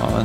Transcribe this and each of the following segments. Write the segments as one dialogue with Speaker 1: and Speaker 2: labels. Speaker 1: Ja,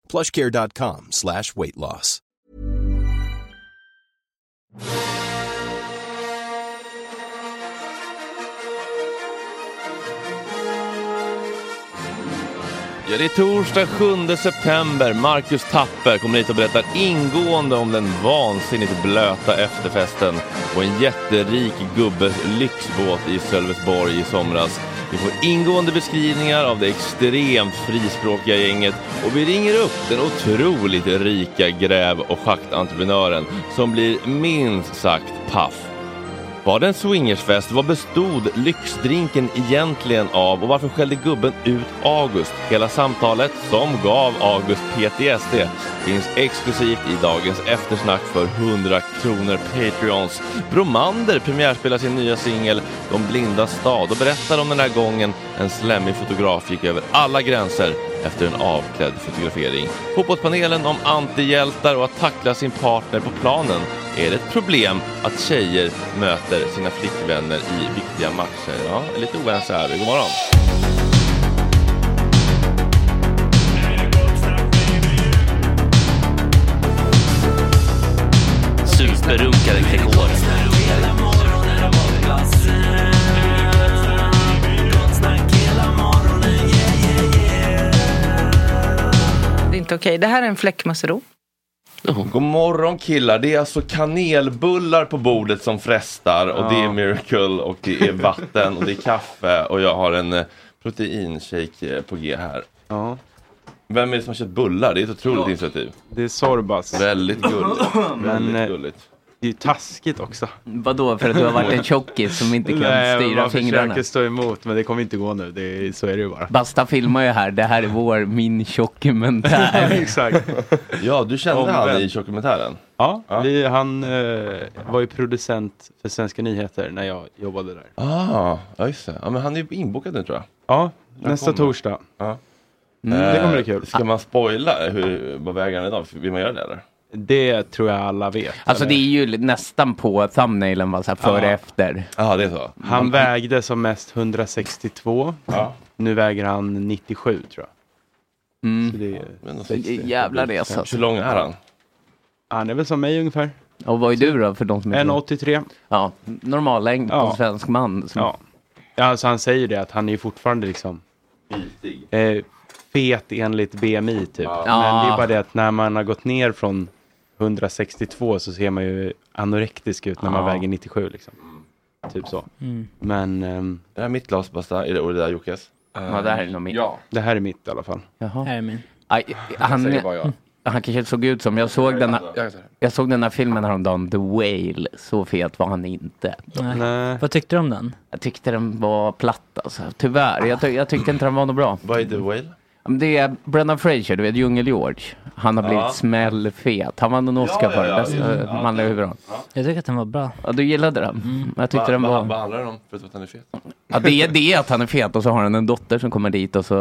Speaker 2: plushcare.com slash weight loss.
Speaker 1: Ja, det är torsdag 7 september. Marcus Tapper kommer hit och berättar ingående om den vansinnigt blöta efterfesten och en jätterik gubbes lyxbåt i Sölvesborg i somras. Vi får ingående beskrivningar av det extremt frispråkiga gänget och vi ringer upp den otroligt rika gräv och schaktentreprenören som blir minst sagt paff. Var det en swingersfest? Vad bestod lyxdrinken egentligen av? Och varför skällde gubben ut August? Hela samtalet som gav August PTSD finns exklusivt i dagens eftersnack för 100 kronor Patreons. Bromander premiärspelar sin nya singel De blindas stad och berättar om den här gången en slemmig fotograf gick över alla gränser efter en avklädd fotografering. Fotbollspanelen om antihjältar och att tackla sin partner på planen. Är det ett problem att tjejer möter sina flickvänner i viktiga matcher? Ja, jag är lite oense här. God morgon!
Speaker 3: Superrunkare Gregor.
Speaker 4: Det är inte okej. Det här är en fläckmussero.
Speaker 1: Oh, God morgon killar! Det är alltså kanelbullar på bordet som frestar och det är miracle och det är vatten och det är kaffe och jag har en eh, proteinshake eh, på G här.
Speaker 5: Ja,
Speaker 1: Vem är det som har köpt bullar? Det är ett otroligt initiativ.
Speaker 5: det är Sorbas.
Speaker 1: Väldigt gulligt.
Speaker 5: Men eh,
Speaker 1: Väldigt
Speaker 5: det
Speaker 1: gulligt.
Speaker 5: är ju taskigt också.
Speaker 3: Vadå, för att du har varit en tjockis som inte kan styra
Speaker 5: man
Speaker 3: fingrarna?
Speaker 5: försöker stå emot men det kommer inte gå nu. Det är, så är det ju bara.
Speaker 3: Basta filmar ju här, det här är vår, min tjockumentär.
Speaker 5: Exakt.
Speaker 1: Ja, du kände han
Speaker 5: Omvänt.
Speaker 1: i dokumentären?
Speaker 5: Ja,
Speaker 1: Ja.
Speaker 5: Vi, han eh, var ju producent för Svenska nyheter när jag jobbade där.
Speaker 1: Ah, ja, just det. Ja, men han är ju inbokad nu tror jag.
Speaker 5: Ja, nästa
Speaker 1: kommer.
Speaker 5: torsdag.
Speaker 1: Mm,
Speaker 5: det kommer bli kul.
Speaker 1: Ska man spoila hur, vad vägarna är idag? Vill man göra det eller?
Speaker 5: Det tror jag alla vet.
Speaker 3: Alltså det är ju nästan på thumbnailen, va, så här, före
Speaker 5: Ja.
Speaker 3: efter.
Speaker 1: Ja, det är så.
Speaker 5: Han vägde som mest 162.
Speaker 1: Ja.
Speaker 5: Nu väger han 97 tror jag. Så det är,
Speaker 1: Men alltså,
Speaker 3: Det är en jävla resa.
Speaker 1: Hur
Speaker 3: alltså.
Speaker 1: lång är han?
Speaker 5: han är väl som mig ungefär.
Speaker 3: Och vad är du då för de som inte...
Speaker 5: 1,83.
Speaker 3: Ja, normallängd på
Speaker 5: Ja.
Speaker 3: en svensk man. liksom. Som...
Speaker 5: Ja. ja, alltså han säger det att han är ju fortfarande liksom eh, fet enligt BMI typ. Men det är bara det att när man har gått ner från 162 så ser man ju anorektisk ut när man
Speaker 3: Ja.
Speaker 5: väger 97 liksom. Typ så. Men ehm,
Speaker 1: Är det här mitt glas Basta? Är det, och det där Jockes?
Speaker 3: Ja, det här är nog min.
Speaker 6: Ja,
Speaker 5: det här är mitt i alla fall.
Speaker 3: Jaha.
Speaker 7: Här är min.
Speaker 3: Aj, han,
Speaker 6: säger bara jag.
Speaker 3: han kanske såg ut som, jag såg den här,
Speaker 6: Jag kan säga det.
Speaker 3: jag såg den här filmen häromdagen, The Whale. Så fet var han inte.
Speaker 7: Nej.
Speaker 5: Nej.
Speaker 7: Vad tyckte du om den?
Speaker 3: Jag tyckte den var platt alltså, tyvärr. Jag, ty- jag tyckte inte den var något bra.
Speaker 1: Vad är The Whale?
Speaker 3: Men Det är Brendan Fraser, du vet Djungel-George. Han har blivit smällfet. Han vann en Oscar
Speaker 1: Ja, ja,
Speaker 3: för
Speaker 1: ja,
Speaker 3: bästa
Speaker 1: just det.
Speaker 3: eh, manliga huvudroll.
Speaker 7: Jag tycker att den var bra.
Speaker 3: Ja, du gillade den?
Speaker 7: Mm.
Speaker 3: Jag tyckte den
Speaker 1: Vad
Speaker 3: var...
Speaker 1: handlar den om? Förutom att han är fet?
Speaker 3: Ja, det, är, det är att han är fet och så har han en dotter som kommer dit och så...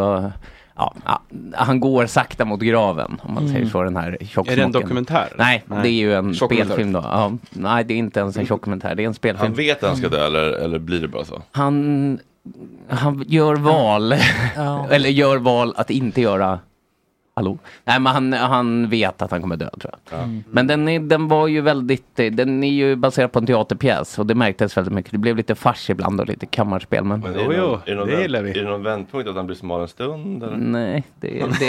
Speaker 3: Ja, ja, han går sakta mot graven, om man säger så,
Speaker 1: Mm.
Speaker 3: den här tjocksmocken.
Speaker 5: Är det en dokumentär?
Speaker 3: Nej, det är ju en
Speaker 6: Tjockkommentär.
Speaker 3: spelfilm då. Ja, nej, det är inte ens en tjockkommentär, det är en
Speaker 1: Han
Speaker 3: spelfilm.
Speaker 1: vet att han ska dö eller, eller blir det bara så?
Speaker 3: Han, han gör val, eller gör val att inte göra Hallå? Nej men han, han vet att han kommer dö tror jag.
Speaker 5: Mm.
Speaker 3: Men den, är, den var ju väldigt, eh, den är ju baserad på en teaterpjäs och det märktes väldigt mycket. Det blev lite fars ibland och lite kammarspel men
Speaker 1: Men
Speaker 5: Jo,
Speaker 1: är
Speaker 5: jo,
Speaker 1: någon- är någon
Speaker 5: det
Speaker 1: vänd-
Speaker 5: gillar vi.
Speaker 1: Är det någon vändpunkt att han blir smal en stund? Eller?
Speaker 3: nej, det, det,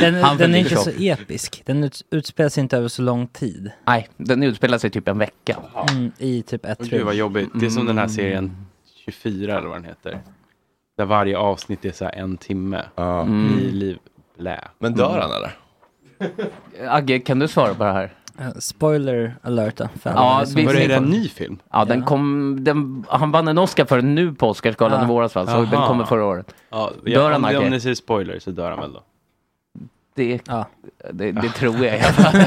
Speaker 7: Den,
Speaker 3: Han
Speaker 7: den är
Speaker 3: förblir
Speaker 7: inte så
Speaker 3: tjock.
Speaker 7: episk. Den ut, utspelar sig inte över så lång tid.
Speaker 3: nej, den utspelar sig typ en vecka.
Speaker 7: Mm, I typ ett
Speaker 5: Åh, Gud vad
Speaker 7: rum.
Speaker 5: jobbigt. Det är som den här serien 24 eller vad den heter. Där varje avsnitt är så här en timme.
Speaker 1: Ja. Mm.
Speaker 5: I liv. Blä.
Speaker 1: Men dör han eller?
Speaker 3: Agge, kan du svara på det här?
Speaker 7: Eh, Spoiler alert då. för alla
Speaker 3: Ja,
Speaker 7: som-
Speaker 3: vi-
Speaker 5: Var det en ny film?
Speaker 3: Ja, den kom, den, han vann en Oscar för den nu på Oscarsgalan
Speaker 7: Ja.
Speaker 3: i våras va? Så den
Speaker 5: Aha.
Speaker 3: kommer förra året.
Speaker 5: Ja,
Speaker 3: Dör
Speaker 5: om,
Speaker 3: han,
Speaker 5: om,
Speaker 3: Agge?
Speaker 5: ni säger spoiler så dör han väl då?
Speaker 3: Det,
Speaker 7: Ja.
Speaker 3: det, det tror jag i alla fall.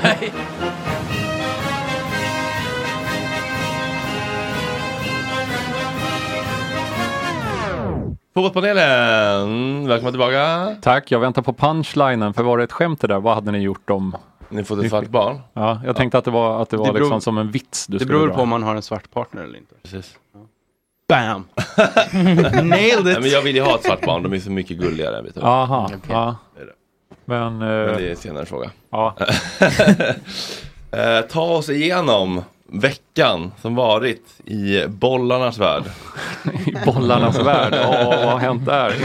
Speaker 1: Fotbollspanelen! Välkomna tillbaka!
Speaker 8: Tack, jag väntar på punchlinen, för var det ett skämt det där? Vad hade ni gjort om...
Speaker 1: Ni får ett svart barn.
Speaker 8: Ja, jag tänkte att det var, att det var
Speaker 5: Det beror-
Speaker 8: liksom som en vits du
Speaker 5: Det
Speaker 8: skulle
Speaker 5: beror
Speaker 8: dra.
Speaker 5: på om man har en svart partner eller inte.
Speaker 1: Precis.
Speaker 5: Bam! Nailed
Speaker 1: Nej,
Speaker 5: it!
Speaker 1: men jag vill ju ha ett svart barn, de är så mycket gulligare. Vet du.
Speaker 8: Aha, ja.
Speaker 1: Det är det.
Speaker 8: Men, eh,
Speaker 1: Men det är en senare fråga.
Speaker 8: ja.
Speaker 1: Eh, ta oss igenom veckan som varit i bollarnas värld.
Speaker 8: I bollarnas värld, ja vad har hänt där?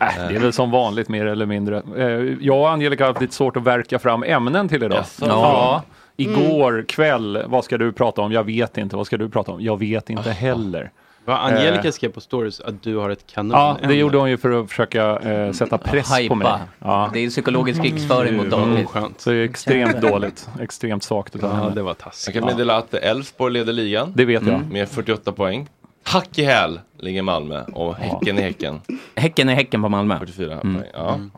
Speaker 8: Äh, det är väl som vanligt mer eller mindre. Eh, Jag och Angelica har haft lite svårt att verka fram ämnen till idag.
Speaker 1: Jaså?
Speaker 8: Ja.
Speaker 5: Mm.
Speaker 8: Igår kväll, vad ska du prata om? Jag vet inte. Vad ska du prata om? Jag vet inte heller.
Speaker 5: Ah. Vad Angelica
Speaker 8: Eh.
Speaker 5: skrev på stories att du har ett kanon.
Speaker 8: Ja, det gjorde hon ju för att försöka eh, sätta press på
Speaker 5: hypa.
Speaker 8: mig. Ja.
Speaker 5: Det är ju psykologisk krigföring mot David.
Speaker 8: Mm, skönt. Så det är extremt dåligt. Extremt svagt utav henne.
Speaker 1: det var taskigt. Jag kan meddela att Elfsborg leder ligan.
Speaker 8: Det vet jag. Mm.
Speaker 1: Med 48 poäng. Hack i häl ligger Malmö och Häcken i Häcken.
Speaker 3: Häcken är Häcken på Malmö.
Speaker 1: 44
Speaker 3: Mm.
Speaker 1: poäng. Ja.
Speaker 3: Mm.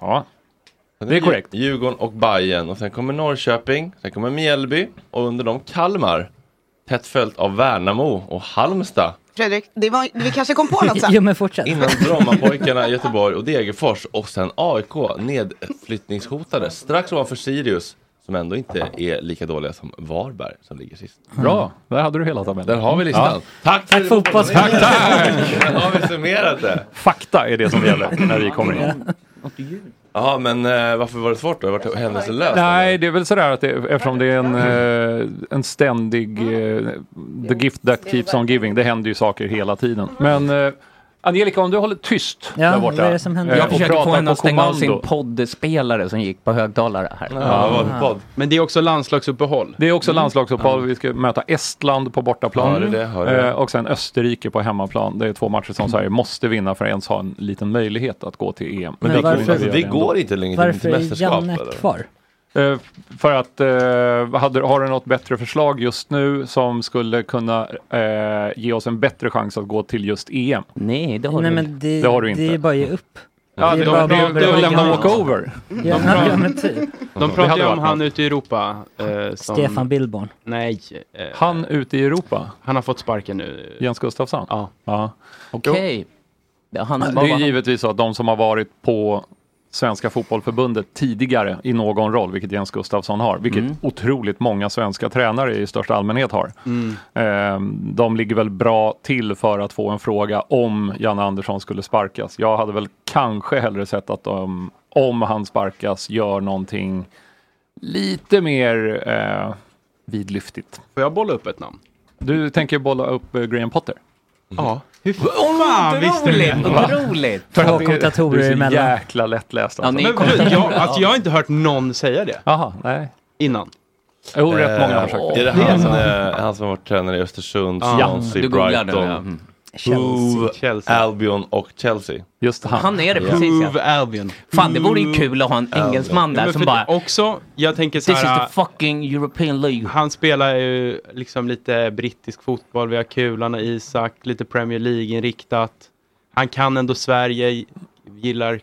Speaker 1: Sen
Speaker 3: Det är korrekt.
Speaker 1: Djurgården och Bayern och sen kommer Norrköping, sen kommer Mjällby och under dem Kalmar. Tätt följt av Värnamo och Halmstad.
Speaker 6: Fredrik, det var, vi kanske kom på något sen.
Speaker 7: Jo men fortsätt.
Speaker 1: Innan Brommapojkarna, Göteborg och Degerfors och sen AIK nedflyttningshotade strax ovanför Sirius som ändå inte är lika dåliga som Varberg som ligger sist.
Speaker 8: Bra, Mm. där hade du hela tabellen.
Speaker 1: Där har vi listan. Tack,
Speaker 8: Tack fotbolls-
Speaker 1: Tack, tack!
Speaker 8: Tack.
Speaker 1: Där har vi summerat det.
Speaker 8: Fakta är det som gäller när vi kommer in.
Speaker 1: Jaha, men eh, varför var det svårt då? Det har varit händelselöst.
Speaker 8: Nej, det är väl sådär att det, eftersom det är en, eh, en ständig eh, the gift that keeps on giving. Det händer ju saker hela tiden. Men eh, Angelica, om du håller tyst
Speaker 3: Ja,
Speaker 8: där borta.
Speaker 3: Ah, vad är det som händer?
Speaker 8: eh,
Speaker 3: Jag
Speaker 8: och
Speaker 3: försöker få
Speaker 8: pratar
Speaker 3: henne
Speaker 8: på
Speaker 3: att stänga av
Speaker 8: kommando.
Speaker 3: sin poddspelare som gick på högtalare här.
Speaker 5: Men det är också landslagsuppehåll.
Speaker 8: Det är också
Speaker 5: Mm.
Speaker 8: landslagsuppehåll.
Speaker 5: Ja.
Speaker 8: Vi ska möta Estland på bortaplan.
Speaker 5: Hör du det? Hör du det?
Speaker 8: Eh, Och sen Österrike på hemmaplan. Det är två matcher som Sverige måste vinna för att ens ha en liten möjlighet att gå till EM.
Speaker 7: Men
Speaker 8: Jag tror
Speaker 7: varför-
Speaker 8: inte vi gör
Speaker 7: det
Speaker 8: ändå.
Speaker 7: går inte längre till Varför är mästerskap, Janne eller? kvar?
Speaker 8: Eh, För att, eh, hade, har du något bättre förslag just nu som skulle kunna eh, ge oss en bättre chans att gå till just EM?
Speaker 3: Nej, det
Speaker 7: Nej men det,
Speaker 8: Det har du inte.
Speaker 7: det är ju bara att ge upp.
Speaker 8: Ja,
Speaker 7: är
Speaker 8: det-
Speaker 7: bara
Speaker 8: de-
Speaker 7: att
Speaker 8: de- de
Speaker 7: börja
Speaker 8: lämnar
Speaker 7: om.
Speaker 8: walkover.
Speaker 7: Ja,
Speaker 5: De
Speaker 7: ja,
Speaker 5: pratar-
Speaker 7: men typ.
Speaker 5: De
Speaker 8: Det
Speaker 5: pratar
Speaker 8: hade
Speaker 5: ju om
Speaker 8: varit
Speaker 5: han ute i Europa. Eh, som,
Speaker 7: Stefan Billborn.
Speaker 5: Nej. Eh,
Speaker 8: han ute i Europa?
Speaker 5: Han har fått sparken nu.
Speaker 8: Jens Gustafsson?
Speaker 5: Ja.
Speaker 8: ja.
Speaker 5: Okej.
Speaker 3: Det,
Speaker 8: det är ju givetvis så att de som har varit på Svenska Fotbollförbundet tidigare i någon roll, vilket Jens Gustafsson har, vilket
Speaker 5: Mm.
Speaker 8: otroligt många svenska tränare i största allmänhet har. Ehm, De ligger väl bra till för att få en fråga om Janne Andersson skulle sparkas. Jag hade väl kanske hellre sett att de, om han sparkas, gör någonting lite mer eh, vidlyftigt.
Speaker 5: Får jag bolla upp ett namn?
Speaker 8: Du tänker bolla upp eh, Graham Potter?
Speaker 5: Ja. Hur
Speaker 8: fan visste du det? Va? För att det- du är så jäkla lättläst.
Speaker 5: Ja,
Speaker 8: Alltså.
Speaker 5: men förlåt, jag, alltså, jag har inte hört någon säga det.
Speaker 8: Jaha, nej.
Speaker 5: Innan.
Speaker 8: Jo, rätt många har
Speaker 1: Eh,
Speaker 8: försökt.
Speaker 1: Är det han, eh, han som har varit tränare i Östersund,
Speaker 8: Ja.
Speaker 1: Swansea,
Speaker 8: Du googlar den, ja.
Speaker 1: Brighton,
Speaker 8: Mm.
Speaker 1: Hove,
Speaker 5: Chelsea.
Speaker 1: Albion och Chelsea?
Speaker 8: Just
Speaker 3: han. Han är det, precis, ja. Hove
Speaker 5: Albion.
Speaker 3: Fan, det vore ju kul att ha en engelsman där som bara...
Speaker 5: Också, jag tänker så
Speaker 3: This
Speaker 5: här, äh,
Speaker 3: is the fucking European League.
Speaker 5: Han spelar ju liksom lite brittisk fotboll, vi har Kulan och Isak, lite Premier League-inriktat. Han kan ändå Sverige, gillar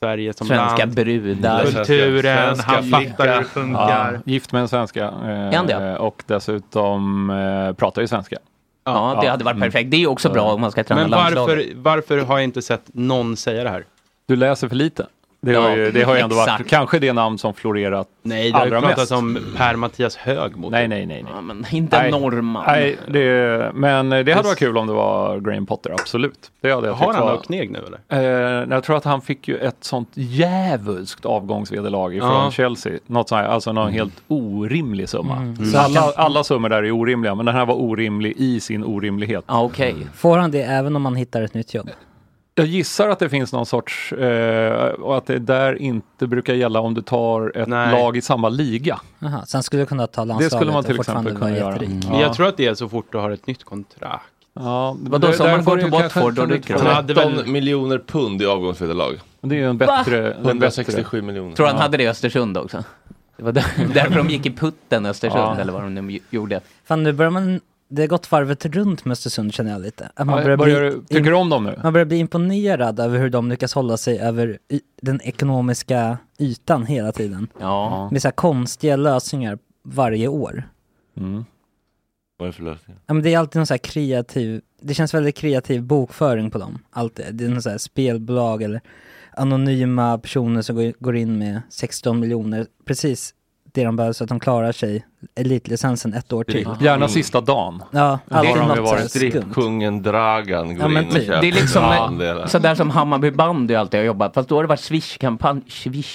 Speaker 5: Sverige som land.
Speaker 3: Svenska brudar.
Speaker 5: Kulturen,
Speaker 8: Svenska
Speaker 5: han fattar hur det
Speaker 8: flicka.
Speaker 5: funkar.
Speaker 8: Ja, gift med en svenska. eh,
Speaker 3: Är han det?
Speaker 8: Och dessutom eh, pratar ju svenska. Mm.
Speaker 3: Ja, det hade varit perfekt. Det är ju också
Speaker 8: Så-
Speaker 3: bra om man ska träna
Speaker 5: Men varför,
Speaker 3: landslaget.
Speaker 5: varför har jag inte sett någon säga det här?
Speaker 8: Du läser för lite. Det har
Speaker 5: Ja,
Speaker 8: ju, det har ju ändå varit
Speaker 5: exakt.
Speaker 8: kanske det namn som florerat
Speaker 5: Nej, det har ju
Speaker 8: allra
Speaker 5: pratats
Speaker 8: mest.
Speaker 5: om Per-Mattias Högmo. typ.
Speaker 8: Nej, nej, nej. nej.
Speaker 3: men inte
Speaker 8: Nej.
Speaker 3: norrman.
Speaker 8: Nej, det, men Eh, det hade varit kul om det var Graham Potter, absolut. Det hade jag
Speaker 5: Har
Speaker 8: tyckt
Speaker 5: han
Speaker 8: var-
Speaker 5: något kneg nu, eller?
Speaker 8: Eh, jag tror att han fick ju ett sånt djävulskt avgångsvederlag ifrån
Speaker 5: Ja.
Speaker 8: Chelsea. Något sånt här, alltså någon helt orimlig summa.
Speaker 7: Mm.
Speaker 8: Så alla, alla summor där är orimliga, men den här var orimlig i sin orimlighet.
Speaker 3: Ah, okay.
Speaker 5: Mm.
Speaker 7: Får han det även om han hittar ett nytt jobb?
Speaker 8: Jag gissar att det finns någon sorts, eh, och att det där inte brukar gälla om du tar ett
Speaker 7: Nej.
Speaker 8: lag i samma liga.
Speaker 7: Jaha, så han skulle kunna ta
Speaker 8: Det
Speaker 7: landslaget
Speaker 8: skulle man till
Speaker 7: och fortfarande
Speaker 8: exempel kunna
Speaker 7: vara
Speaker 8: göra.
Speaker 7: jätterik.
Speaker 5: Men jag tror att det är så fort du har ett nytt kontrakt.
Speaker 8: Ja,
Speaker 5: Vadå,
Speaker 8: det-
Speaker 5: så om man
Speaker 8: därför
Speaker 5: går
Speaker 8: är
Speaker 5: till
Speaker 8: det kanske
Speaker 5: Watford då
Speaker 8: inte
Speaker 5: rycker
Speaker 8: riktigt-
Speaker 5: de? Han hade väl-
Speaker 1: 13 miljoner pund i avgångsvederlag.
Speaker 8: Det är ju en
Speaker 3: Va?
Speaker 8: bättre... en bättre-
Speaker 1: 167 miljoner.
Speaker 3: Tror han
Speaker 1: Ja.
Speaker 3: hade det i Östersund också? Det var där, därför de gick i putten Östersund,
Speaker 7: Ja.
Speaker 3: eller vad de nu gjorde.
Speaker 7: Fan nu börjar man, det har gått varvet runt med Östersund känner jag lite. Att man
Speaker 8: Ja, börjar du- tycker du om dem nu?
Speaker 7: Man börjar bli imponerad över hur de lyckas hålla sig över y- den ekonomiska ytan hela tiden.
Speaker 3: Ja.
Speaker 7: Med så här konstiga lösningar varje år.
Speaker 8: Mm.
Speaker 1: Vad är det för lösning?
Speaker 7: Ja, men det är alltid någon så här kreativ, det känns väldigt kreativ bokföring på dem. Alltid. Det är någon så här spelbolag eller anonyma personer som går- går in med 16 miljoner, precis det de behöver så att de klarar sig elitlicensen ett år
Speaker 3: Typ.
Speaker 7: till.
Speaker 3: Mm.
Speaker 1: Mm.
Speaker 8: Gärna sista dagen.
Speaker 7: Ja, alltid något så här skumt.
Speaker 1: Strippkungen Dragan går
Speaker 7: Ja, men
Speaker 1: in och
Speaker 7: typ.
Speaker 1: köper
Speaker 3: Det är liksom
Speaker 1: andelar.
Speaker 3: sådär som Hammarby bandy alltid har jobbat, fast då har det varit swish-kampanj-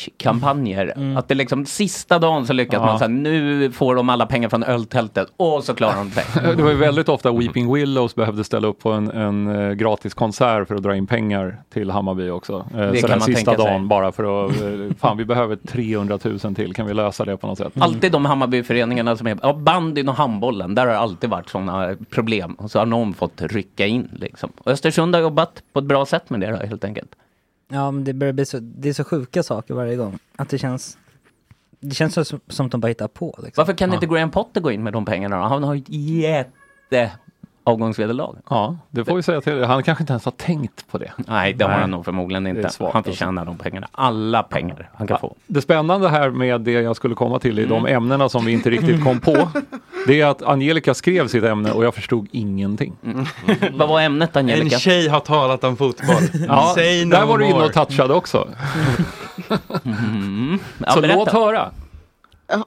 Speaker 3: swish-kampanjer. Att det liksom sista dagen så lyckas
Speaker 8: Ja.
Speaker 3: man såhär, nu får de alla pengar från öltältet och så klarar de sig.
Speaker 8: Eh, Det var ju väldigt ofta Weeping Willows behövde ställa upp på en, en eh, gratis konsert för att dra in pengar till Hammarby också. Eh,
Speaker 3: Det
Speaker 8: så den
Speaker 3: kan man
Speaker 8: sista
Speaker 3: tänka sig.
Speaker 8: dagen bara för att, eh, fan vi behöver 300 000 till, kan vi lösa det på något sätt?
Speaker 3: Mm. Alltid de Hammarbyföreningar greningarna som är... Ja, bandyn och handbollen, där har det alltid varit sådana problem. Och så har någon fått rycka in liksom. Och Östersund har jobbat på ett bra sätt med det då, helt enkelt.
Speaker 7: Ja, men det börjar bli så, det är så sjuka saker varje gång. Att det känns, det känns så, som- som de bara hittar på. Liksom.
Speaker 3: Varför kan
Speaker 7: ja.
Speaker 3: inte Graham Potter gå in med de pengarna då? Han har ju ett jätte avgångsvederlag.
Speaker 8: Ja, det får vi säga till. Han kanske inte ens har tänkt på det.
Speaker 3: Nej, det har
Speaker 8: Nej.
Speaker 3: han nog förmodligen
Speaker 8: Det är alltså.
Speaker 3: inte.
Speaker 8: svårt
Speaker 3: han förtjänar de pengarna. Alla pengar han kan få.
Speaker 8: Det spännande här med det jag skulle komma till i
Speaker 3: Mm.
Speaker 8: de ämnena som vi inte riktigt kom på, det är att Angelica skrev sitt ämne och jag förstod ingenting.
Speaker 3: Mm. Vad var ämnet Angelica?
Speaker 8: En tjej
Speaker 5: har talat om fotboll.
Speaker 8: Ja,
Speaker 5: Say no
Speaker 8: där var du inne
Speaker 5: more.
Speaker 8: och touchade också.
Speaker 3: Mm. Ja,
Speaker 8: Så
Speaker 3: berätta.
Speaker 8: låt höra.
Speaker 6: Eh,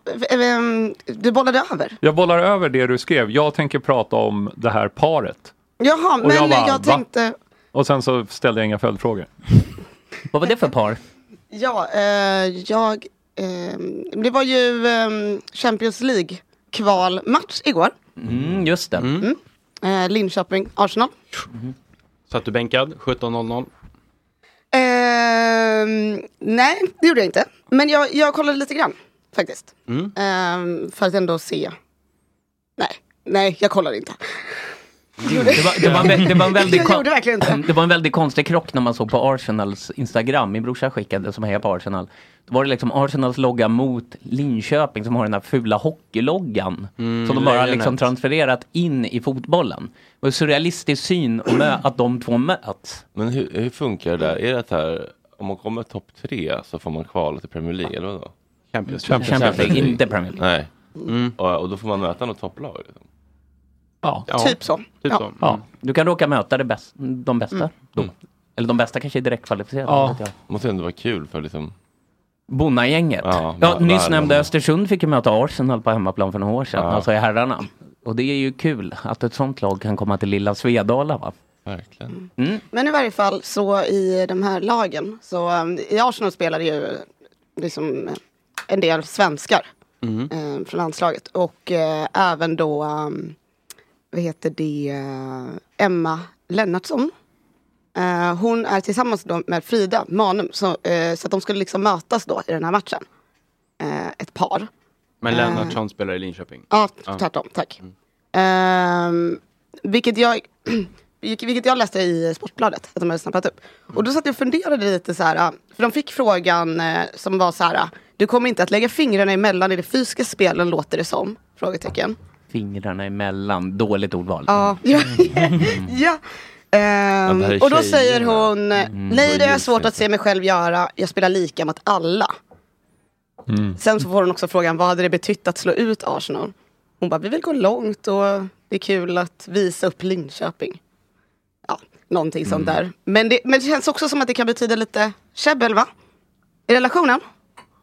Speaker 6: ehm, Du bollade över.
Speaker 8: Jag bollar över det du skrev. Jag tänker prata om det här paret.
Speaker 6: Jaha,
Speaker 8: Och
Speaker 6: men eh,
Speaker 8: jag
Speaker 6: jag,
Speaker 8: bara, va?
Speaker 6: tänkte...
Speaker 8: Och sen så ställde jag inga följdfrågor.
Speaker 3: Vad var det för par?
Speaker 6: Ja, eh, jag... ehm, det var ju ehm, Champions League-kvalmatch igår.
Speaker 3: Mm, just det. Mm.
Speaker 6: Eh, Linköping, Arsenal.
Speaker 5: Satt du bänkad 17.00?
Speaker 6: Ehm, nej, det gjorde jag inte. Men jag, jag kollade lite grann, faktiskt.
Speaker 5: Mm.
Speaker 6: Ehm, för att ändå se. Nej, nej, jag kollade inte.
Speaker 3: Det var, det var, en vä- det var en väldigt
Speaker 6: Jag gjorde verkligen inte.
Speaker 3: Det var en väldigt konstig krock när man såg på Arsenals Instagram. Min brorsa skickade, som hejar på Arsenal. Då var det liksom Arsenals logga mot Linköping som har den här fula hockeyloggan. som
Speaker 9: Mm,
Speaker 3: de bara har
Speaker 5: lejonet.
Speaker 3: liksom transfererat in i fotbollen. Det var en surrealistisk syn att, mö- att de två möts.
Speaker 1: Men hur, hur funkar det där? Är det att här, om man kommer topp tre så får man kvala till Premier League eller vadå?
Speaker 5: Champions
Speaker 3: League. Champions League, inte Premier League.
Speaker 1: Nej. Och, och då får man möta något topplag? Liksom.
Speaker 8: Ja.
Speaker 6: Typ så. Ja.
Speaker 1: Mm.
Speaker 3: Ja. Du kan råka möta det bäst, de bästa.
Speaker 6: Mm.
Speaker 3: Då. Eller de bästa kanske är direktkvalificerade.
Speaker 1: Ja.
Speaker 3: vet jag.
Speaker 1: Måste ändå vara kul för liksom...
Speaker 3: Bonnagänget.
Speaker 1: Ja,
Speaker 3: Ja,
Speaker 1: va-
Speaker 3: nyss
Speaker 1: va-
Speaker 3: nämnde Östersund fick ju möta Arsenal på hemmaplan för några år sedan,
Speaker 1: Ja.
Speaker 3: alltså i herrarna. Och det är ju kul att ett sånt lag kan komma till lilla Svedala va?
Speaker 1: Verkligen.
Speaker 3: Mm.
Speaker 6: Men i varje fall så i de här lagen, så ehm, i Arsenal spelade ju liksom eh, en del svenskar eh, från landslaget. Och eh, även då, ehm, vad heter det, eh, Emma Lennartsson. Eh, hon är tillsammans då med Frida Manum, så, eh, så att de skulle liksom mötas då i den här matchen. Eh, ett par.
Speaker 5: Men
Speaker 6: Eh.
Speaker 5: Lennartsson spelar i Linköping. Mm.
Speaker 6: Ja, tvärtom. Tack.
Speaker 3: Mm.
Speaker 6: Ehm, vilket, jag, vilket jag läste i Sportbladet, att de hade snappat upp. Och då satt jag och funderade lite så här, för de fick frågan eh, som var så här, du kommer inte att lägga fingrarna emellan i det fysiska spelen låter det som?
Speaker 3: Mm.
Speaker 6: Frågetecken.
Speaker 3: Fingrarna emellan, dåligt ordval.
Speaker 6: Ja, ja, ja. Ehm,
Speaker 3: Mm. Ja, det här är Mm.
Speaker 6: och då
Speaker 3: tjejer,
Speaker 6: säger hon, nej det
Speaker 3: vad
Speaker 6: är svårt att se mig själv göra, jag spelar lika mot alla. Sen så får hon också frågan, vad hade det betytt att slå ut Arsenal? Hon bara, vi vill gå långt och det är kul att visa upp Linköping. Ja, någonting sånt
Speaker 3: Mm.
Speaker 6: där. Men det, men det känns också som att det kan betyda lite käbbel, va? I relationen?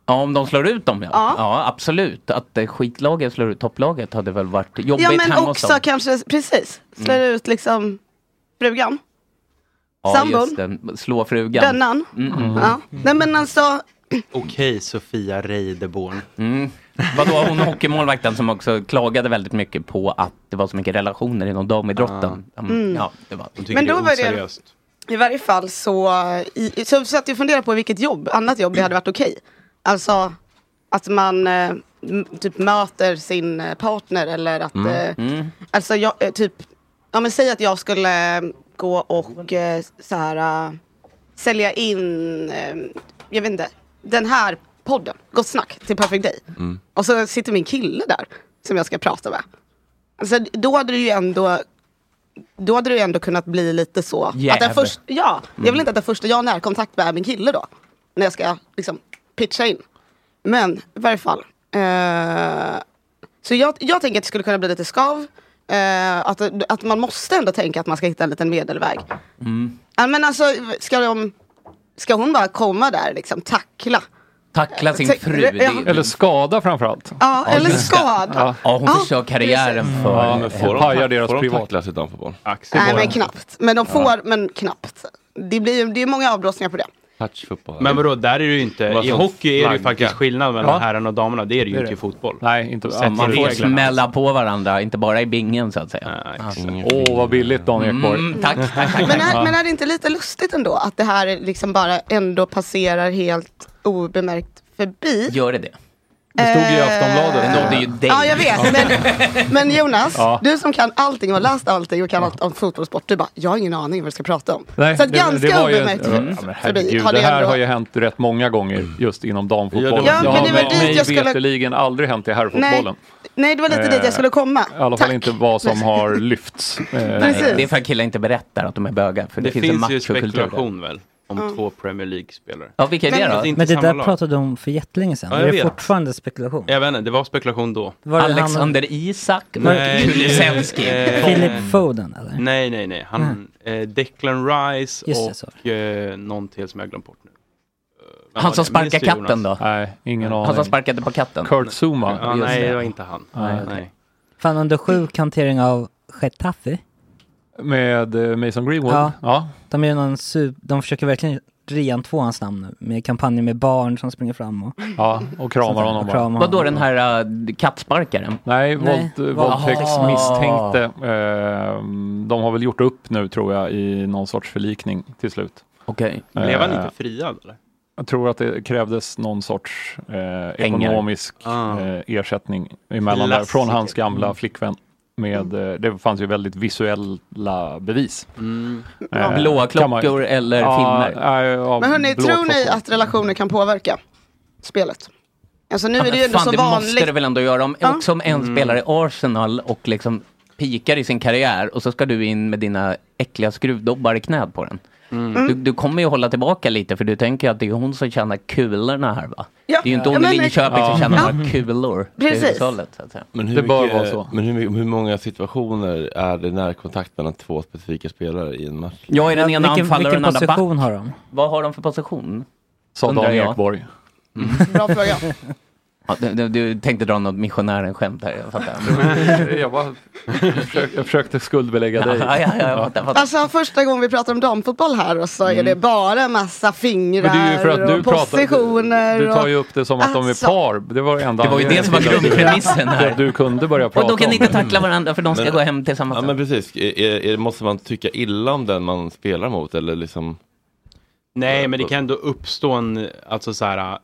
Speaker 3: Ja, om de slår ut dem ja.
Speaker 6: Ja.
Speaker 3: Ja, absolut. Att eh, skitlaget slår ut topplaget hade väl varit jobbigt
Speaker 6: ja, men
Speaker 3: hemma
Speaker 6: också
Speaker 3: hos dem. Mm.
Speaker 6: kanske, precis, slår ut liksom frugan,
Speaker 3: Ja,
Speaker 6: sambon.
Speaker 3: just det. Slå frugan. Mm.
Speaker 6: brännan.
Speaker 1: Mm.
Speaker 6: Ja. Nej men alltså,
Speaker 5: Okej, Sofia Reideborn.
Speaker 3: Mm. Vadå, hon hockeymålvakten som också klagade väldigt mycket på att det var så mycket relationer inom damidrotten. Mm. Ja, det var.
Speaker 5: Hon
Speaker 6: Men då var det- oseriöst. I varje fall så, i, så satt jag och funderade på vilket jobb, annat jobb det hade varit okej. Alltså att man eh, m- typ möter sin eh, partner eller att,
Speaker 9: Mm.
Speaker 3: Mm.
Speaker 6: eh, alltså jag, eh, typ, ja men säg att jag skulle eh, gå och eh, så här eh, sälja in, eh, jag vet inte, den här podden, Gott Snack till Perfect Day. Och så sitter min kille där som jag ska prata med. Alltså då hade det ju ändå då hade det ju ändå kunnat bli lite så. Att den
Speaker 3: Jäv.
Speaker 6: först, ja, jag vill inte att den första jag har närkontakt med är min kille då. När jag ska liksom pitcha in. Men i varje fall. Eh, så jag, jag tänker att det skulle kunna bli lite skav. Eh, att, att man måste ändå tänka att man ska hitta en liten medelväg.
Speaker 3: Mm.
Speaker 6: Ja, Men alltså, ska, de, ska hon bara komma där liksom, tackla?
Speaker 3: Tackla sin
Speaker 6: Tänk-
Speaker 3: fru. Det är ju-
Speaker 8: Eller skada framförallt.
Speaker 6: Ja, eller
Speaker 3: just det.
Speaker 6: skada?
Speaker 8: Ja.
Speaker 3: Ja, hon
Speaker 6: Ja,
Speaker 3: förstör karriären för...
Speaker 8: Ja, men
Speaker 1: Får de,
Speaker 8: Pajar deras
Speaker 1: får de
Speaker 8: privat-
Speaker 1: tacklas i damfotboll?
Speaker 6: Nej, men knappt. Men de får, men knappt. Det, blir, ju- det är många avblåsningar på det.
Speaker 1: Touchfotboll.
Speaker 5: Men vadå, där är det ju inte...
Speaker 1: Vad
Speaker 5: I
Speaker 1: som
Speaker 5: hockey är det ju
Speaker 1: flagga.
Speaker 5: faktiskt skillnad mellan
Speaker 8: Ja.
Speaker 5: herrarna och damerna. Det är det ju
Speaker 8: Det är
Speaker 5: inte i
Speaker 8: det.
Speaker 5: fotboll.
Speaker 8: Nej, inte
Speaker 5: Sätt
Speaker 8: man
Speaker 5: i
Speaker 3: Får
Speaker 5: reglerna.
Speaker 3: smälla på varandra, inte bara i bingen så att säga.
Speaker 5: Ja, exakt.
Speaker 1: Mm.
Speaker 8: Åh, vad billigt Dan Ekborg.
Speaker 3: Mm, tack, tack, tack. tack.
Speaker 6: Men är, men är det inte lite lustigt ändå att det här liksom bara ändå passerar helt obemärkt förbi?
Speaker 3: Gör det det?
Speaker 1: Det stod ju i Aftonbladet.
Speaker 6: Det nådde
Speaker 3: ju
Speaker 6: Eh, Ja, jag vet. Men, men Jonas,
Speaker 1: Ja.
Speaker 6: du som kan allting och har läst allting och kan allt om fotbollssport. Du bara, jag har ingen aning vad du ska prata om.
Speaker 8: Nej,
Speaker 6: så att
Speaker 8: det-
Speaker 6: ganska
Speaker 8: det var ju-
Speaker 6: obemärkt
Speaker 8: ja, men
Speaker 3: Mm.
Speaker 8: herregud, det här har ju hänt rätt många gånger just inom damfotbollen.
Speaker 6: Ja, men det var dit
Speaker 8: mig
Speaker 6: jag skulle-
Speaker 8: veterligen aldrig hänt i herrfotbollen.
Speaker 6: Nej, nej, det var lite dit jag skulle komma.
Speaker 8: I alla fall inte vad som har lyfts. eh,
Speaker 6: Precis.
Speaker 3: Det är för att killar inte berättar att de är bögar. För det,
Speaker 5: Det
Speaker 3: finns,
Speaker 5: finns
Speaker 3: en
Speaker 5: ju
Speaker 3: machokultur där.
Speaker 5: spekulation väl? Om två Premier League-spelare.
Speaker 3: Ja, vilka är det då?
Speaker 7: Men det där pratade de om för jättelänge sedan.
Speaker 5: Ja,
Speaker 7: är
Speaker 5: jag
Speaker 7: det
Speaker 5: vet.
Speaker 7: fortfarande spekulation?
Speaker 5: Jag vet inte, det var spekulation då.
Speaker 7: Var det han-
Speaker 3: Alexander Isak och
Speaker 5: Nej,
Speaker 3: Kulusevski.
Speaker 5: eh,
Speaker 7: Philip Foden eller? Mm.
Speaker 5: Nej, nej, nej. Han, eh, Declan Rice
Speaker 7: Just det,
Speaker 5: och eh, någon till som jag glömt bort nu. Eh, vem
Speaker 3: Han
Speaker 5: var
Speaker 3: som
Speaker 5: det? Minns
Speaker 3: sparkar
Speaker 5: du, Jonas?
Speaker 3: katten då?
Speaker 8: Nej, ingen
Speaker 3: Han som sparkade på katten?
Speaker 8: Kurt Zuma.
Speaker 5: Ja, nej, det var inte han.
Speaker 8: Nej.
Speaker 5: Nej.
Speaker 7: Fan, under sjuk hantering av Getafe.
Speaker 8: Med eh, Mason Greenwood.
Speaker 7: Ja.
Speaker 8: Ja.
Speaker 7: De, är någon su- de försöker verkligen rentvå hans namn nu med kampanjer med barn som springer fram och...
Speaker 8: Ja, och kramar honom bara.
Speaker 7: bara.
Speaker 3: Vadå den här äh, kattsparkaren?
Speaker 8: Nej,
Speaker 7: Nej.
Speaker 8: Våld,
Speaker 7: Vad-
Speaker 8: våldtäktsmisstänkte. Eh, de har väl gjort upp nu tror jag i någon sorts förlikning till slut.
Speaker 3: Okej.
Speaker 5: Blev han
Speaker 8: Eh,
Speaker 5: inte friad eller?
Speaker 8: Jag tror att det krävdes någon sorts eh, ekonomisk eh, ersättning emellan där,
Speaker 5: Klassiker.
Speaker 8: från hans gamla
Speaker 5: Ah. Mm.
Speaker 8: flickvän. Med, eh, det fanns ju väldigt visuella bevis.
Speaker 5: Mm.
Speaker 8: Eh,
Speaker 3: Blåa
Speaker 8: kan man-
Speaker 3: klockor eller
Speaker 8: ja,
Speaker 3: filmer?
Speaker 8: nej, ja,
Speaker 6: Men hörni,
Speaker 8: blå
Speaker 6: tror ni
Speaker 8: klockor.
Speaker 6: att relationer kan påverka spelet? Alltså nu
Speaker 3: Ja,
Speaker 6: är det
Speaker 3: men
Speaker 6: ju ändå
Speaker 3: fan,
Speaker 6: så
Speaker 3: det måste det
Speaker 6: vanligt.
Speaker 3: väl ändå göra. Om,
Speaker 6: Ja.
Speaker 3: Också om en
Speaker 5: Mm.
Speaker 3: spelare i Arsenal och liksom pikar i sin karriär och så ska du in med dina äckliga skruvdobbar i knät på den.
Speaker 5: Mm.
Speaker 3: Du, du kommer ju hålla tillbaka lite för du tänker ju att det är hon som tjänar kulorna här va?
Speaker 6: Ja.
Speaker 3: Det är ju inte
Speaker 6: Ja,
Speaker 3: hon
Speaker 6: men-
Speaker 3: i Linköping som
Speaker 8: Ja.
Speaker 3: tjänar
Speaker 6: Ja.
Speaker 3: några kulor. till
Speaker 6: Precis.
Speaker 3: hushållet, så att säga.
Speaker 1: Men hur,
Speaker 8: Det bör
Speaker 1: mycket-
Speaker 8: vara så.
Speaker 1: Men hur, mycket- hur många situationer är det närkontakt mellan två specifika spelare i en match?
Speaker 3: Jag är den ena
Speaker 7: vilken
Speaker 3: anfallaren och
Speaker 7: vilken
Speaker 3: den andra back.
Speaker 7: position har de?
Speaker 3: Vad har de för position?
Speaker 8: Sa
Speaker 3: undrar
Speaker 8: Dan
Speaker 3: jag.
Speaker 8: Ekborg.
Speaker 6: Mm. Bra fråga.
Speaker 3: Ja, du, du, du tänkte dra något missionären-skämt här, jag fattar.
Speaker 8: jag, bara, försökte, jag försökte skuldbelägga
Speaker 3: ja,
Speaker 8: dig.
Speaker 3: ja, ja, jag fattar, fattar.
Speaker 6: Alltså första gången vi pratar om damfotboll här och så är det bara en massa fingrar
Speaker 8: Mm. Men det är ju för att du
Speaker 6: och positioner.
Speaker 8: pratar, du, du tar ju
Speaker 6: och-
Speaker 8: upp det som att de
Speaker 6: Alltså.
Speaker 8: är par. Det var det enda
Speaker 3: Det var ju det som var
Speaker 8: anledningen till att du-
Speaker 3: grundpremissen här.
Speaker 8: Att du kunde börja prata
Speaker 3: Och då kan
Speaker 8: om
Speaker 3: ni inte
Speaker 8: det.
Speaker 3: tackla varandra för de ska
Speaker 1: Men-
Speaker 3: gå hem tillsammans.
Speaker 1: Ja men precis, är, är, är, måste man tycka illa om den man spelar mot eller liksom?
Speaker 5: Nej, men det kan ändå uppstå en, alltså så här.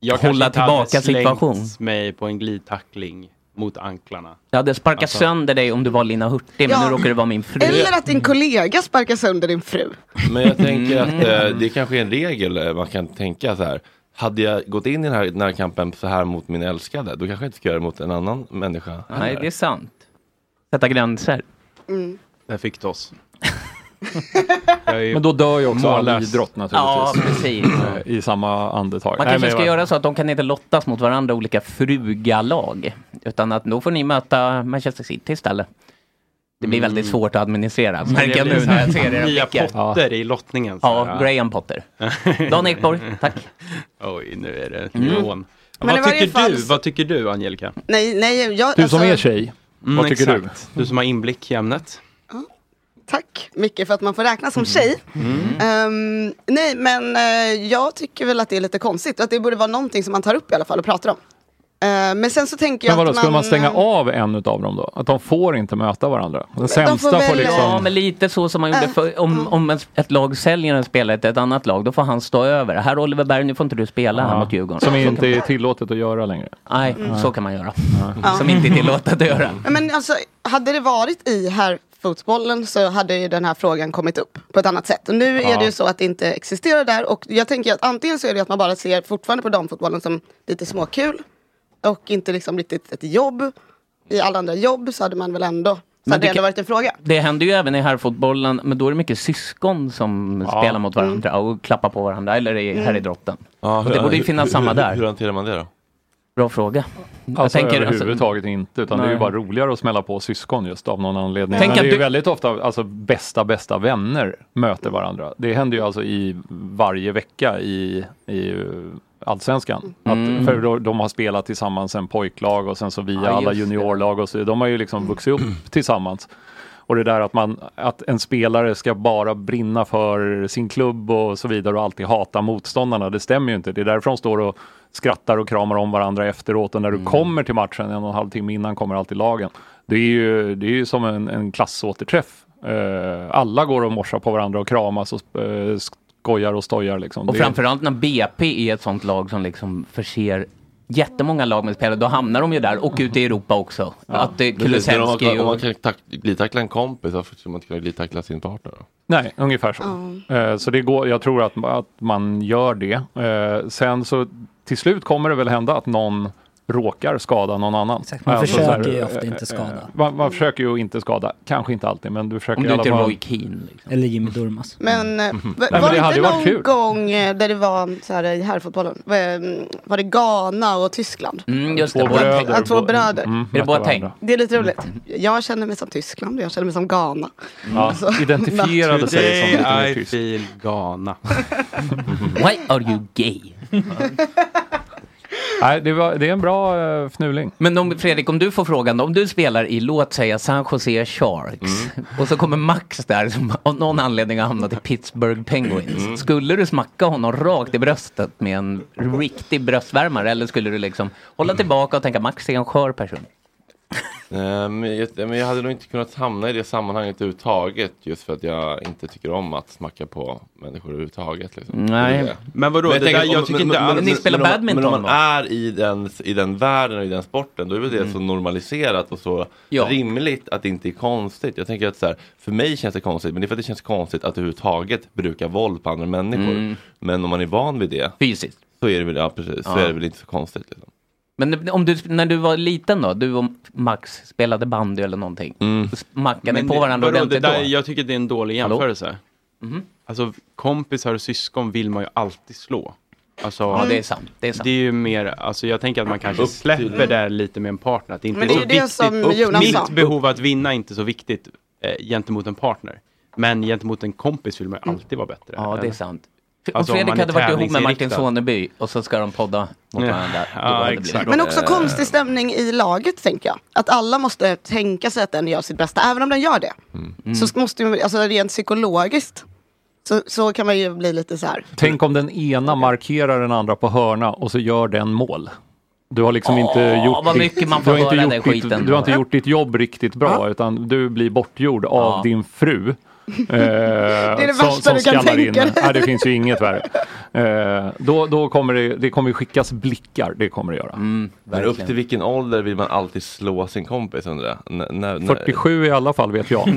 Speaker 5: Jag
Speaker 3: Hålla
Speaker 5: kanske inte hade
Speaker 3: tillbaka
Speaker 5: slängt
Speaker 3: situation.
Speaker 5: mig på en glidtackling mot anklarna.
Speaker 3: Jag hade sparkat
Speaker 5: Alltså.
Speaker 3: sönder dig om du var Lina Hurtig, men
Speaker 6: Ja.
Speaker 3: nu råkar du vara min fru.
Speaker 6: Eller
Speaker 8: Mm.
Speaker 6: att din kollega sparkar sönder din fru.
Speaker 1: Men jag tänker
Speaker 3: Mm.
Speaker 1: att eh, det kanske är en regel eh, man kan tänka så här. Hade jag gått in i den här närkampen så här mot min älskade, då kanske jag inte ska göra det mot en annan människa.
Speaker 3: Nej, det är sant. Sätta gränser.
Speaker 5: Där fick du oss. Jag är ju-
Speaker 8: Men då dör ju också all
Speaker 5: Mållös.
Speaker 8: idrott
Speaker 3: Ja,
Speaker 8: naturligtvis.
Speaker 3: precis.
Speaker 8: eh, I samma andetag.
Speaker 3: Man
Speaker 8: Nej,
Speaker 3: kanske
Speaker 8: men
Speaker 3: ska
Speaker 8: jag-
Speaker 3: göra så att de kan inte lottas mot varandra olika frugalag. Utan att då får ni möta Manchester City istället. Det blir
Speaker 5: Mm.
Speaker 3: väldigt svårt att administrera, märker jag
Speaker 5: blir
Speaker 3: nu
Speaker 5: så här
Speaker 3: när jag ser era
Speaker 5: Nya
Speaker 3: blickar.
Speaker 5: potter i lottningen. så
Speaker 3: Ja,
Speaker 5: här.
Speaker 3: Graham Potter. Dan Ekborg, tack. Mm.
Speaker 5: Oj, nu är det nivån.
Speaker 6: Men i
Speaker 5: Vad,
Speaker 6: varje
Speaker 5: tycker
Speaker 6: fall
Speaker 5: du,
Speaker 6: så-
Speaker 5: vad tycker du, Angelica?
Speaker 6: Nej, nej, jag...
Speaker 8: Du som
Speaker 6: alltså-
Speaker 8: är tjej, vad tycker du?
Speaker 5: Mm, du? Du som har inblick i ämnet.
Speaker 6: Tack mycket för att man får räkna
Speaker 8: Mm.
Speaker 6: som tjej.
Speaker 5: Mm.
Speaker 6: Ehm, nej, men eh, jag tycker väl att det är lite konstigt. Att det borde vara någonting som man tar upp i alla fall och pratar om. Eh, men sen så tänker jag
Speaker 8: Men vadå,
Speaker 6: att
Speaker 8: skulle man stänga
Speaker 6: eh,
Speaker 8: av en utav dem då? Att de får inte möta varandra? Den
Speaker 6: får
Speaker 8: sämsta
Speaker 6: väl-
Speaker 8: får
Speaker 3: Ja,
Speaker 8: liksom... mm.
Speaker 3: men lite så som man gjorde för, om, om ett- ett lag säljer en spelare till ett annat lag, då får han stå över. Här Oliver Berg, nu får inte du spela här mot Djurgården.
Speaker 8: Som inte är tillåtet att göra längre.
Speaker 3: Nej,
Speaker 8: Mm.
Speaker 3: så kan man göra. Som inte är tillåtet att göra.
Speaker 6: Ja, Men alltså, hade det varit i här fotbollen så hade ju den här frågan kommit upp på ett annat sätt. Och nu är det ju så att det inte existerar där. Och jag tänker att antingen så är det att man bara ser fortfarande på damfotbollen som lite småkul. Och inte liksom riktigt ett jobb. I alla andra jobb så hade man väl ändå, så
Speaker 3: det
Speaker 6: hade det ändå
Speaker 3: kan-
Speaker 6: varit en fråga.
Speaker 3: Det händer ju även i herrfotbollen, men då är det mycket syskon som spelar mot varandra
Speaker 8: Mm.
Speaker 3: och klappar på varandra, eller i herridrotten.
Speaker 1: Ja,
Speaker 3: Och det borde ju finnas
Speaker 1: hur,
Speaker 3: samma
Speaker 1: hur,
Speaker 3: där.
Speaker 1: Hur, hur hanterar man det då?
Speaker 3: Bra fråga.
Speaker 8: Alltså
Speaker 3: tänker, alltså-
Speaker 8: överhuvudtaget inte, utan det är ju
Speaker 3: Nej.
Speaker 8: bara roligare att smälla på syskon just av någon anledning.
Speaker 3: Tänk
Speaker 8: Men det
Speaker 3: att
Speaker 8: är ju
Speaker 3: du-
Speaker 8: väldigt ofta, alltså bästa bästa vänner möter varandra. Det händer ju alltså i varje vecka i, i eh, Allsvenskan. Att, för då, de har spelat tillsammans sen pojklag och sen så via
Speaker 3: Mm. Ja,
Speaker 8: alla
Speaker 3: just det.
Speaker 8: juniorlag och så De har ju liksom vuxit upp tillsammans. Och det där att, man, att en spelare ska bara brinna för sin klubb och så vidare och alltid hata motståndarna, det stämmer ju inte. Det är därför de står och skrattar och kramar om varandra efteråt och när du kommer till matchen, en och en halv timme innan kommer alltid lagen. Det är ju, det är ju som en, en klassåterträff. Eh, alla går och morsar på varandra och kramas och uh, skojar och stojar liksom.
Speaker 3: Och
Speaker 8: Det-
Speaker 3: framförallt när BP är ett sånt lag som liksom förser jättemånga lag med spelare, då hamnar de ju där och ute i Europa också. Att eh,
Speaker 1: Precis, men om man,
Speaker 3: Kulusevski
Speaker 1: kan- om man
Speaker 3: och...
Speaker 1: kan tack- glidtackla en kompis, varför skulle man inte kunna glidtackla sin partner? Då?
Speaker 8: Nej, ungefär så. Eh, Så det går, jag tror att, att man gör det. Eh, Sen så till slut kommer det väl hända att någon råkar skada någon annan. Exakt,
Speaker 7: man försöker ju ofta inte skada.
Speaker 8: eh, Man, man försöker ju inte skada, kanske inte alltid, men du försöker
Speaker 3: Om
Speaker 8: i
Speaker 3: du
Speaker 8: alla
Speaker 3: inte är
Speaker 8: fall-
Speaker 3: Roy Keane. Liksom.
Speaker 7: Eller Jimmy Durmaz.
Speaker 6: Men, eh,
Speaker 8: Mhm.
Speaker 6: va-
Speaker 8: Nej, men
Speaker 6: var
Speaker 8: det
Speaker 6: det,
Speaker 8: hade ju
Speaker 6: inte
Speaker 8: varit
Speaker 6: någon
Speaker 8: kul.
Speaker 6: gång eh, där det var så här i herrfotbollen? Var, eh, var det Ghana och Tyskland?
Speaker 3: Mm, just
Speaker 8: Två
Speaker 3: det. Boateng.
Speaker 8: bröder.
Speaker 6: Ja, två bröder.
Speaker 8: Mm,
Speaker 3: Är Mm. det Boateng?
Speaker 8: mötte varandra.
Speaker 6: Det är lite roligt. Jag känner mig som Tyskland och jag känner mig som Ghana.
Speaker 8: Ja,
Speaker 6: Alltså,
Speaker 8: identifierade sig som lite
Speaker 5: Today
Speaker 8: mer
Speaker 5: I
Speaker 8: tyst.
Speaker 5: feel Ghana.
Speaker 3: Why are you gay?
Speaker 8: Nej, det, var, det är en bra eh, fnuling.
Speaker 3: Men om, Fredrik, om du får frågan, då, om du spelar i, låt säga, San Jose Sharks och så kommer Max där som av någon anledning har hamnat i Pittsburgh Penguins. Skulle du smacka honom rakt i bröstet med en riktig bröstvärmare eller skulle du liksom hålla tillbaka och tänka Max är en skör person?
Speaker 1: Eh, Men jag, men jag hade nog inte kunnat hamna i det sammanhanget överhuvudtaget just för att jag inte tycker om att smacka på människor överhuvudtaget. Liksom.
Speaker 3: Nej.
Speaker 1: Det är det.
Speaker 5: Men vadå,
Speaker 1: jag
Speaker 5: det
Speaker 1: tänker
Speaker 5: där,
Speaker 1: om-
Speaker 5: jag tycker
Speaker 1: men-
Speaker 5: inte
Speaker 1: men-
Speaker 5: alls...
Speaker 1: men-
Speaker 3: Ni spelar
Speaker 1: men om man-
Speaker 3: badminton
Speaker 1: Men om
Speaker 3: då? Mm.
Speaker 1: man är i den, i den världen och i den sporten då är väl det så normaliserat och så
Speaker 3: Ja.
Speaker 1: rimligt att det inte är konstigt. Jag tänker att så här, för mig känns det konstigt men det är för att det känns konstigt att överhuvudtaget bruka våld på andra människor.
Speaker 3: Mm.
Speaker 1: Men om man är van vid det
Speaker 3: Fysiskt.
Speaker 1: så är det väl, ja, precis, så
Speaker 3: Ja.
Speaker 1: är det väl inte så konstigt. Liksom.
Speaker 3: Men om du, när du var liten då, du och Max spelade bandy eller någonting.
Speaker 1: Mm.
Speaker 3: så Smackade ni
Speaker 5: Men
Speaker 3: på varandra
Speaker 5: vadå, det
Speaker 3: ordentligt
Speaker 5: där,
Speaker 3: då?
Speaker 5: Jag tycker det är en dålig
Speaker 3: Hallå?
Speaker 5: jämförelse.
Speaker 3: Mhm.
Speaker 5: Alltså kompisar och syskon vill man ju alltid slå. Alltså,
Speaker 3: Ja, det är sant. Det är sant.
Speaker 5: Det är ju mer, alltså jag tänker att man kanske
Speaker 1: Upp till-
Speaker 5: släpper det lite med en partner. Att det inte
Speaker 6: Men det är ju
Speaker 5: så
Speaker 6: det
Speaker 5: viktigt.
Speaker 6: som
Speaker 5: Upp-
Speaker 6: Jonas sa.
Speaker 5: Mitt behov att vinna är inte så viktigt eh, gentemot en partner. Men gentemot en kompis vill man ju alltid vara bättre.
Speaker 3: Mm. Ja, det är
Speaker 5: eller?
Speaker 3: sant.
Speaker 5: Alltså, om
Speaker 3: om Fredrik
Speaker 5: man är
Speaker 3: hade varit ihop med Martin
Speaker 5: tävlingsinriktad.
Speaker 3: Soneby och så ska de podda mot
Speaker 5: Ja,
Speaker 3: varandra. Då
Speaker 5: ja,
Speaker 3: hade det blivit
Speaker 5: exakt.
Speaker 3: bra.
Speaker 6: Men också konstig stämning i laget tänker jag. Att alla måste tänka sig att den gör sitt bästa. Även om den gör det.
Speaker 3: Mm.
Speaker 8: Mm.
Speaker 6: Så måste ju, alltså rent psykologiskt. Så, så kan man ju bli lite så här.
Speaker 8: Tänk om den ena markerar den andra på hörna och så gör den mål. Du har liksom inte gjort,
Speaker 3: vad mycket man får
Speaker 8: du har
Speaker 3: höra
Speaker 8: inte
Speaker 3: den
Speaker 8: gjort, ditt,
Speaker 3: skiten.
Speaker 8: du har inte gjort ditt jobb riktigt bra utan du blir bortgjord av
Speaker 3: Ja.
Speaker 8: din fru. Eh, det är
Speaker 6: det värsta du kan tänka dig.
Speaker 8: Nej, det finns ju inget värre. Eh, då, då kommer det, det kommer ju skickas blickar, det kommer det göra.
Speaker 1: Men upp till vilken ålder vill man alltid slå sin kompis undrar jag? N- när- när-
Speaker 8: 47 i alla fall vet jag.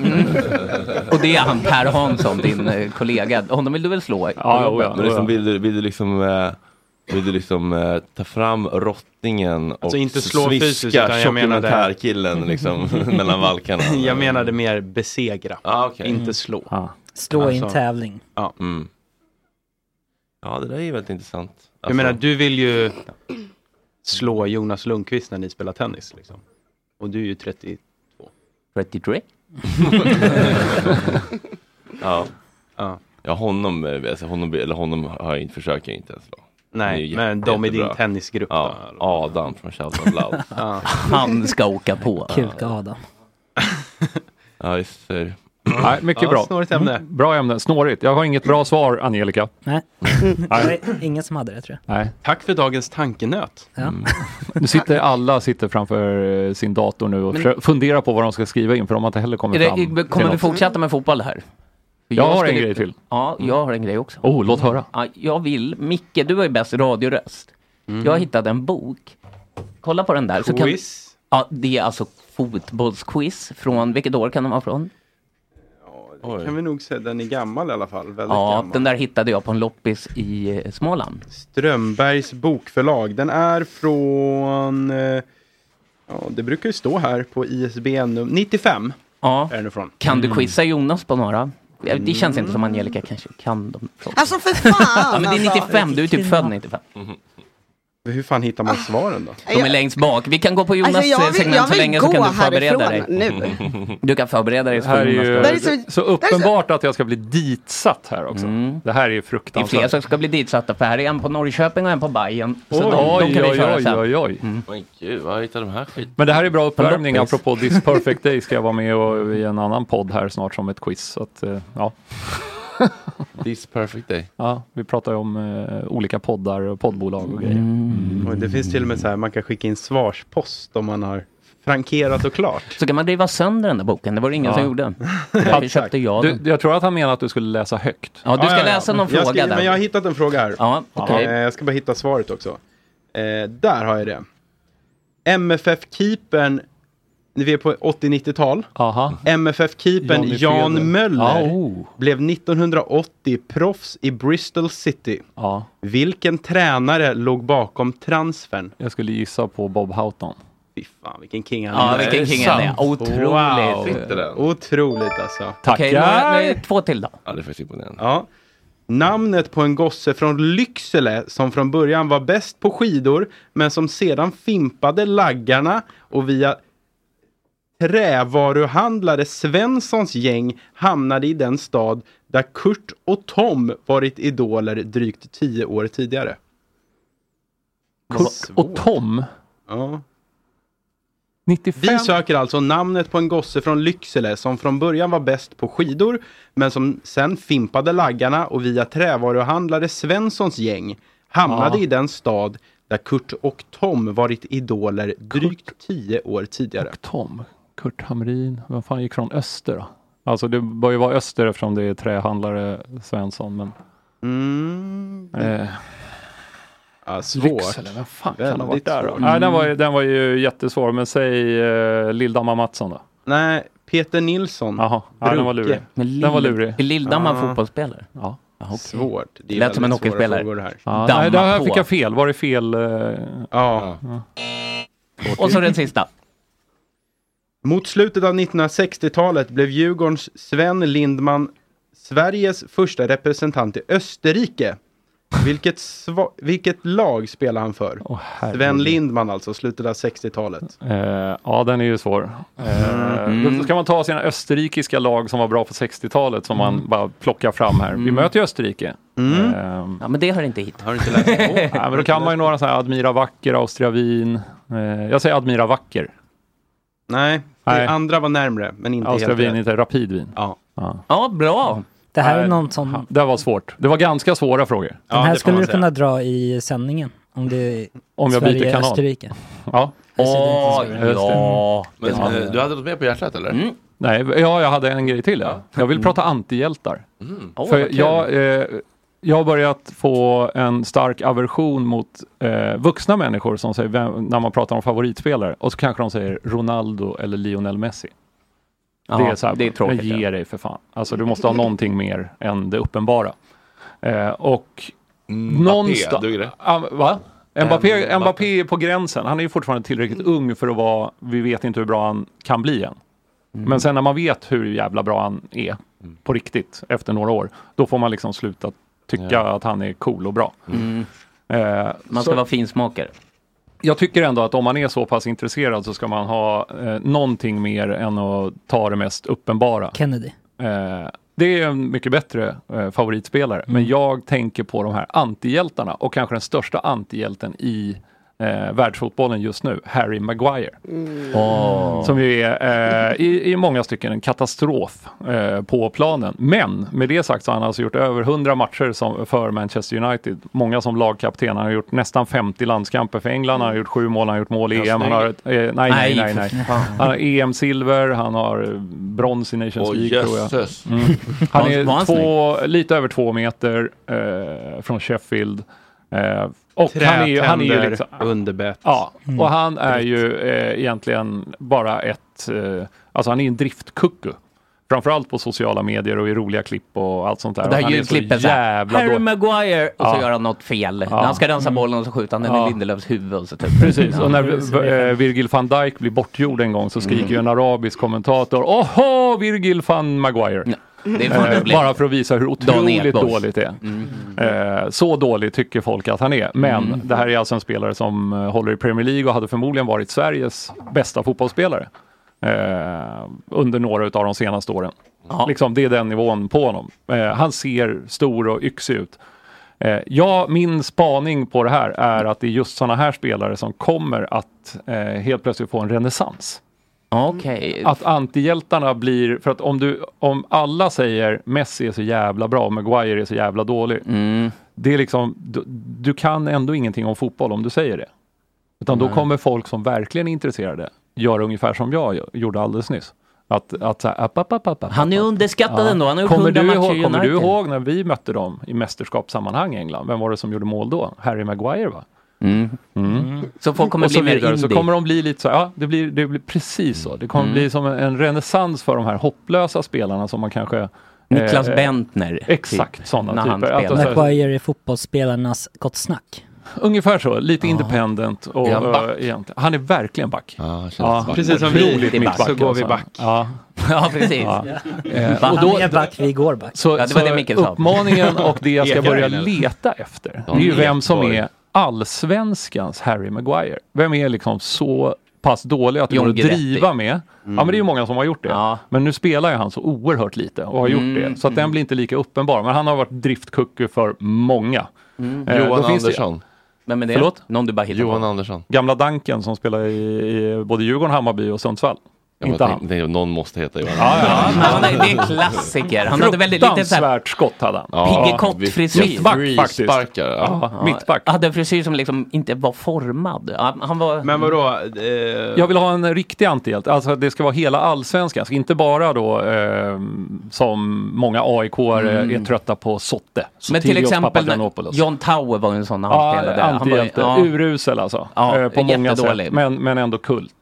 Speaker 3: Och det är han Per Hansson, din eh, kollega. Honom vill du väl slå?
Speaker 8: Ja, jo, ja.
Speaker 1: Men liksom, vill, du, vill du liksom, eh, vill du liksom eh, ta fram rottingen och
Speaker 5: Alltså inte slå
Speaker 1: sviska
Speaker 5: fysiskt, utan jag menar det.
Speaker 1: tjockimmentärkillen liksom, mellan valkarna?
Speaker 5: Jag menade mer besegra,
Speaker 1: Ja, okej.
Speaker 5: inte slå.
Speaker 8: Ja.
Speaker 7: Slå i en
Speaker 5: Alltså.
Speaker 7: tävling.
Speaker 1: Mm. Ja, det där är ju väldigt intressant. Alltså-
Speaker 5: Jag menar, du vill ju slå Jonas Lundqvist när ni spelar tennis. Liksom. Och du är ju 30.
Speaker 3: 33?
Speaker 1: ja.
Speaker 5: Ja.
Speaker 1: Ja, honom, eh, alltså, honom, eller honom har jag inte, försöker jag inte ens slå. Det är
Speaker 5: Nej,
Speaker 1: ju
Speaker 5: men
Speaker 1: jätte-
Speaker 5: de i din
Speaker 1: jättebra.
Speaker 5: tennisgrupp.
Speaker 1: Ja,
Speaker 5: då.
Speaker 1: Adam från Shout Out Loud.
Speaker 3: Han ska åka på.
Speaker 7: Kuka Adam.
Speaker 1: ja, just det.
Speaker 8: Nej, mycket
Speaker 5: Ja,
Speaker 8: bra.
Speaker 5: snårigt ämne.
Speaker 8: Mm, Bra ämne, snårigt. Jag har inget bra svar, Angelica.
Speaker 7: Nej.
Speaker 8: Nej.
Speaker 7: Det var ingen som hade det tror jag.
Speaker 8: Nej.
Speaker 5: Tack för dagens tankenöt.
Speaker 7: Ja.
Speaker 8: Mm. Nu sitter alla sitter framför eh, sin dator nu och försö- funderar på vad de ska skriva in för de har inte heller kommit
Speaker 3: Är
Speaker 8: fram.
Speaker 3: det,
Speaker 8: till
Speaker 3: kommer vi
Speaker 8: något.
Speaker 3: fortsätta med fotboll här?
Speaker 8: Jag har en
Speaker 3: skulle-
Speaker 8: grej till.
Speaker 3: Ja, jag har en grej också.
Speaker 8: Oh, låt höra.
Speaker 3: Ja, jag vill, Micke, du har ju bäst radioröst.
Speaker 5: Mm.
Speaker 3: Jag hittade en bok. Kolla på den där. så kan-
Speaker 5: Quiz.
Speaker 3: Ja, det är alltså fotbollsquiz från, vilket år kan den vara från?
Speaker 1: Oj.
Speaker 5: Kan vi nog säga, den är gammal i alla fall. Väldigt
Speaker 3: Ja,
Speaker 5: gammal.
Speaker 3: den där hittade jag på en loppis i eh, Småland.
Speaker 5: Strömbergs bokförlag. Den är från... eh, Ja, det brukar ju stå här på ISBN num- 95
Speaker 3: Ja.
Speaker 5: är den ifrån. Mm.
Speaker 3: Kan du quizza Jonas på några? Ja, Det känns inte som Angelica kanske kan dem.
Speaker 6: Alltså för fan
Speaker 3: Ja, men det är
Speaker 6: alltså.
Speaker 3: 95, du är typ född 95.
Speaker 5: Hur fan hittar man svaren då?
Speaker 3: De är längst bak. Vi kan gå på Jonas
Speaker 6: Alltså, jag
Speaker 3: eh,
Speaker 6: vill,
Speaker 3: segment
Speaker 6: jag
Speaker 3: så länge
Speaker 6: vill
Speaker 3: så kan
Speaker 6: gå
Speaker 3: du förbereda dig.
Speaker 6: härifrån nu.
Speaker 3: Du kan förbereda dig
Speaker 8: Det här
Speaker 3: för
Speaker 8: är
Speaker 3: Jonas.
Speaker 8: ju
Speaker 3: då.
Speaker 6: Det här är
Speaker 8: så,
Speaker 6: så-
Speaker 8: uppenbart att jag ska bli ditsatt här också.
Speaker 3: Mm.
Speaker 8: Det här är ju
Speaker 3: Det är fler
Speaker 8: fruktansvärt.
Speaker 3: som ska bli ditsatta för här är en på Norrköping och en på Bayern. Så de, de
Speaker 8: Oj,
Speaker 3: kan vi
Speaker 8: oj,
Speaker 3: köra
Speaker 8: oj,
Speaker 3: sen.
Speaker 8: oj, oj.
Speaker 1: Men gud, var hittade de här skit?
Speaker 8: Men det här är bra uppvärmning.
Speaker 3: Loppis.
Speaker 8: Apropå This Perfect Day ska jag vara med och, i en annan podd här snart som ett quiz. Så att, eh, ja.
Speaker 1: This perfect day.
Speaker 8: Ja, vi pratar ju om eh, olika poddar och poddbolag och grejer.
Speaker 5: Mm. Och det finns till och med så här, man kan skicka in svarspost om man har frankerat och klart.
Speaker 3: Så kan man driva sönder den där boken, det var det ingen som gjorde. Därför köpte jag
Speaker 8: Du,
Speaker 3: den.
Speaker 8: jag tror att han menar att du skulle läsa högt.
Speaker 3: Ja, du
Speaker 5: Ja,
Speaker 3: ska
Speaker 5: ja, ja.
Speaker 3: läsa någon
Speaker 5: jag
Speaker 3: fråga
Speaker 5: ska, Men jag har
Speaker 3: där.
Speaker 5: hittat en fråga här.
Speaker 3: Ja, okej.
Speaker 5: Eh, Jag ska bara hitta svaret också. Eh, där har jag det. MFF-keepern, vi är på 80-90-tal. MFF-keepern
Speaker 8: Johnny Feder.
Speaker 5: Jan Möller
Speaker 8: Ja,
Speaker 3: oh.
Speaker 5: blev 1980 proffs i Bristol City. Vilken tränare låg bakom transfern?
Speaker 8: Jag skulle gissa på Bob Houghton.
Speaker 5: Fy fan, vilken king han
Speaker 3: Ja, vilken king han är. Otroligt.
Speaker 5: Wow. Otroligt alltså.
Speaker 3: Okej, några- nej, två till då.
Speaker 1: Ja, det är faktiskt imponerande.
Speaker 5: Ja. Namnet på en gosse från Lycksele som från början var bäst på skidor men som sedan fimpade laggarna och via trävaruhandlare Svenssons gäng hamnade i den stad där Kurt och Tom varit idoler drygt tio år tidigare.
Speaker 8: Kurt och Tom.
Speaker 5: Ja.
Speaker 8: 95.
Speaker 5: Vi söker alltså namnet på en gosse från Lycksele som från början var bäst på skidor men som sen fimpade laggarna och via trävaruhandlare Svenssons gäng hamnade
Speaker 8: Ja.
Speaker 5: i den stad där Kurt och Tom varit idoler drygt tio år tidigare.
Speaker 8: Tom. Kurt Hamrin. Vem fan gick från Öster då? Alltså det bör ju vara Öster eftersom det är trähandlare Svensson. Men,
Speaker 5: Mm.
Speaker 8: eh,
Speaker 5: Ja, svårt.
Speaker 8: Lycksele, vem fan kan ha varit
Speaker 5: Väldigt Mm.
Speaker 8: där då?
Speaker 5: svårt.
Speaker 8: Nej, den, var ju, den var ju jättesvår. Men säg eh, Lilldamma Mattsson då.
Speaker 5: Nej, Peter Nilsson.
Speaker 8: Jaha, ja, den var
Speaker 5: Bruke.
Speaker 8: lurig. Den var lurig.
Speaker 3: Är Lilldamma
Speaker 5: Ja.
Speaker 3: fotbollsspelare?
Speaker 8: Ja.
Speaker 5: Svårt. Det är
Speaker 3: Lät som en
Speaker 5: väldigt svåra
Speaker 3: hockeyspelare.
Speaker 5: frågor det här.
Speaker 8: Ja,
Speaker 3: Damma
Speaker 8: nej, där
Speaker 3: på.
Speaker 8: fick jag fel. Var det fel? eh,
Speaker 5: Ja.
Speaker 3: Och så den sista.
Speaker 5: Mot slutet av 1960-talet blev Djurgårdens Sven Lindman Sveriges första representant i Österrike. Vilket, sva- vilket lag spelar han för?
Speaker 8: Åh, herregud.
Speaker 5: Sven Lindman alltså, slutet av 60-talet.
Speaker 8: Eh, ja, den är ju svår. Eh,
Speaker 3: Mm.
Speaker 8: Då ska man ta sina österrikiska lag som var bra på 60-talet som man bara plockar fram här. Vi möter ju Österrike.
Speaker 5: Mm.
Speaker 8: Ehm,
Speaker 3: Ja, men det hör inte hit.
Speaker 5: Har du inte läst på?
Speaker 8: nej, men då kan man ju några sådana här Admira Wacker, Austria Wien. Eh, jag säger Admira Wacker.
Speaker 5: Nej, det
Speaker 8: Nej.
Speaker 5: andra var närmre, men inte
Speaker 8: Austria
Speaker 5: helt
Speaker 8: Wien,
Speaker 5: rätt.
Speaker 8: inte Rapid Wien.
Speaker 5: Ja.
Speaker 3: Ja, bra.
Speaker 7: Det här är
Speaker 8: Nej.
Speaker 7: någon som...
Speaker 8: Det var svårt. Det var ganska svåra frågor.
Speaker 5: Ja,
Speaker 7: den här
Speaker 5: det får
Speaker 7: skulle
Speaker 5: man
Speaker 7: du
Speaker 5: säga.
Speaker 7: kunna dra i sändningen. Om det är
Speaker 8: Om jag byter kanal.
Speaker 7: Österrike.
Speaker 8: Ja.
Speaker 3: Åh,
Speaker 8: Just det.
Speaker 3: ja.
Speaker 1: Men, eh, du hade något mer på hjärtat eller? Mm.
Speaker 3: Mm.
Speaker 8: Nej, ja, jag hade en grej till. Ja. Jag vill prata antihjältar.
Speaker 3: Åh, vad
Speaker 8: För
Speaker 3: kul.
Speaker 8: jag, eh, jag har börjat få en stark aversion mot eh, vuxna människor som säger, vem, när man pratar om favoritspelare, och så kanske de säger Ronaldo eller Lionel Messi.
Speaker 3: Ja,
Speaker 8: det är så här,
Speaker 3: det är tråkigt.
Speaker 8: men
Speaker 3: ja.
Speaker 8: ge dig för fan. Alltså du måste ha någonting mer än det uppenbara. Eh, och
Speaker 1: Mm,
Speaker 8: någonstans...
Speaker 1: duger det?
Speaker 8: Ah, va? Mbappé,
Speaker 1: Mbappé.
Speaker 8: Mbappé är på gränsen. Han är ju fortfarande tillräckligt ung för att vara, vi vet inte hur bra han kan bli än. Men sen när man vet hur jävla bra han är på riktigt efter några år, då får man liksom sluta tycka att han är cool och bra.
Speaker 3: Mm.
Speaker 8: Eh,
Speaker 3: Man ska
Speaker 8: så
Speaker 3: vara finsmakare.
Speaker 8: jag tycker ändå att om man är så pass intresserad så ska man ha eh, någonting mer än att ta det mest uppenbara.
Speaker 7: Kennedy.
Speaker 8: Eh, det är en mycket bättre eh, favoritspelare. Men jag tänker på de här antihjältarna och kanske den största antihjälten i eh, världsfotbollen just nu, Harry Maguire.
Speaker 1: Mm.
Speaker 3: Ah.
Speaker 8: Som ju är eh, i, i många stycken en katastrof eh, på planen. Men med det sagt så har han alltså gjort över 100 matcher som, för Manchester United. Många som lagkapten. Han har gjort nästan 50 landskamper för England. Han har gjort sju mål, han har gjort mål i EM. Han har, ett, eh, nej, nej, nej, nej. Han har EM-silver, han har eh, brons i Nations
Speaker 1: Åh
Speaker 8: League tror jag. Mm.
Speaker 1: jösses.
Speaker 8: Han
Speaker 3: Var han
Speaker 8: är två, lite över två meter eh, från Sheffield. Eh, och han är, ju- han är ju
Speaker 5: Trätänder,
Speaker 8: liksom...
Speaker 5: underbett.
Speaker 8: Ja, och han är ju eh, egentligen bara ett... Eh, alltså han är en driftkucku. Framförallt på sociala medier och i roliga klipp och allt sånt där.
Speaker 3: Det
Speaker 8: Och
Speaker 3: här
Speaker 8: han är så
Speaker 3: ljudklippet så här,
Speaker 8: jävla
Speaker 3: Harry
Speaker 8: dålig.
Speaker 3: Maguire och så
Speaker 8: Ja. Mm.
Speaker 3: gör han något fel. När han ska rensa bollen och så skjuter han den i
Speaker 8: Ja.
Speaker 3: Lindelöfs huvud. Och så typ.
Speaker 8: Precis, och när eh, Virgil van Dijk blir bortgjord en gång så skriker
Speaker 3: Mm.
Speaker 8: ju en arabisk kommentator Oho, Virgil van Maguire!
Speaker 3: Det är fan
Speaker 8: Eh,
Speaker 3: roligt.
Speaker 8: bara för att visa hur
Speaker 3: Dan
Speaker 8: otroligt
Speaker 3: Ekborg.
Speaker 8: dåligt det är. Eh, så dålig tycker folk att han är. Men det här är alltså en spelare som eh, håller i Premier League och hade förmodligen varit Sveriges bästa fotbollsspelare. Eh, under några av de senaste åren.
Speaker 3: Ja.
Speaker 8: Liksom, det är den nivån på honom. Eh, han ser stor och yxig ut. Eh, ja, min spaning på det här är att det är just sådana här spelare som kommer att eh, helt plötsligt få en renässans
Speaker 3: Okej.
Speaker 8: att antihjältarna blir, för att om, du, om alla säger Messi är så jävla bra och Maguire är så jävla dålig.
Speaker 3: Mm.
Speaker 8: Det är liksom, du, du kan ändå ingenting om fotboll om du säger det. Utan då kommer folk som verkligen är intresserade göra ungefär som jag gö- gjorde alldeles nyss. Att, att så här, app, app, app, app, app,
Speaker 3: Han är
Speaker 8: app.
Speaker 3: underskattad
Speaker 8: Ja.
Speaker 3: ändå. Han har gjort
Speaker 8: kommer
Speaker 3: 100
Speaker 8: du,
Speaker 3: matcher
Speaker 8: ihåg,
Speaker 3: i
Speaker 8: kommer
Speaker 3: United.
Speaker 8: du ihåg när vi mötte dem i mästerskapssammanhang i England? Vem var det som gjorde mål då? Harry Maguire va?
Speaker 3: Mm. Så folk
Speaker 8: Mm.
Speaker 3: kommer
Speaker 8: och så
Speaker 3: bli mer
Speaker 8: vidare. Så
Speaker 3: indie.
Speaker 8: kommer de bli lite så här, ja det blir, det blir precis så. Det kommer
Speaker 3: Mm.
Speaker 8: bli som en, en renässans för de här hopplösa spelarna som man kanske
Speaker 3: Niklas
Speaker 8: eh,
Speaker 3: Bentner.
Speaker 8: Exakt,
Speaker 3: typ,
Speaker 8: sådana
Speaker 3: när han
Speaker 8: typer. Att de, så här,
Speaker 7: McGuire är fotbollsspelarnas gott snack.
Speaker 8: ungefär så, lite independent. Och,
Speaker 7: Är han back?
Speaker 8: eh, egentligen. han är verkligen back. Ja,
Speaker 5: back. Precis som vi är
Speaker 8: Otroligt
Speaker 5: back,
Speaker 8: mittback
Speaker 5: så går vi
Speaker 8: alltså.
Speaker 5: back.
Speaker 8: Ja,
Speaker 3: Ja, precis.
Speaker 8: Eh,
Speaker 7: Han
Speaker 8: och då-
Speaker 7: är back, vi går back.
Speaker 8: Så, så uppmaningen och det jag ska
Speaker 7: Ekar
Speaker 8: börja
Speaker 7: in, eller?
Speaker 8: leta efter, det
Speaker 7: Ja,
Speaker 8: är ju vem
Speaker 7: Ekborg.
Speaker 8: som är allsvenskans Harry Maguire. Vem är liksom så pass dålig att det
Speaker 3: John
Speaker 8: går att
Speaker 3: Guidetti.
Speaker 8: driva med. Ja men det är ju många som har gjort det. Men nu spelar ju han så oerhört lite och har gjort
Speaker 3: Mm,
Speaker 8: det. Så att den blir inte lika uppenbar. Men han har varit driftkucku för många.
Speaker 3: Mm.
Speaker 8: Eh, då finns det-
Speaker 3: Vem är det?
Speaker 8: Förlåt?
Speaker 3: Någon du bara hittar på.
Speaker 8: Andersson. Gamla Danken som spelar i, i både Djurgården, Hammarby och Sundsvall.
Speaker 1: Ja, men
Speaker 8: inte
Speaker 1: jag
Speaker 8: han.
Speaker 1: tänkte- tänkte, någon måste heta Johan.
Speaker 8: Ja, ja.
Speaker 3: Ja, men det är en klassiker. Han hade väldigt lite så här
Speaker 8: Fruktansvärt skott hade han.
Speaker 3: Piggekott-frisyr.
Speaker 8: Mittback faktiskt. Ja, Mittback.
Speaker 3: Hade en frisyr som liksom inte var formad. Han, han var...
Speaker 5: Men vadå? eh,
Speaker 8: Jag vill ha en riktig antihjälte. Alltså det ska vara hela allsvenskan. Så inte bara då eh, som många aik
Speaker 3: Mm.
Speaker 8: är trötta på Sotte.
Speaker 3: Men till
Speaker 8: Sotirios
Speaker 3: exempel när
Speaker 8: Papagiannopoulos.
Speaker 3: John Tower var ju en sån när han
Speaker 8: Ja,
Speaker 3: spelade. Han var ju-
Speaker 8: antihjälte. Urusel alltså.
Speaker 3: Ja,
Speaker 8: eh, på många
Speaker 3: jättedålig.
Speaker 8: sätt. Men, men ändå kult.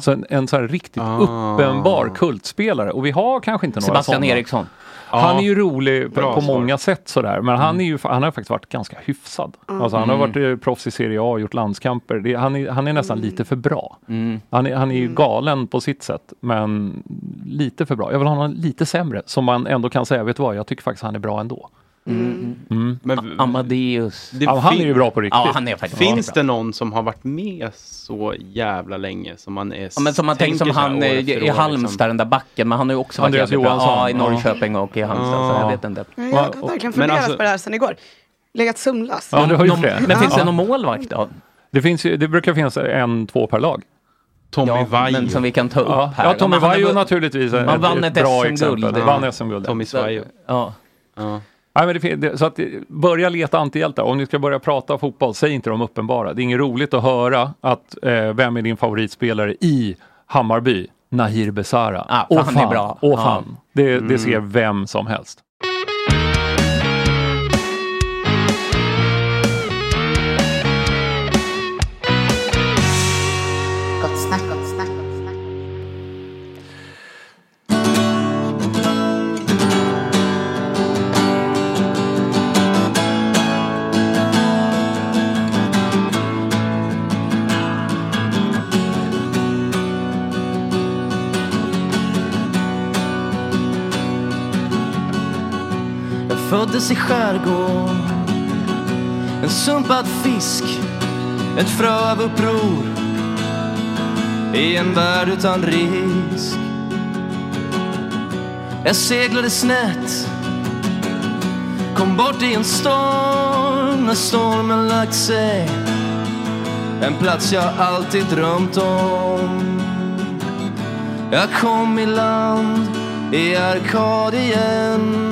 Speaker 8: Så en, en sån här riktigt
Speaker 3: Ah.
Speaker 8: uppenbar kultspelare. Och vi har kanske inte några
Speaker 3: Sebastian
Speaker 8: sådana.
Speaker 3: Eriksson.
Speaker 8: Han
Speaker 3: Ja.
Speaker 8: är ju rolig på,
Speaker 3: Bra
Speaker 8: på
Speaker 3: svar.
Speaker 8: många sätt sådär. Men han, är ju, han har faktiskt varit ganska hyfsad. Alltså, han har
Speaker 3: Mm.
Speaker 8: varit eh, proffs i Serie A och gjort landskamper. Det, han, är, han är nästan lite för bra.
Speaker 3: Mm.
Speaker 8: Han, är, han är ju galen på sitt sätt, men lite för bra. Jag vill ha någon lite sämre som man ändå kan säga, vet du vad, jag tycker faktiskt han är bra ändå. Mm.
Speaker 5: Men-
Speaker 3: Amadeus.
Speaker 5: Det
Speaker 8: Ja, han
Speaker 5: fin-
Speaker 8: är ju bra på riktigt.
Speaker 3: Ja, han är faktiskt
Speaker 5: Finns det
Speaker 3: bra.
Speaker 5: någon som har varit med så jävla länge som man är
Speaker 3: Ja, men som man tänker som
Speaker 5: så här
Speaker 3: han
Speaker 5: år
Speaker 3: eh,
Speaker 5: efter
Speaker 3: i
Speaker 5: år,
Speaker 3: Halmstad,
Speaker 5: liksom.
Speaker 3: den där backen. Men han har ju också varit
Speaker 5: Andreas
Speaker 3: jävligt bra.
Speaker 5: Johansson.
Speaker 3: Ja, i
Speaker 5: Ja.
Speaker 3: Norrköping och i Halmstad. Så jag vet inte.
Speaker 6: Nej, Jag har verkligen funderat på det här sedan igår. Legat sömnlös.
Speaker 8: alltså- Ja, du har ju
Speaker 6: Någon-
Speaker 8: det.
Speaker 3: Men finns det
Speaker 8: Ja.
Speaker 3: någon målvakt då?
Speaker 8: Det, finns, ju- det brukar finnas en, två per lag.
Speaker 5: Tommy
Speaker 3: Ja, Vaiho. men som vi kan ta upp
Speaker 8: ja.
Speaker 3: här.
Speaker 8: Ja, Tommy
Speaker 3: Man hade
Speaker 8: Vaiho
Speaker 3: vunnit-
Speaker 8: naturligtvis. är
Speaker 3: Man vann ett
Speaker 8: bra
Speaker 3: SM-guld.
Speaker 8: exempel.
Speaker 3: Ja.
Speaker 8: Vann SM-guld.
Speaker 5: Tommy Svaiho.
Speaker 3: Ja.
Speaker 8: Nej, men det, fin- det, så att, eh, börja leta antihjältar. Om ni ska börja prata fotboll, säg inte de uppenbara. Det är inget roligt att höra att eh, vem är din favoritspelare i Hammarby? Nahir Besara.
Speaker 3: Ah,
Speaker 8: Åh
Speaker 3: för han är bra.
Speaker 8: Åh
Speaker 3: Ja.
Speaker 8: fan. Det, det
Speaker 3: Mm.
Speaker 8: ser vem som helst.
Speaker 10: Gott snack, gott snack.
Speaker 9: Jag föddes i skärgården En sumpad fisk Ett frö av uppror I en värld utan risk Jag seglade snett Kom bort i en storm När stormen lagt sig En plats jag alltid drömt om Jag kom i land i Arkadien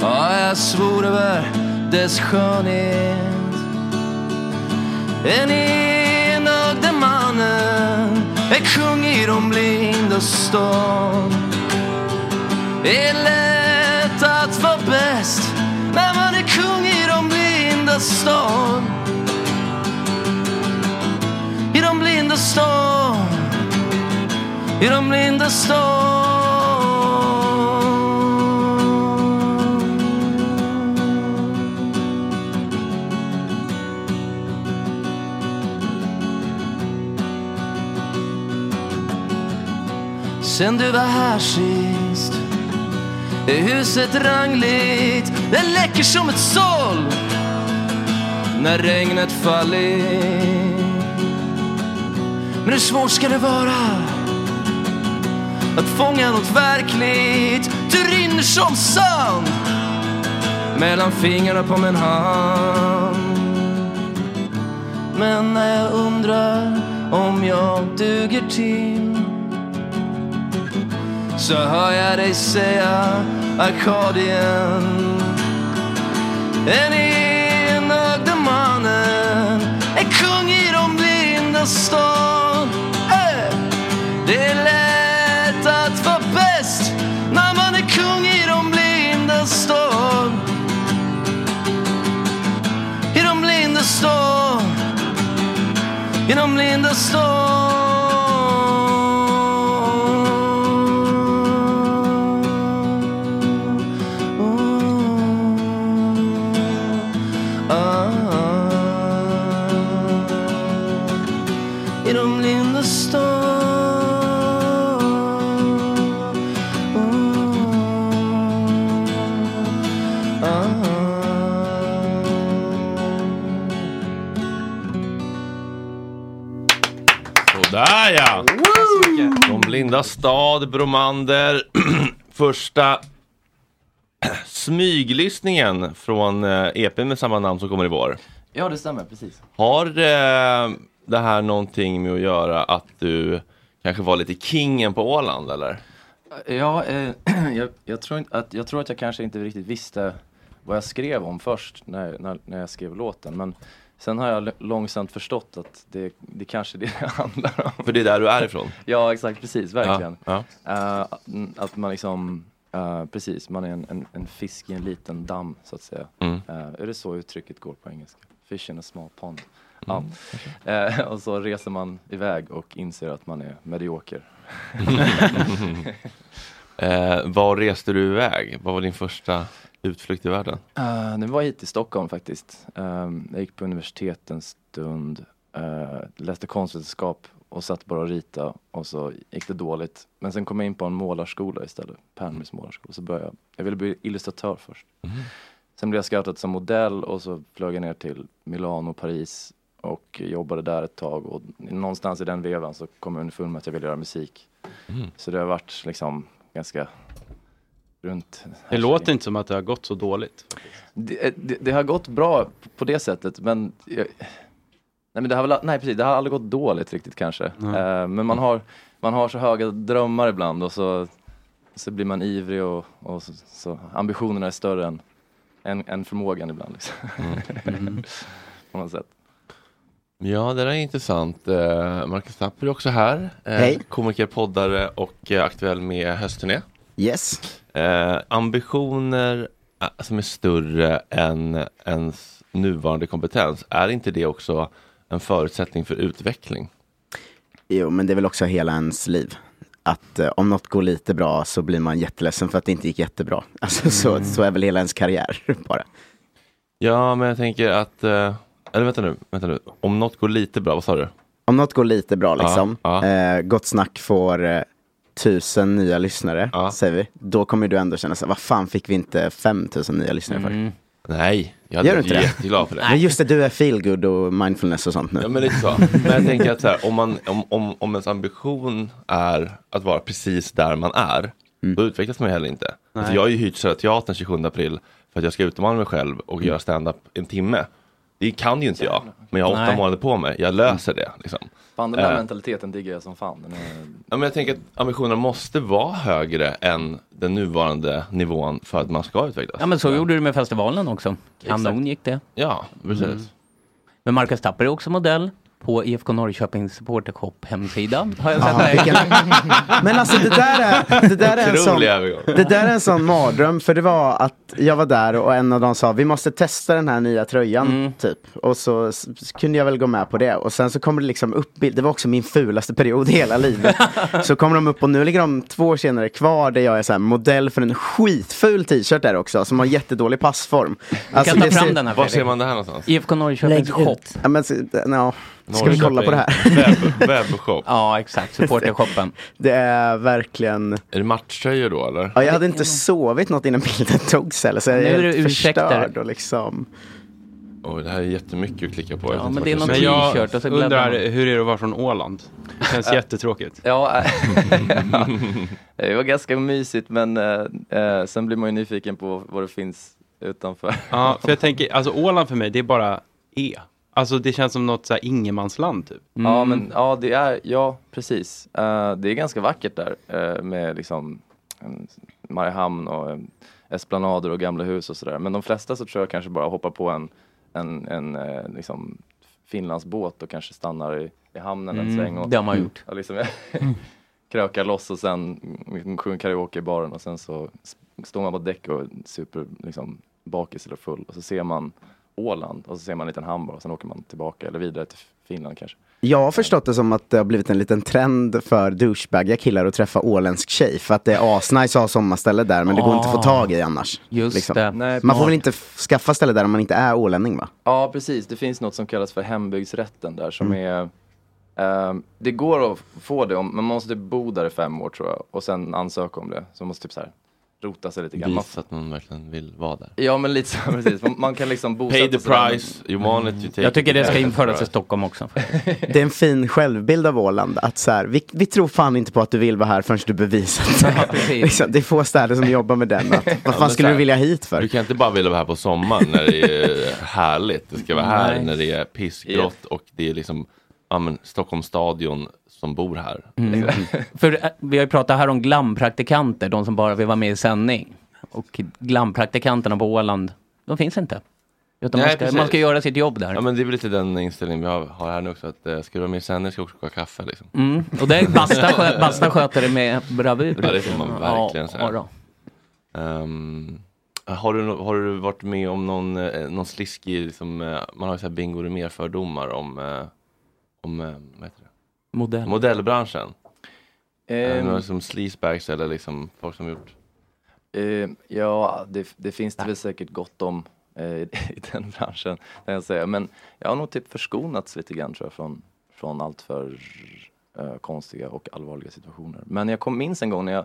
Speaker 9: Ja, jag svor över dess skönhet. En enögde mannen är kung i de blindas stad. Det är lätt att vara bäst när man är kung i de blindas stad. I de blindas stad. I de blindas stad. Sen du var här sist är huset rangligt Det läcker som ett såll när regnet faller Men hur svårt ska det vara att fånga något verkligt Du rinner som sand mellan fingrarna på min hand Men när jag undrar om jag duger till så hör jag dig säga Arkadien En enögde mannen är kung i de blindas stad Eh! Det är lätt att vara bäst när man är kung i de blindas stad I de blindas Ah.
Speaker 1: Linda Stad, Bromander. Första smyglyssningen från eh, EPn med samma namn som kommer i vår.
Speaker 11: Ja, det stämmer. Precis.
Speaker 1: Har eh, det här någonting med att göra att du kanske var lite kingen på Åland eller?
Speaker 11: Ja, eh, jag, jag, tror inte att, jag tror att jag kanske inte riktigt visste vad jag skrev om först när, när, när jag skrev låten. Men sen har jag l- långsamt förstått att det, det kanske är det det handlar om.
Speaker 1: För det är där du är ifrån?
Speaker 11: ja, exakt, precis, verkligen.
Speaker 1: Ja,
Speaker 11: Eh, att- att man liksom, eh, precis, man är en, en, en fisk i en liten damm så att säga.
Speaker 1: Mm.
Speaker 11: Eh, är det så uttrycket går på engelska? Fish in a small pond.
Speaker 1: Mm,
Speaker 11: Ja. Eh, och så reser man iväg och inser att man är medioker.
Speaker 1: eh, var reste du iväg? Vad var din första utflykt i världen?
Speaker 11: Eh, det var hit i Stockholm faktiskt. Eh, jag gick på universitet en stund, eh, läste konstvetenskap och satt bara och rita och så gick det dåligt. Men sen kom jag in på en målarskola istället, Pärnbys målarskola. Så började jag, jag ville bli illustratör först.
Speaker 5: Mhm.
Speaker 11: Sen blev jag scoutad som modell och så flög jag ner till Milano och Paris och jobbade där ett tag och någonstans i den vevan så kom jag underfund med att jag ville göra musik.
Speaker 5: Mm.
Speaker 11: Så det har varit liksom ganska runt.
Speaker 5: Det låter inte som att det har gått så dåligt.
Speaker 11: Det, eh, det, det har gått bra på det sättet men jag, Nej, men det har väl, nej precis, det har aldrig gått dåligt riktigt kanske. Eh, men man har, man har så höga drömmar ibland och så, så blir man ivrig och, och så, så ambitionerna är större än, än, än förmågan ibland. Liksom.
Speaker 5: Mm.
Speaker 11: på något sätt.
Speaker 1: Ja, det där är intressant. Eh, Marcus Tapper är också här. Eh,
Speaker 12: Hej.
Speaker 1: Komiker, poddare och eh, aktuell med höstturné.
Speaker 12: Yes.
Speaker 1: Eh, ambitioner eh, som är större än ens nuvarande kompetens, är inte det också en förutsättning för utveckling?
Speaker 12: Jo, men det är väl också hela ens liv. Att eh, om något går lite bra så blir man jätteledsen för att det inte gick jättebra. Alltså,
Speaker 1: Mm.
Speaker 12: så, så är väl hela ens karriär bara.
Speaker 1: Ja, men jag tänker att... Eh, eller vänta nu, vänta nu. Om något går lite bra, vad sa du?
Speaker 12: Om något går lite bra
Speaker 1: Ja,
Speaker 12: liksom, Eh, Gott Snack får eh, tusen nya lyssnare, säger vi. Då kommer du ändå känna så här, vad fan fick vi inte 5000 nya lyssnare för?
Speaker 1: Mm. Nej, jag
Speaker 12: Gör
Speaker 1: är
Speaker 12: du inte det?
Speaker 1: jätteglad för det.
Speaker 12: Men just det, du är feelgood och mindfulness och sånt nu.
Speaker 1: Ja, men lite så. Men jag tänker att så här, om, man, om, om, om ens ambition är att vara precis där man är, då utvecklas man ju heller inte. Alltså,
Speaker 5: Mm. Nej.
Speaker 1: jag har ju hyrt Södra Teatern 27 april för att jag ska utmana mig själv och
Speaker 5: Mm.
Speaker 1: göra stand-up en timme. Det kan ju inte jag, men jag har åtta
Speaker 11: Nej.
Speaker 1: månader på mig. Jag löser det. Liksom.
Speaker 11: Fan den där
Speaker 1: Eh,
Speaker 11: mentaliteten diggar jag som fan. Den är,
Speaker 1: Ja, men jag tänker att ambitionerna måste vara högre än den nuvarande nivån för att man ska utvecklas.
Speaker 3: Ja men så gjorde du med festivalen också. Kanon
Speaker 1: Exakt.
Speaker 3: gick det. Mm.
Speaker 1: Ja, precis.
Speaker 5: Mm.
Speaker 3: Men Marcus Tapper är också modell på IFK Norrköpings supportershop hemsida. Har jag
Speaker 12: Ja,
Speaker 3: sett dig.
Speaker 12: vilken- Men alltså det där är, det där är, en,
Speaker 3: Otrolig
Speaker 12: sån,
Speaker 3: övergång.
Speaker 12: det där är en sån mardröm. För det var att jag var där och en av dem sa vi måste testa den här nya tröjan.
Speaker 3: Mm.
Speaker 12: Typ. Och så, s- s- kunde jag väl gå med på det. Och sen så kommer det liksom upp bild. Det var också min fulaste period i hela livet. så kommer de upp och nu ligger de två år senare kvar där jag är så här, modell för en skitful t-shirt där också. Som har jättedålig passform.
Speaker 3: ta
Speaker 12: alltså, det
Speaker 3: fram den här, Var Fredrik. ser
Speaker 1: man det här någonstans?
Speaker 3: IFK Norrköpings
Speaker 12: Lägg
Speaker 3: shop.
Speaker 12: Ja, men, så- ja. Ska vi kolla på det här?
Speaker 1: Webb, webbshop.
Speaker 3: Ja, exakt. Supportershoppen.
Speaker 12: Det är verkligen...
Speaker 1: Är det matchtröjor då eller?
Speaker 12: Ja, jag hade inte sovit något innan bilden togs heller, så jag
Speaker 1: Nu
Speaker 12: är
Speaker 1: är det
Speaker 12: helt
Speaker 1: ursäkter.
Speaker 12: förstörd och liksom...
Speaker 1: Oj, det här är jättemycket att klicka på. Jag vet inte
Speaker 5: men
Speaker 1: vad
Speaker 5: det är
Speaker 1: jag
Speaker 5: någon
Speaker 1: ska säga.
Speaker 5: t-shirt och så bläddrar undrar, man. hur är det att vara från Åland? Det känns jättetråkigt.
Speaker 11: Ja, eh, ja. det var ganska mysigt men eh, eh, sen blir man ju nyfiken på vad det finns utanför.
Speaker 5: Ja, för jag tänker, alltså Åland för mig, det är bara E. Alltså det känns som något så här ingenmansland typ.
Speaker 3: Mm.
Speaker 11: Ja, men ja, det är, ja precis. Eh, det är ganska vackert där eh, med liksom um, Mariehamn och um, esplanader och gamla hus och sådär. Men de flesta så tror jag kanske bara hoppar på en, en, en eh, liksom Finlandsbåt och kanske stannar i, i hamnen en
Speaker 3: Mm,
Speaker 11: sväng. Och,
Speaker 3: det har man gjort. Mm.
Speaker 11: Ja, liksom, krökar loss och sen mm, sjunger karaoke i baren och sen så s- står man på däck och är super liksom, bakis eller full och så ser man Åland och så ser man en liten Hamburg och sen åker man tillbaka eller vidare till Finland kanske.
Speaker 12: Jag har förstått det som att det har blivit en liten trend för douchebagiga killar att träffa åländsk tjej, för att det är asnice att ha sommarställe där, men det går inte att få
Speaker 11: Ah.
Speaker 12: tag i annars. liksom.
Speaker 11: Just det. Nej,
Speaker 12: man får
Speaker 11: smart.
Speaker 12: väl inte f- skaffa ställe där om man inte är ålänning va?
Speaker 11: Ja, precis. Det finns något som kallas för hembygdsrätten där som
Speaker 1: Mm.
Speaker 11: är... ehm, det går att få det, om, men man måste typ bo där i fem år tror jag och sen ansöka om det. Så man måste typ så här rota sig lite grann. Man,
Speaker 1: Visa att man verkligen vill vara där.
Speaker 11: ja, men lite så, precis. Man, man kan liksom bosätta
Speaker 1: Pay the
Speaker 11: sig där.
Speaker 1: price, you want it, you take
Speaker 3: Jag tycker
Speaker 1: it.
Speaker 3: det ska införas i Stockholm också.
Speaker 12: Det är en fin självbild av Åland. Att så här, vi, vi tror fan inte på att du vill vara här förrän du bevisat det. liksom, det är få städer som jobbar med den. Att, vad fan
Speaker 1: men
Speaker 12: skulle
Speaker 1: så
Speaker 12: du
Speaker 1: här,
Speaker 12: vilja hit för?
Speaker 1: Du kan inte bara vilja vara här på sommaren när det är härligt. Det ska vara här
Speaker 12: Nej.
Speaker 1: när det är pissgrått och det är liksom ja, men, Stockholms stadion som bor här.
Speaker 3: Mm.
Speaker 1: Liksom.
Speaker 3: För eh, vi har ju pratat här om glampraktikanter, de som bara vill vara med i sändning. Och glampraktikanterna på Åland, de finns inte. Utan man, ska, man ska göra sitt jobb där.
Speaker 1: Ja, men det är väl lite den inställningen vi har, har här nu också. Att eh, ska du vara med i sändning ska du också koka kaffe. Liksom.
Speaker 3: Mm. Och det är Basta, skö- Basta sköter det med bravur.
Speaker 1: Ja, det får man verkligen
Speaker 3: Ja, ja,
Speaker 1: säga.
Speaker 3: då.
Speaker 1: Ehm, har, du, no- har du varit med om någon, eh, någon sliskig, liksom, eh, man har ju så här bingo mer fördomar om, eh, om eh, vad heter det?
Speaker 3: Modell.
Speaker 1: modellbranschen?
Speaker 11: Ehm.
Speaker 1: Um, några som sleazebags eller liksom folk som gjort
Speaker 11: Eh, ja, det, det finns det väl säkert gott om eh, i den branschen, kan jag säga. Men jag har nog typ förskonats lite grann tror jag från, från allt för eh, konstiga och allvarliga situationer. Men jag kom, minns en gång när jag,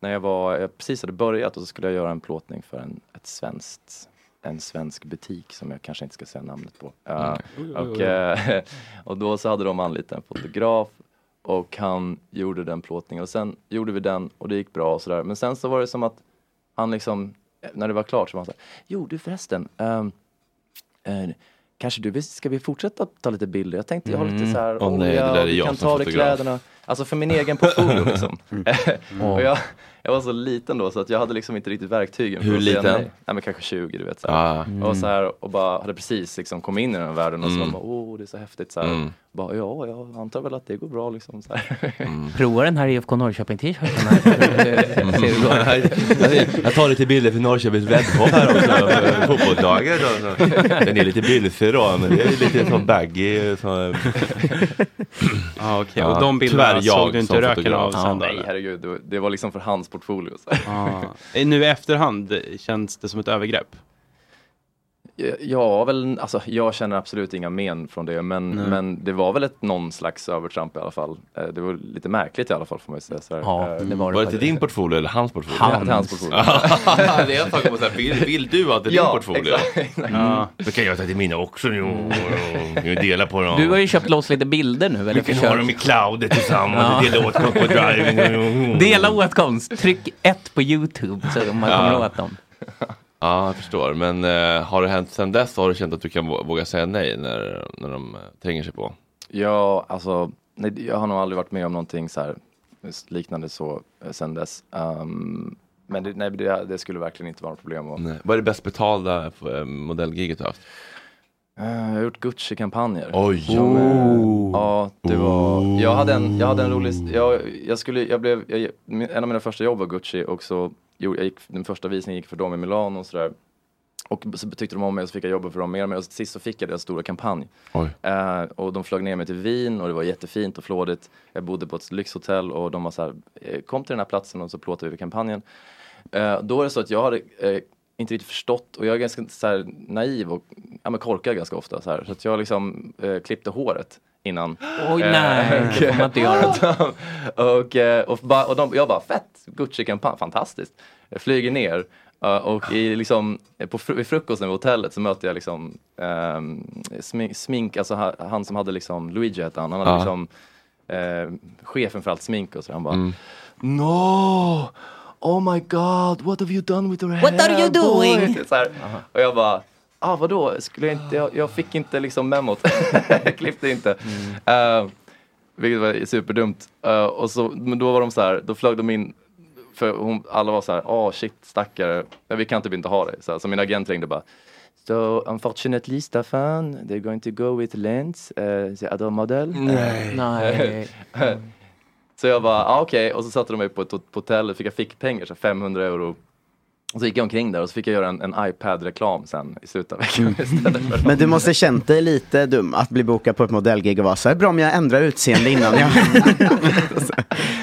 Speaker 11: när jag var, jag precis hade börjat och så skulle jag göra en plåtning för en, ett svenskt en svensk butik som jag kanske inte ska säga namnet på. Eh,
Speaker 1: Mm.
Speaker 11: och, eh, och då så hade de anlitat en fotograf och han gjorde den plåtningen och sen gjorde vi den och det gick bra och sådär. Men sen så var det som att han liksom, eh, när det var klart så var han såhär, jo du förresten, ehm, eh, kanske du vill- ska vi fortsätta ta lite bilder? Jag tänkte jag har lite
Speaker 1: Mm.
Speaker 11: så här
Speaker 1: Åh, nej, det där
Speaker 11: olja
Speaker 1: är
Speaker 11: och vi
Speaker 1: jag
Speaker 11: kan
Speaker 1: som
Speaker 11: ta det
Speaker 1: fotograf. Mm.
Speaker 11: kläderna. Alltså för min egen portfolio liksom. och jag, jag var så liten då så att jag hade liksom inte riktigt verktygen. för
Speaker 1: Hur
Speaker 11: att säga
Speaker 1: liten?
Speaker 11: Nej. nej men kanske 20 du vet. Så här.
Speaker 1: Ah.
Speaker 11: Och, så här, och bara hade precis liksom kom in i den här världen och så
Speaker 1: Mm.
Speaker 11: bara, åh det är så häftigt. Så här.
Speaker 1: Mm.
Speaker 11: Bara, ja, jag antar väl att det går bra liksom. Så här.
Speaker 1: Mm.
Speaker 3: Prova den här IFK Norrköping-t-shirten. här. Ser du då?
Speaker 1: jag tar lite bilder för Norrköpings webbshop här också, för fotbollsdagen. då. Den är lite bylsig då, men det är lite så baggy. Så...
Speaker 5: Ja, okej. Och de bilderna
Speaker 1: tyvärr jag
Speaker 5: såg du inte
Speaker 1: som
Speaker 5: röken
Speaker 1: fotograf.
Speaker 5: av sen då,
Speaker 11: Nej herregud, det var- det var liksom för hans portfolio. Så.
Speaker 5: Ah. Eh, Nu i efterhand känns det som ett övergrepp.
Speaker 11: Ja, väl, alltså, jag känner absolut inga men från det, men,
Speaker 5: Nej.
Speaker 11: men det var väl ett någon slags övertramp i alla fall. Eh, Det var lite märkligt i alla fall får man ju säga. Så här.
Speaker 1: Ja,
Speaker 11: Eh,
Speaker 5: Mm.
Speaker 1: det var det Var det till din portfolio eller hans portfolio?
Speaker 11: Ja, till
Speaker 1: Hans.
Speaker 11: hans portfolio.
Speaker 1: Ja, det är jag faktiskt på så här, vill- vill du att det är din
Speaker 11: Ja,
Speaker 1: portfolio?
Speaker 11: exakt, exakt.
Speaker 1: Mm. Då kan jag ta till mina också nu och, och, och dela på dem.
Speaker 3: Du har ju köpt loss lite bilder nu. Eller
Speaker 1: Vi kan ha dem i cloudet tillsammans, dela åtkomst på driving.
Speaker 3: Dela åtkomst. Tryck ett på YouTube så man
Speaker 1: Ja.
Speaker 3: kommer åt dem.
Speaker 1: Ja, jag förstår. Men eh, har det hänt sen dess? Har du känt att du kan vå- våga säga nej när, när de eh, tränger sig på?
Speaker 11: Ja, alltså, nej, jag har nog aldrig varit med om någonting så här liknande så eh, sen dess. Ehm, men det, nej, det, det skulle verkligen inte vara något problem. Och,
Speaker 1: Nej. Vad är det bäst betalda eh, modellgiget du har haft?
Speaker 11: Eh, jag har gjort Gucci-kampanjer.
Speaker 1: Oj.
Speaker 11: Som, eh, Ja, det var... Jag hade en, jag hade en rolig... st- Jag, jag skulle, jag blev, jag, min- en av mina första jobb var Gucci och så, gjorde- jag gick, den första visningen gick för dem i Milano och sådär. Och så tyckte de om mig och så fick jag jobba för dem mer och mer och sist så fick jag deras stora kampanj.
Speaker 1: Oj.
Speaker 11: Eh, och de flög ner mig till Wien och det var jättefint och flådigt. Jag bodde på ett lyxhotell och de var så här, eh, kom till den här platsen och så plåtar vi för kampanjen. Eh, då är det så att jag hade eh, inte riktigt förstått och jag är ganska så här, naiv och ja, men korkad ganska ofta. Så, här. så att jag liksom eh, klippte håret innan. Eh,
Speaker 3: Oj, nej, det får man inte göra.
Speaker 11: och och, eh, och, ba, och de, jag bara, fett! Gucci-kampanj, fantastiskt! Jag flyger ner eh, och i, liksom, eh, på fru, vid frukosten vid hotellet så möter jag liksom, ehm, smink, smink, alltså ha- han som hade liksom, Luigi hette han, han hade
Speaker 1: Ja.
Speaker 11: liksom eh, chefen för allt smink och så han bara
Speaker 1: Mm.
Speaker 11: No! Oh my god, what have you done with your hair?
Speaker 9: What are you
Speaker 11: boy?"
Speaker 9: doing?
Speaker 11: Typ Så här. Och jag bara, ah vadå, skulle jag inte, jag, jag fick inte liksom memot. jag klippte inte.
Speaker 12: Mm.
Speaker 11: Eh, vilket var superdumt. Eh, och så, men då var de så här, då flög de in, för hon, alla var så här, ah shit stackare, Ja, vi kan typ inte ha dig. Så, här, så min agent ringde bara, So unfortunately Staffan, they're going to go with Lance, uh, the other model. Uh,
Speaker 9: Nej. Nej.
Speaker 11: så jag bara, ah, okej, och så satte de mig på ett hot- på hotell och fick, jag fick pengar, så 500 euro. Och så gick jag omkring där och så fick jag göra en, en iPad-reklam sen i slutet av veckan istället för
Speaker 12: Mm. Men du måste ha känt dig lite dum att bli bokad på ett modellgig och vara så här, bra om jag ändrar utseende innan jag...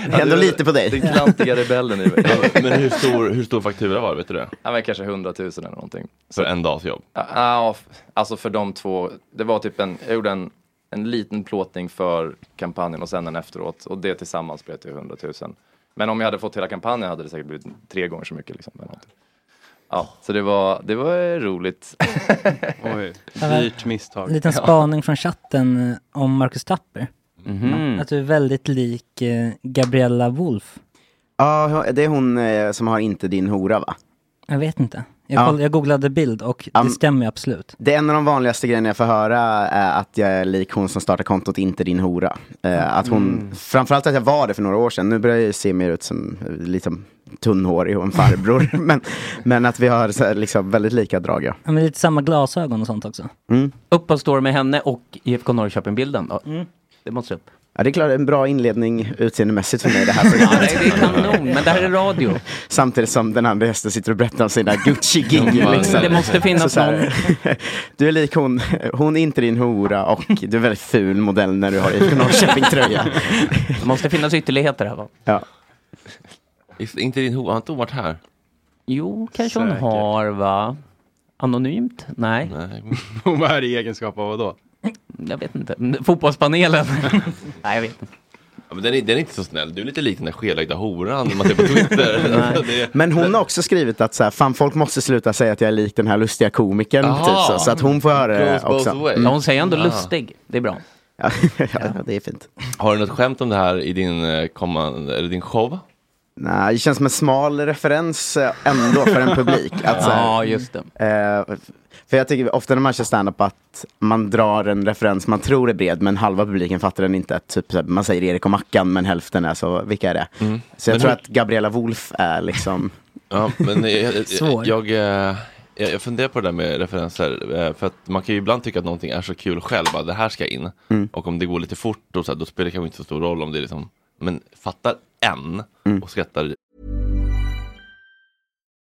Speaker 12: det är ändå lite på dig.
Speaker 11: Den klantiga rebellen i mig.
Speaker 1: Men hur stor, hur stor faktura var det? Vet du det?
Speaker 11: Ja, men kanske 100 000 eller någonting.
Speaker 1: För en dags jobb?
Speaker 11: Ja, ja, f- alltså för de två. Det var typ en, jag gjorde en, en liten plåtning för kampanjen och sen en efteråt. Och det tillsammans blev till 100 000. Men om jag hade fått hela kampanjen hade det säkert blivit tre gånger så mycket. Liksom, eller någonting. ja, så det var, det var roligt.
Speaker 5: Oj, dyrt misstag.
Speaker 7: En liten spaning från chatten eh, om Marcus Tapper.
Speaker 12: Mhm.
Speaker 7: Att du är väldigt lik eh, Gabriella Wolf.
Speaker 12: Ja, det är hon eh, som har inte din hora va?
Speaker 7: Jag vet inte. Jag,
Speaker 12: Ja.
Speaker 7: koll, jag googlade bild och det
Speaker 12: Am-
Speaker 7: stämmer ju absolut.
Speaker 12: Det är en av de vanligaste grejerna jag får höra är att jag är lik hon som startar kontot Inte din hora. Eh, att hon,
Speaker 7: Mm.
Speaker 12: Framförallt att jag var det för några år sedan. Nu börjar jag ju se mer ut som eh, liksom, tunnhårig och en farbror. men, men att vi har så här, liksom, väldigt lika drag ja.
Speaker 7: Ja, men lite samma glasögon och sånt också.
Speaker 12: Mm.
Speaker 3: Upp och står med henne och IFK Norrköpen-bilden då. Det måste upp.
Speaker 12: Ja, det är klart en bra inledning utseendemässigt för mig det här programmet.
Speaker 3: det är kanon, men det här är radio.
Speaker 12: Samtidigt som den andra gästen sitter och berättar om sina Gucci-gig.
Speaker 3: Mm,
Speaker 12: liksom.
Speaker 3: det måste finnas
Speaker 12: Så så här, Du är lik hon, hon är inte din hora och du är väldigt ful modell när du har IFK Norrköping-tröja.
Speaker 3: Det måste finnas ytterligheter här va?
Speaker 12: Ja.
Speaker 1: Inte din hora, har inte hon varit här?
Speaker 3: Jo, kanske hon
Speaker 5: Säkert.
Speaker 3: har va? Anonymt? Nej.
Speaker 5: Hon var här i egenskap av vadå?
Speaker 3: Jag vet inte. Mm, Fotbollspanelen? Nej, jag vet inte.
Speaker 1: Ja, men den, är, den är inte så snäll. Du är lite lik den där skelögda horan man ser på Twitter. Alltså, det är-
Speaker 12: Men hon har också skrivit att så här, fan folk måste sluta säga att jag är lik den här lustiga komikern.
Speaker 3: Jaha.
Speaker 12: Typ så, så att hon får höra det
Speaker 1: Goes both
Speaker 12: också.
Speaker 1: ways.
Speaker 12: Mm.
Speaker 1: Ja, hon säger ändå Ah.
Speaker 3: Lustig. Det är bra.
Speaker 12: Ja, ja, det är fint.
Speaker 1: Har du något skämt om det här i din, eh, kommande, eller din show?
Speaker 12: Nej, det känns som en smal referens eh, ändå för en publik. Att, så här,
Speaker 3: Ja, just
Speaker 12: Eh, för jag tycker ofta när man kör standup att man drar en referens man tror är bred men halva publiken fattar den inte. Typ så här, man säger Erik och Mackan men hälften är så, vilka är det?
Speaker 3: Mm.
Speaker 12: Så jag
Speaker 1: Men
Speaker 12: tror
Speaker 1: hur-
Speaker 12: att Gabriella Wolf är liksom
Speaker 1: Ja, men jag, jag,
Speaker 12: Svår.
Speaker 1: jag, eh, jag, jag funderar på det där med referenser. eh, För att man kan ju ibland tycka att någonting är så kul själv, bara det här ska in.
Speaker 12: Mm.
Speaker 1: Och om det går lite fort, då, så här, då spelar det kanske inte så stor roll om det är liksom, men fattar en och skrattar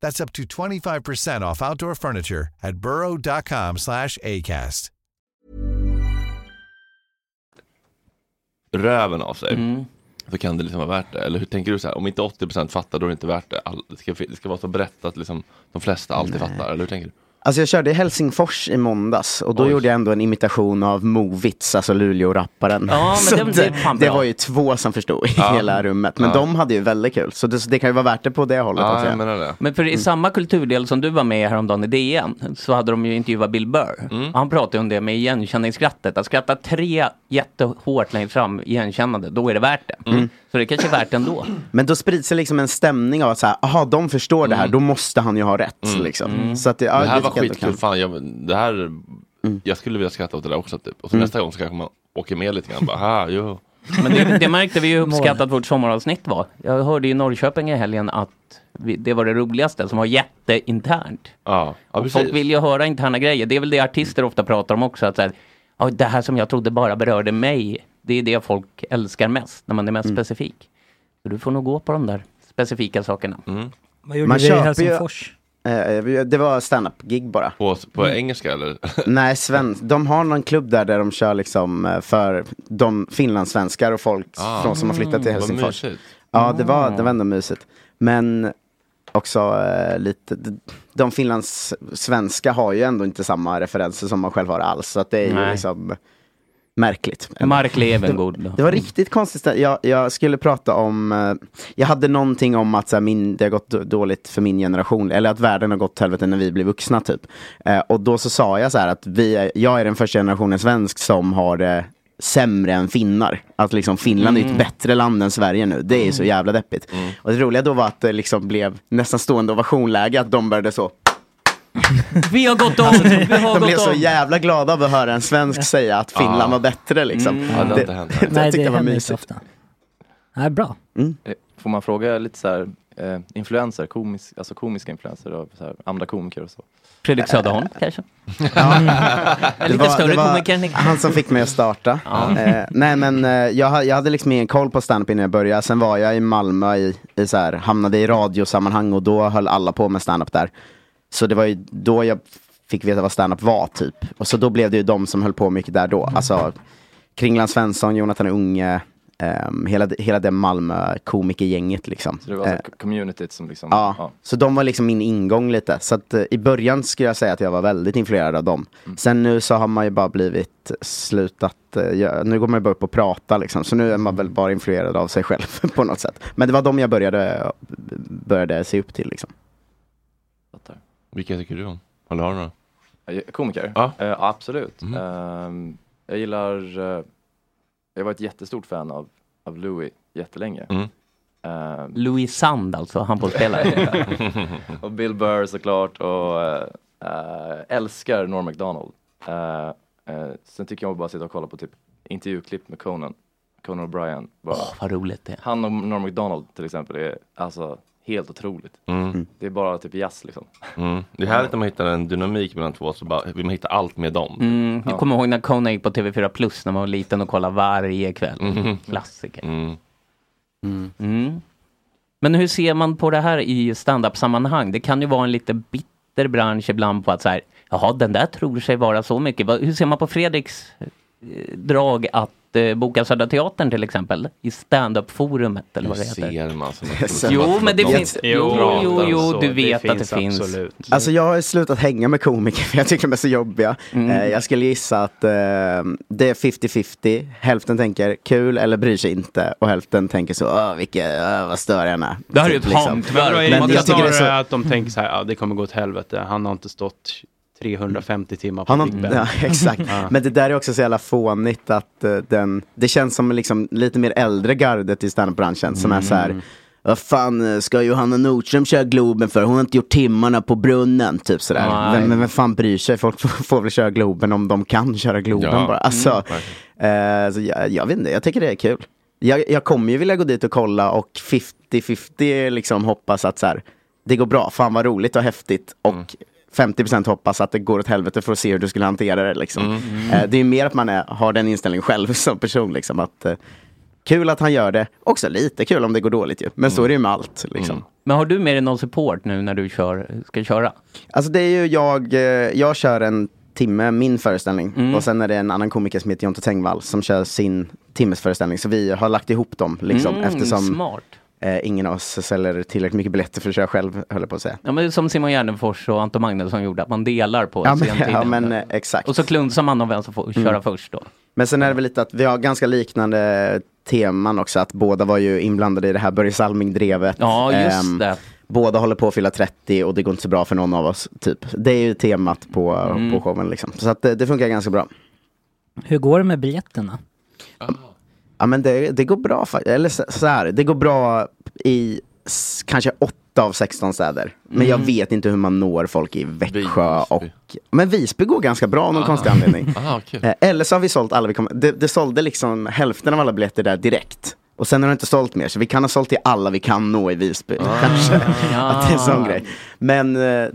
Speaker 13: That's up to 25% off outdoor furniture at burrow.com slash ACAST.
Speaker 1: röven av sig. Så kan det liksom vara värt det. Eller hur tänker du så här? Om inte 80% fattar då är det inte värt det. All, det, ska, det ska vara så brett att liksom, de flesta alltid fattar. Eller hur tänker du?
Speaker 12: Alltså jag körde i Helsingfors i måndags och då gjorde jag ändå en imitation av Movits, alltså Luleå-rapparen.
Speaker 3: Ja, men
Speaker 12: Så
Speaker 3: den- det är fan
Speaker 12: det
Speaker 3: bra.
Speaker 12: var ju två som förstod i hela rummet, men
Speaker 3: Ja.
Speaker 12: de hade ju väldigt kul. Så det, så det kan ju vara värt det på det hållet. alltså. också.
Speaker 3: Men för i samma kulturdel som du var med i häromdagen i DN så hade de ju intervjuat Bill Burr. Han pratade ju om det med igenkänningsskrattet. Att skratta tre jättehårt längre fram igenkännande, då är det värt det. Så det kanske är värt det ändå.
Speaker 12: Men då sprids det liksom en stämning av att så här, aha, de förstår det här, då måste han ju ha rätt.
Speaker 1: Mm.
Speaker 12: Liksom.
Speaker 1: Mm.
Speaker 12: Så att det, ja,
Speaker 1: det här var
Speaker 12: tycker jag ändå
Speaker 1: skitkul.
Speaker 12: kan-
Speaker 1: Fan, jag, det här, jag skulle vilja skratta åt det där också. Typ. Och så
Speaker 12: Mm.
Speaker 1: nästa gång så kanske man åker med lite grann. Bara, ha, jo.
Speaker 3: Men det, det märkte vi ju hur uppskattat vårt sommaravsnitt var. Jag hörde i Norrköping i helgen att vi, det var det roligaste som var jätteinternt.
Speaker 1: Ja, ja
Speaker 3: och folk
Speaker 1: precis.
Speaker 3: vill ju höra interna grejer. Det är väl det artister ofta pratar om också. Att så här, "Ja, det här som jag trodde bara berörde mig, det är det folk älskar mest när man är mest
Speaker 12: Mm.
Speaker 3: specifik. Så du får nog gå på de där specifika sakerna.
Speaker 7: Vad gjorde
Speaker 12: Man
Speaker 7: du i
Speaker 12: köper ju-
Speaker 7: Helsingfors?
Speaker 12: Mm. Eh, det var standup-gig bara.
Speaker 1: På, på
Speaker 12: Mm.
Speaker 1: engelska eller?
Speaker 12: Nej, Sven, de har någon klubb där, där de kör liksom eh, för de finlandssvenskar och folk
Speaker 1: Ah.
Speaker 12: från som har flyttat till
Speaker 1: Mm, vad
Speaker 12: Helsingfors.
Speaker 1: mysigt.
Speaker 12: Ja, det var, det var ändå mysigt. Men också eh, lite, de finlands svenska har ju ändå inte samma referenser som man själv har alls. Så att det är ju
Speaker 3: Nej.
Speaker 12: liksom märkligt.
Speaker 3: Mark Levengood.
Speaker 12: Det, det var riktigt konstigt. stä- Jag, jag skulle prata om, eh, jag hade någonting om att så här, min, det har gått då- dåligt för min generation, eller att världen har gått till helvete när vi blev vuxna typ. Eh, och då så sa jag så här att vi är, jag är den första generationen svensk som har det sämre än finnar. Att liksom Finland är ju ett
Speaker 14: Mm.
Speaker 12: bättre land än Sverige nu. Det är
Speaker 11: Mm.
Speaker 12: ju så jävla deppigt. Och det roliga då var att det liksom blev nästan stående ovationläge, att de började så
Speaker 3: Vi har gått om! Vi har
Speaker 12: de blev
Speaker 3: gått
Speaker 12: så
Speaker 3: om!
Speaker 12: jävla glada av att höra en svensk säga att Finland
Speaker 11: Ja.
Speaker 12: var bättre liksom.
Speaker 11: Mm. Ja, det har inte hänt. Nej,
Speaker 12: det
Speaker 11: det
Speaker 12: tyckte jag var
Speaker 11: händer inte
Speaker 12: mysigt.
Speaker 7: Nej, bra.
Speaker 12: Mm.
Speaker 11: Eh, Får man fråga lite så här, eh, influenser, komisk, alltså komiska influenser och så här, andra komiker och så?
Speaker 3: Fredrik Söderholm kanske?
Speaker 12: Det var- det var Han som fick mig att starta.
Speaker 3: Ja.
Speaker 12: Eh, nej men eh, jag, ha- jag hade liksom ingen koll på standup innan jag började. Sen var jag i Malmö i, i så här, hamnade i radiosammanhang och då höll alla på med standup där. Så det var ju då jag fick veta vad standup var typ. Och så då blev det ju de som höll på mycket där då. Alltså Kringlan Svensson, Jonathan Unge, ehm, hela, det- hela det Malmö komikergänget liksom.
Speaker 11: Så det var
Speaker 12: Eh,
Speaker 11: så här, communityt som liksom,
Speaker 12: Ja,
Speaker 11: ja.
Speaker 12: så de var liksom min ingång lite. Så att eh, i början skulle jag säga att jag var väldigt influerad av dem. Sen nu så har man ju bara blivit slutat, eh, gö- nu går man ju bara upp och prata liksom. Så nu är man väl bara influerad av sig själv på något sätt. Men det var dem jag började, började se upp till liksom.
Speaker 1: Vilka tycker du om? Eller har du några?
Speaker 11: Eh, Komiker?
Speaker 1: Ja.
Speaker 11: Eh, absolut. Ehm, jag gillar, eh, jag var ett jättestort fan av, av Louis jättelänge.
Speaker 3: Mm.
Speaker 11: Ehm,
Speaker 3: Louis Sand alltså, handbollsspelare.
Speaker 11: och Bill Burr såklart och eh, eh, älskar Norm MacDonald. Eh, eh, sen tycker jag om att bara sitta och kolla på typ intervjuklipp med Conan, Conan O'Brien. Bara.
Speaker 3: Åh, vad roligt det är.
Speaker 11: Han och Norm MacDonald till exempel är alltså helt otroligt.
Speaker 1: Mm.
Speaker 11: Det är bara typ jazz liksom.
Speaker 1: Mm. Det är härligt när man hittar en dynamik mellan två, så bara, vill man hitta allt med dem.
Speaker 3: Mm, jag
Speaker 1: Ja.
Speaker 3: kommer ihåg när Conan gick på TV4 Plus när man var liten och kollade varje kväll.
Speaker 1: Mhm.
Speaker 3: Klassiker.
Speaker 1: Mm.
Speaker 3: Mm. Men hur ser man på det här i stand-up-sammanhang? Det kan ju vara en lite bitter bransch ibland på att så här, jaha, den där tror sig vara så mycket. Vad- Hur ser man på Fredriks eh, drag att eh, boka Södra Teatern till exempel i stand-up-forumet eller vad det heter?
Speaker 1: ser man som
Speaker 3: Jo, men det finns... Jo, jo, jo, du vet att det finns.
Speaker 12: Alltså jag har ju slutat hänga med komiker för jag tycker de är så jobbiga. Eh, jag skulle gissa att eh, det är 50-50. Hälften tänker kul eller bryr sig inte och hälften tänker så, "Åh, vilka, öh, vad störig han är.
Speaker 5: Det
Speaker 12: Typ,
Speaker 5: här är ju ett
Speaker 12: liksom.
Speaker 5: hantverk. Men,
Speaker 12: Men jag tycker det är så
Speaker 5: att de tänker så här, ja, det kommer gå åt helvete. Han har inte stått 350 timmar på
Speaker 12: Han har,
Speaker 5: Big Ben.
Speaker 12: ja, exakt.
Speaker 5: Ja.
Speaker 12: Men det där är också så jävla fånigt att eh, den, det känns som liksom lite mer äldre gardet i standupbranschen som är så
Speaker 5: Mm.
Speaker 12: här, vad fan eh, ska Johanna Nordström köra Globen för? Hon har inte gjort timmarna på brunnen, typ sådär.
Speaker 14: Nej.
Speaker 12: Vem, vem fan bryr sig? Folk får, får väl köra Globen om de kan köra Globen
Speaker 14: Ja.
Speaker 12: bara.
Speaker 3: Mm,
Speaker 12: Alltså, eh, så jag, jag vet inte, jag tycker det är kul. Jag, jag kommer ju vilja gå dit och kolla och 50-50 liksom hoppas att så här, det går bra, fan vad roligt och häftigt. Och
Speaker 3: Mm.
Speaker 12: 50% hoppas att det går åt helvete för att se hur du skulle hantera det. Liksom.
Speaker 3: Mm.
Speaker 12: Eh, det är mer att man är, har den inställningen själv som person. Liksom, att, eh, kul att han gör det, också lite kul om det går dåligt ju. Men så är det ju med allt. Liksom.
Speaker 3: Men Mm. har du med dig någon support nu när du kör, ska köra?
Speaker 12: Alltså det är ju jag, eh, jag kör en timme, min föreställning.
Speaker 3: Mm.
Speaker 12: Och sen är det en annan komiker som heter Jonte Tengvall som kör sin timmes föreställning. Så vi har lagt ihop dem liksom.
Speaker 3: Mm,
Speaker 12: eftersom
Speaker 3: smart.
Speaker 12: Eh, ingen av oss säljer tillräckligt mycket biljetter för att köra själv, höll jag på att säga.
Speaker 3: Ja, men det är som Simon Gärdenfors och Anton Magnusson gjorde, att man delar på
Speaker 12: Ja, men-
Speaker 3: scentiden.
Speaker 12: ja, men, eh, exakt.
Speaker 3: Och så klunsar man om vem som får
Speaker 12: Mm.
Speaker 3: köra först då.
Speaker 12: Men sen är det väl lite att vi har ganska liknande teman också, att båda var ju inblandade i det här Börje Salming-drevet.
Speaker 3: Ja, just
Speaker 12: Ehm,
Speaker 3: det.
Speaker 12: Båda håller på att fylla 30 och det går inte så bra för någon av oss, typ. Det är ju temat på,
Speaker 7: Mm.
Speaker 12: på showen liksom. Så att det, det funkar ganska bra.
Speaker 7: Hur går det med biljetterna?
Speaker 12: Ja men det, det går bra, fa- eller så, så här, det går bra i s- kanske 8 av 16 städer. Men jag
Speaker 14: Mm.
Speaker 12: vet inte hur man når folk i Växjö och... Men Visby går ganska bra av någon
Speaker 14: Ah.
Speaker 12: konstig anledning.
Speaker 14: Ah, kul.
Speaker 11: Uh,
Speaker 12: Eh, Eller så har vi sålt alla vi kom... det, det sålde liksom hälften av alla biljetter där direkt. Och sen har det inte sålt mer, så vi kan ha sålt till alla vi kan nå i Visby.
Speaker 14: Ah.
Speaker 12: Kanske. Att det är en sån grej. Men eh,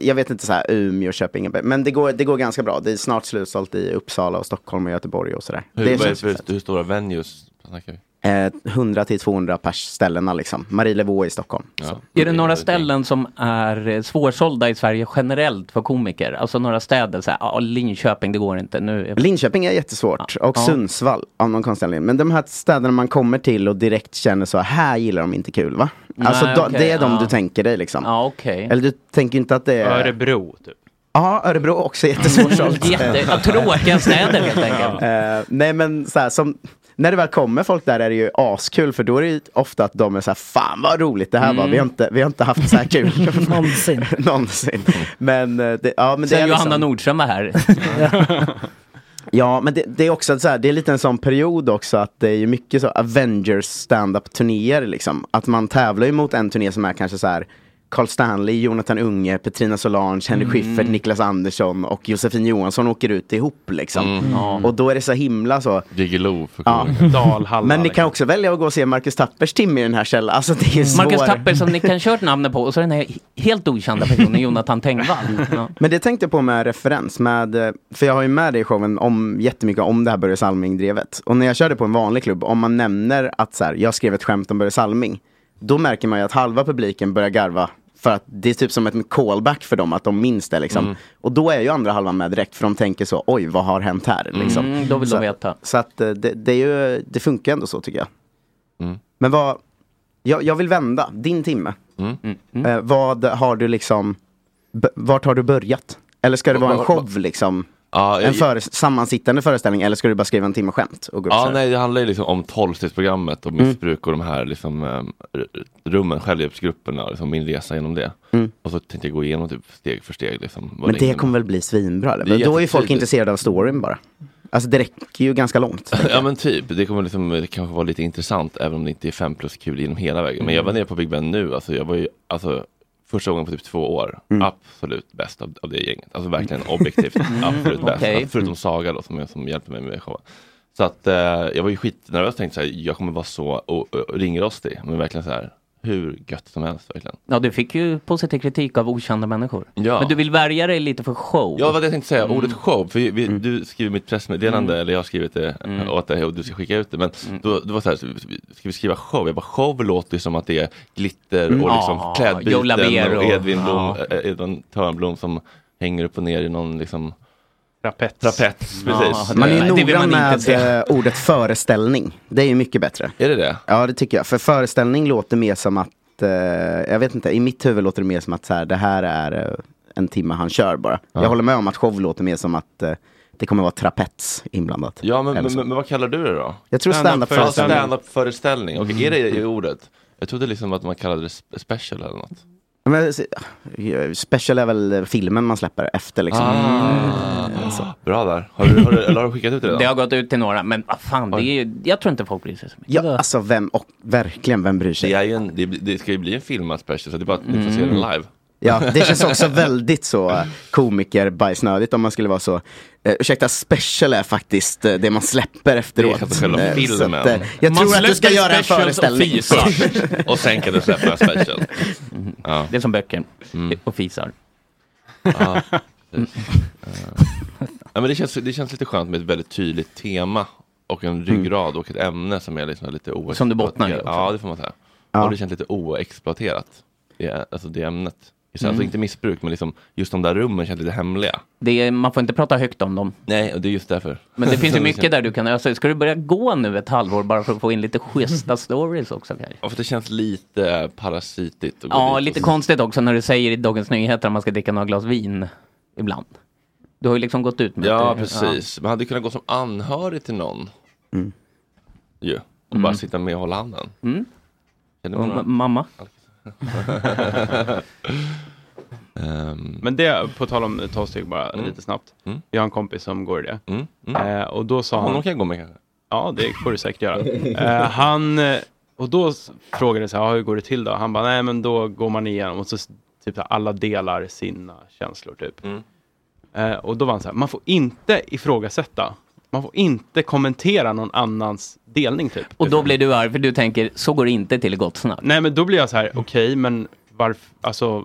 Speaker 12: jag vet inte så här, Umeå, Köping, Göteborg. men det går, det går ganska bra. Det är snart slutsålt i Uppsala och Stockholm och Göteborg och sådär.
Speaker 1: Hur,
Speaker 12: det
Speaker 1: vad är det
Speaker 12: känns
Speaker 1: för, hur stora venues snackar vi?
Speaker 12: eh, 100-200 pers ställena liksom. Marie Leveau i Stockholm. Så.
Speaker 3: Är det några ställen som är eh, svårsålda i Sverige generellt för komiker? Alltså några städer, så här, ah, Linköping, det går inte. Nu är...
Speaker 12: Linköping är jättesvårt och
Speaker 3: Ja.
Speaker 12: Sundsvall av någon konstig anledning. Men de här städerna man kommer till och direkt känner så här gillar de inte kul va? alltså
Speaker 3: Nej,
Speaker 12: då,
Speaker 3: okej,
Speaker 12: det är de
Speaker 3: ja.
Speaker 12: du tänker dig liksom.
Speaker 3: Ja, okej.
Speaker 12: Eller du tänker inte att det är...
Speaker 5: Örebro, typ.
Speaker 12: Ja, Örebro är också jättesvårsålt.
Speaker 3: Mm, Jätte- ja, tråkiga städer, helt enkelt.
Speaker 12: Eh, nej men så här, som, när det väl kommer folk där är det ju askul för då är det ju ofta att de är så här, fan vad roligt det här
Speaker 3: Mm.
Speaker 12: var, vi har inte, vi har inte haft så här kul. Någonsin. Någonsin.
Speaker 3: Mm.
Speaker 12: Men, eh, det, ja, men det
Speaker 3: Sen
Speaker 12: är
Speaker 3: Johanna
Speaker 12: liksom,
Speaker 3: Nordström var här.
Speaker 12: Ja, men det, det är också så här, det är lite en sån period också att det är ju mycket så Avengers stand-up turnéer liksom. Att man tävlar ju mot en turné som är kanske så här Carl Stanley, Jonathan Unge, Petrina Solange, Henry
Speaker 14: Mm.
Speaker 12: Schyffert, Niklas Andersson och Josefin Johansson åker ut ihop liksom.
Speaker 14: Mm. Ja.
Speaker 12: Och då är det så himla så.
Speaker 1: Diggiloo för
Speaker 12: ja.
Speaker 5: Dalhalla.
Speaker 12: Men ni
Speaker 3: liksom.
Speaker 12: kan också välja att gå och se Marcus Tappers timme i den här källan. Alltså det är
Speaker 14: Mm.
Speaker 12: ju svår...
Speaker 3: Marcus Tapper som ni kan kört namnet på och så den här helt okända personen Jonathan Tengvall. Ja.
Speaker 12: Men det tänkte jag på med referens, med, eh, för jag har ju med det i showen om, jättemycket om det här Börje Salming-drevet. Och när jag körde på en vanlig klubb, om man nämner att så här, jag skrev ett skämt om Börje Salming, då märker man ju att halva publiken börjar garva. För att det är typ som ett callback för dem, att de minns det liksom.
Speaker 3: Mm.
Speaker 12: Och då är ju andra halvan med direkt, för de tänker så, oj vad har hänt här? Liksom.
Speaker 3: Mm, då vill de
Speaker 12: så,
Speaker 3: veta.
Speaker 12: Så att eh, det, det, är ju, det funkar ändå så tycker jag.
Speaker 3: Mm.
Speaker 12: Men vad, jag, jag vill vända, din timme.
Speaker 1: Mm.
Speaker 12: Eh, vad har du liksom, b- vart har du börjat? Eller ska det vara en
Speaker 1: Var-
Speaker 12: show liksom?
Speaker 1: Ja,
Speaker 12: en
Speaker 1: jag-
Speaker 12: före, sammansittande föreställning eller ska du bara skriva en timme skämt? Och gå upp Mm. så
Speaker 1: Ja,
Speaker 12: här?
Speaker 1: nej, det handlar ju liksom om tolvstegsprogrammet och missbruk och de här liksom, ehm, r- rummen, självhjälpsgrupperna, och liksom min resa genom det.
Speaker 12: Mm.
Speaker 1: Och så tänkte jag gå igenom typ steg för steg. Liksom, vad
Speaker 12: Men det
Speaker 1: innebär.
Speaker 12: kommer väl bli svinbra? Eller?
Speaker 1: Det är
Speaker 12: Men Då är ju folk
Speaker 1: jättetydligt.
Speaker 12: intresserade av storyn bara. Alltså det räcker ju ganska långt.
Speaker 1: Ja men typ, det kommer liksom, eh, kanske vara lite intressant även om det inte är fem plus kul genom hela vägen.
Speaker 3: Mm.
Speaker 1: Men jag var nere på Big Ben nu, alltså jag var ju, alltså första gången på typ två år, absolut bäst av, av det gänget. Alltså verkligen objektivt,
Speaker 3: Mm.
Speaker 1: absolut bäst.
Speaker 3: Okej.
Speaker 1: Förutom Saga då som, som hjälper mig med showen. Så att eh, jag var ju skitnervös, tänkte så här, jag kommer vara så och, och ringrostig, men verkligen så här, hur gött som helst verkligen.
Speaker 3: Ja, du fick ju positiv kritik av okända människor.
Speaker 1: Ja.
Speaker 3: Men du vill värja dig lite för show.
Speaker 1: Ja, vad jag tänkte säga,
Speaker 3: Mm.
Speaker 1: ordet show, för vi, du skrev mitt pressmeddelande, eller jag har skrivit det
Speaker 3: Mm.
Speaker 1: äh, åt dig och du ska skicka ut det, men då, det var så här, ska vi skriva show? Jag bara, show låter ju som att det är glitter
Speaker 3: Mm.
Speaker 1: och liksom
Speaker 3: Ja, Joe
Speaker 1: klädbyten
Speaker 3: Labero.
Speaker 1: och Edvin, Blom,
Speaker 3: Ja.
Speaker 1: eh, Edvin Törnblom som hänger upp och ner i någon liksom
Speaker 5: Trapets.
Speaker 1: Trapets,
Speaker 12: Ja,
Speaker 1: precis.
Speaker 12: Man är ju
Speaker 1: Det vill
Speaker 12: noga
Speaker 1: man inte
Speaker 12: med
Speaker 1: se.
Speaker 12: eh, ordet föreställning. Det är ju mycket bättre.
Speaker 1: Är det det?
Speaker 12: Ja, det tycker jag. För föreställning låter mer som att, eh, jag vet inte, i mitt huvud låter det mer som att så här, det här är eh, en timme han kör bara.
Speaker 1: Ja.
Speaker 12: Jag håller med om att show låter mer som att eh, det kommer vara trapets inblandat.
Speaker 1: Ja, men,
Speaker 12: Eller
Speaker 1: men,
Speaker 12: så.
Speaker 1: men, vad kallar du det då?
Speaker 12: Jag tror
Speaker 1: föreställning.
Speaker 12: stand-up-föreställning.
Speaker 1: föreställning. Okej, är det i
Speaker 12: Mm.
Speaker 1: ordet? Jag trodde liksom att man kallade det spe- special eller något.
Speaker 12: Men, eh, special är väl filmen man släpper efter liksom.
Speaker 1: Ah.
Speaker 12: alltså.
Speaker 1: Bra där. Har du, har du, eller har du skickat ut det redan?
Speaker 3: Det har gått ut till några, men vad fan, det är ju, jag tror inte folk bryr sig så mycket.
Speaker 12: Ja, alltså vem, och verkligen vem bryr sig?
Speaker 1: Det, är ju en, det, det ska ju bli en filmad special, så det är bara att ni får se den
Speaker 12: Mm.
Speaker 1: live.
Speaker 12: Ja, det känns också väldigt så eh, komikerbajsnödigt om man skulle vara så. Eh, ursäkta, special är faktiskt eh, det man släpper efteråt.
Speaker 1: Det är själva
Speaker 12: Eh, så
Speaker 1: filmen.
Speaker 12: att, eh, jag
Speaker 1: Man
Speaker 12: tror att du ska
Speaker 1: släpper
Speaker 12: göra en
Speaker 1: specials och
Speaker 12: föreställning.
Speaker 1: fisar. Och sen kan du släppa en special. Mm-hmm. Ja.
Speaker 3: Det är som böcker och fisar.
Speaker 1: Mm. Ja, precis. Eh, ja, men det, känns, det känns lite skönt med ett väldigt tydligt tema och en ryggrad och ett ämne som är liksom lite oexploaterat.
Speaker 3: Mm. Som du bottnar i också.
Speaker 1: Ja, det får man säga.
Speaker 3: Ja.
Speaker 1: Och det känns lite oexploaterat, det, är- alltså det ämnet. Alltså
Speaker 3: Mm.
Speaker 1: inte missbruk, men liksom just de där rummen känns lite hemliga.
Speaker 3: Det är, man får inte prata högt om dem.
Speaker 1: Nej, och det är just därför.
Speaker 3: Men det finns ju mycket där du kan ösa ur. Ska du börja gå nu ett halvår bara för att få in lite schyssta stories också kanske?
Speaker 1: Ja, för det känns lite parasitigt. att gå dit
Speaker 3: Ja,
Speaker 1: och
Speaker 3: lite
Speaker 1: så-
Speaker 3: konstigt också när du säger i Dagens Nyheter att man ska dricka några glas vin ibland. Du har ju liksom gått ut med
Speaker 1: Ja,
Speaker 3: att du-
Speaker 1: precis. Man hade kunnat gå som anhörig till någon.
Speaker 12: Mm.
Speaker 1: Ju. Och
Speaker 3: Mm.
Speaker 1: bara sitta med och hålla handen.
Speaker 3: Mm.
Speaker 1: Känner
Speaker 3: Och
Speaker 1: man
Speaker 3: ma-
Speaker 1: några?
Speaker 3: mamma.
Speaker 1: Ehm,
Speaker 5: Men det, på tal om tolvsteg bara
Speaker 1: Mm.
Speaker 5: lite snabbt. Jag har en kompis som går i det. Eh, och då sa
Speaker 1: Honom
Speaker 5: han...
Speaker 1: kan jag gå med kanske?
Speaker 5: Ja, det får du säkert göra. eh, han, eh, och då s- frågade jag så här, "Ja, hur går det till då? Han bara, nej men då går man igenom och så s- typ så här, alla delar sina känslor typ. Eh, och då var han så här, man får inte ifrågasätta. Man får inte kommentera någon annans delning typ.
Speaker 3: Och då blir du arg för du tänker, så går det inte till i gott snack.
Speaker 5: Nej, men då blir jag så här, okej, men varför, alltså,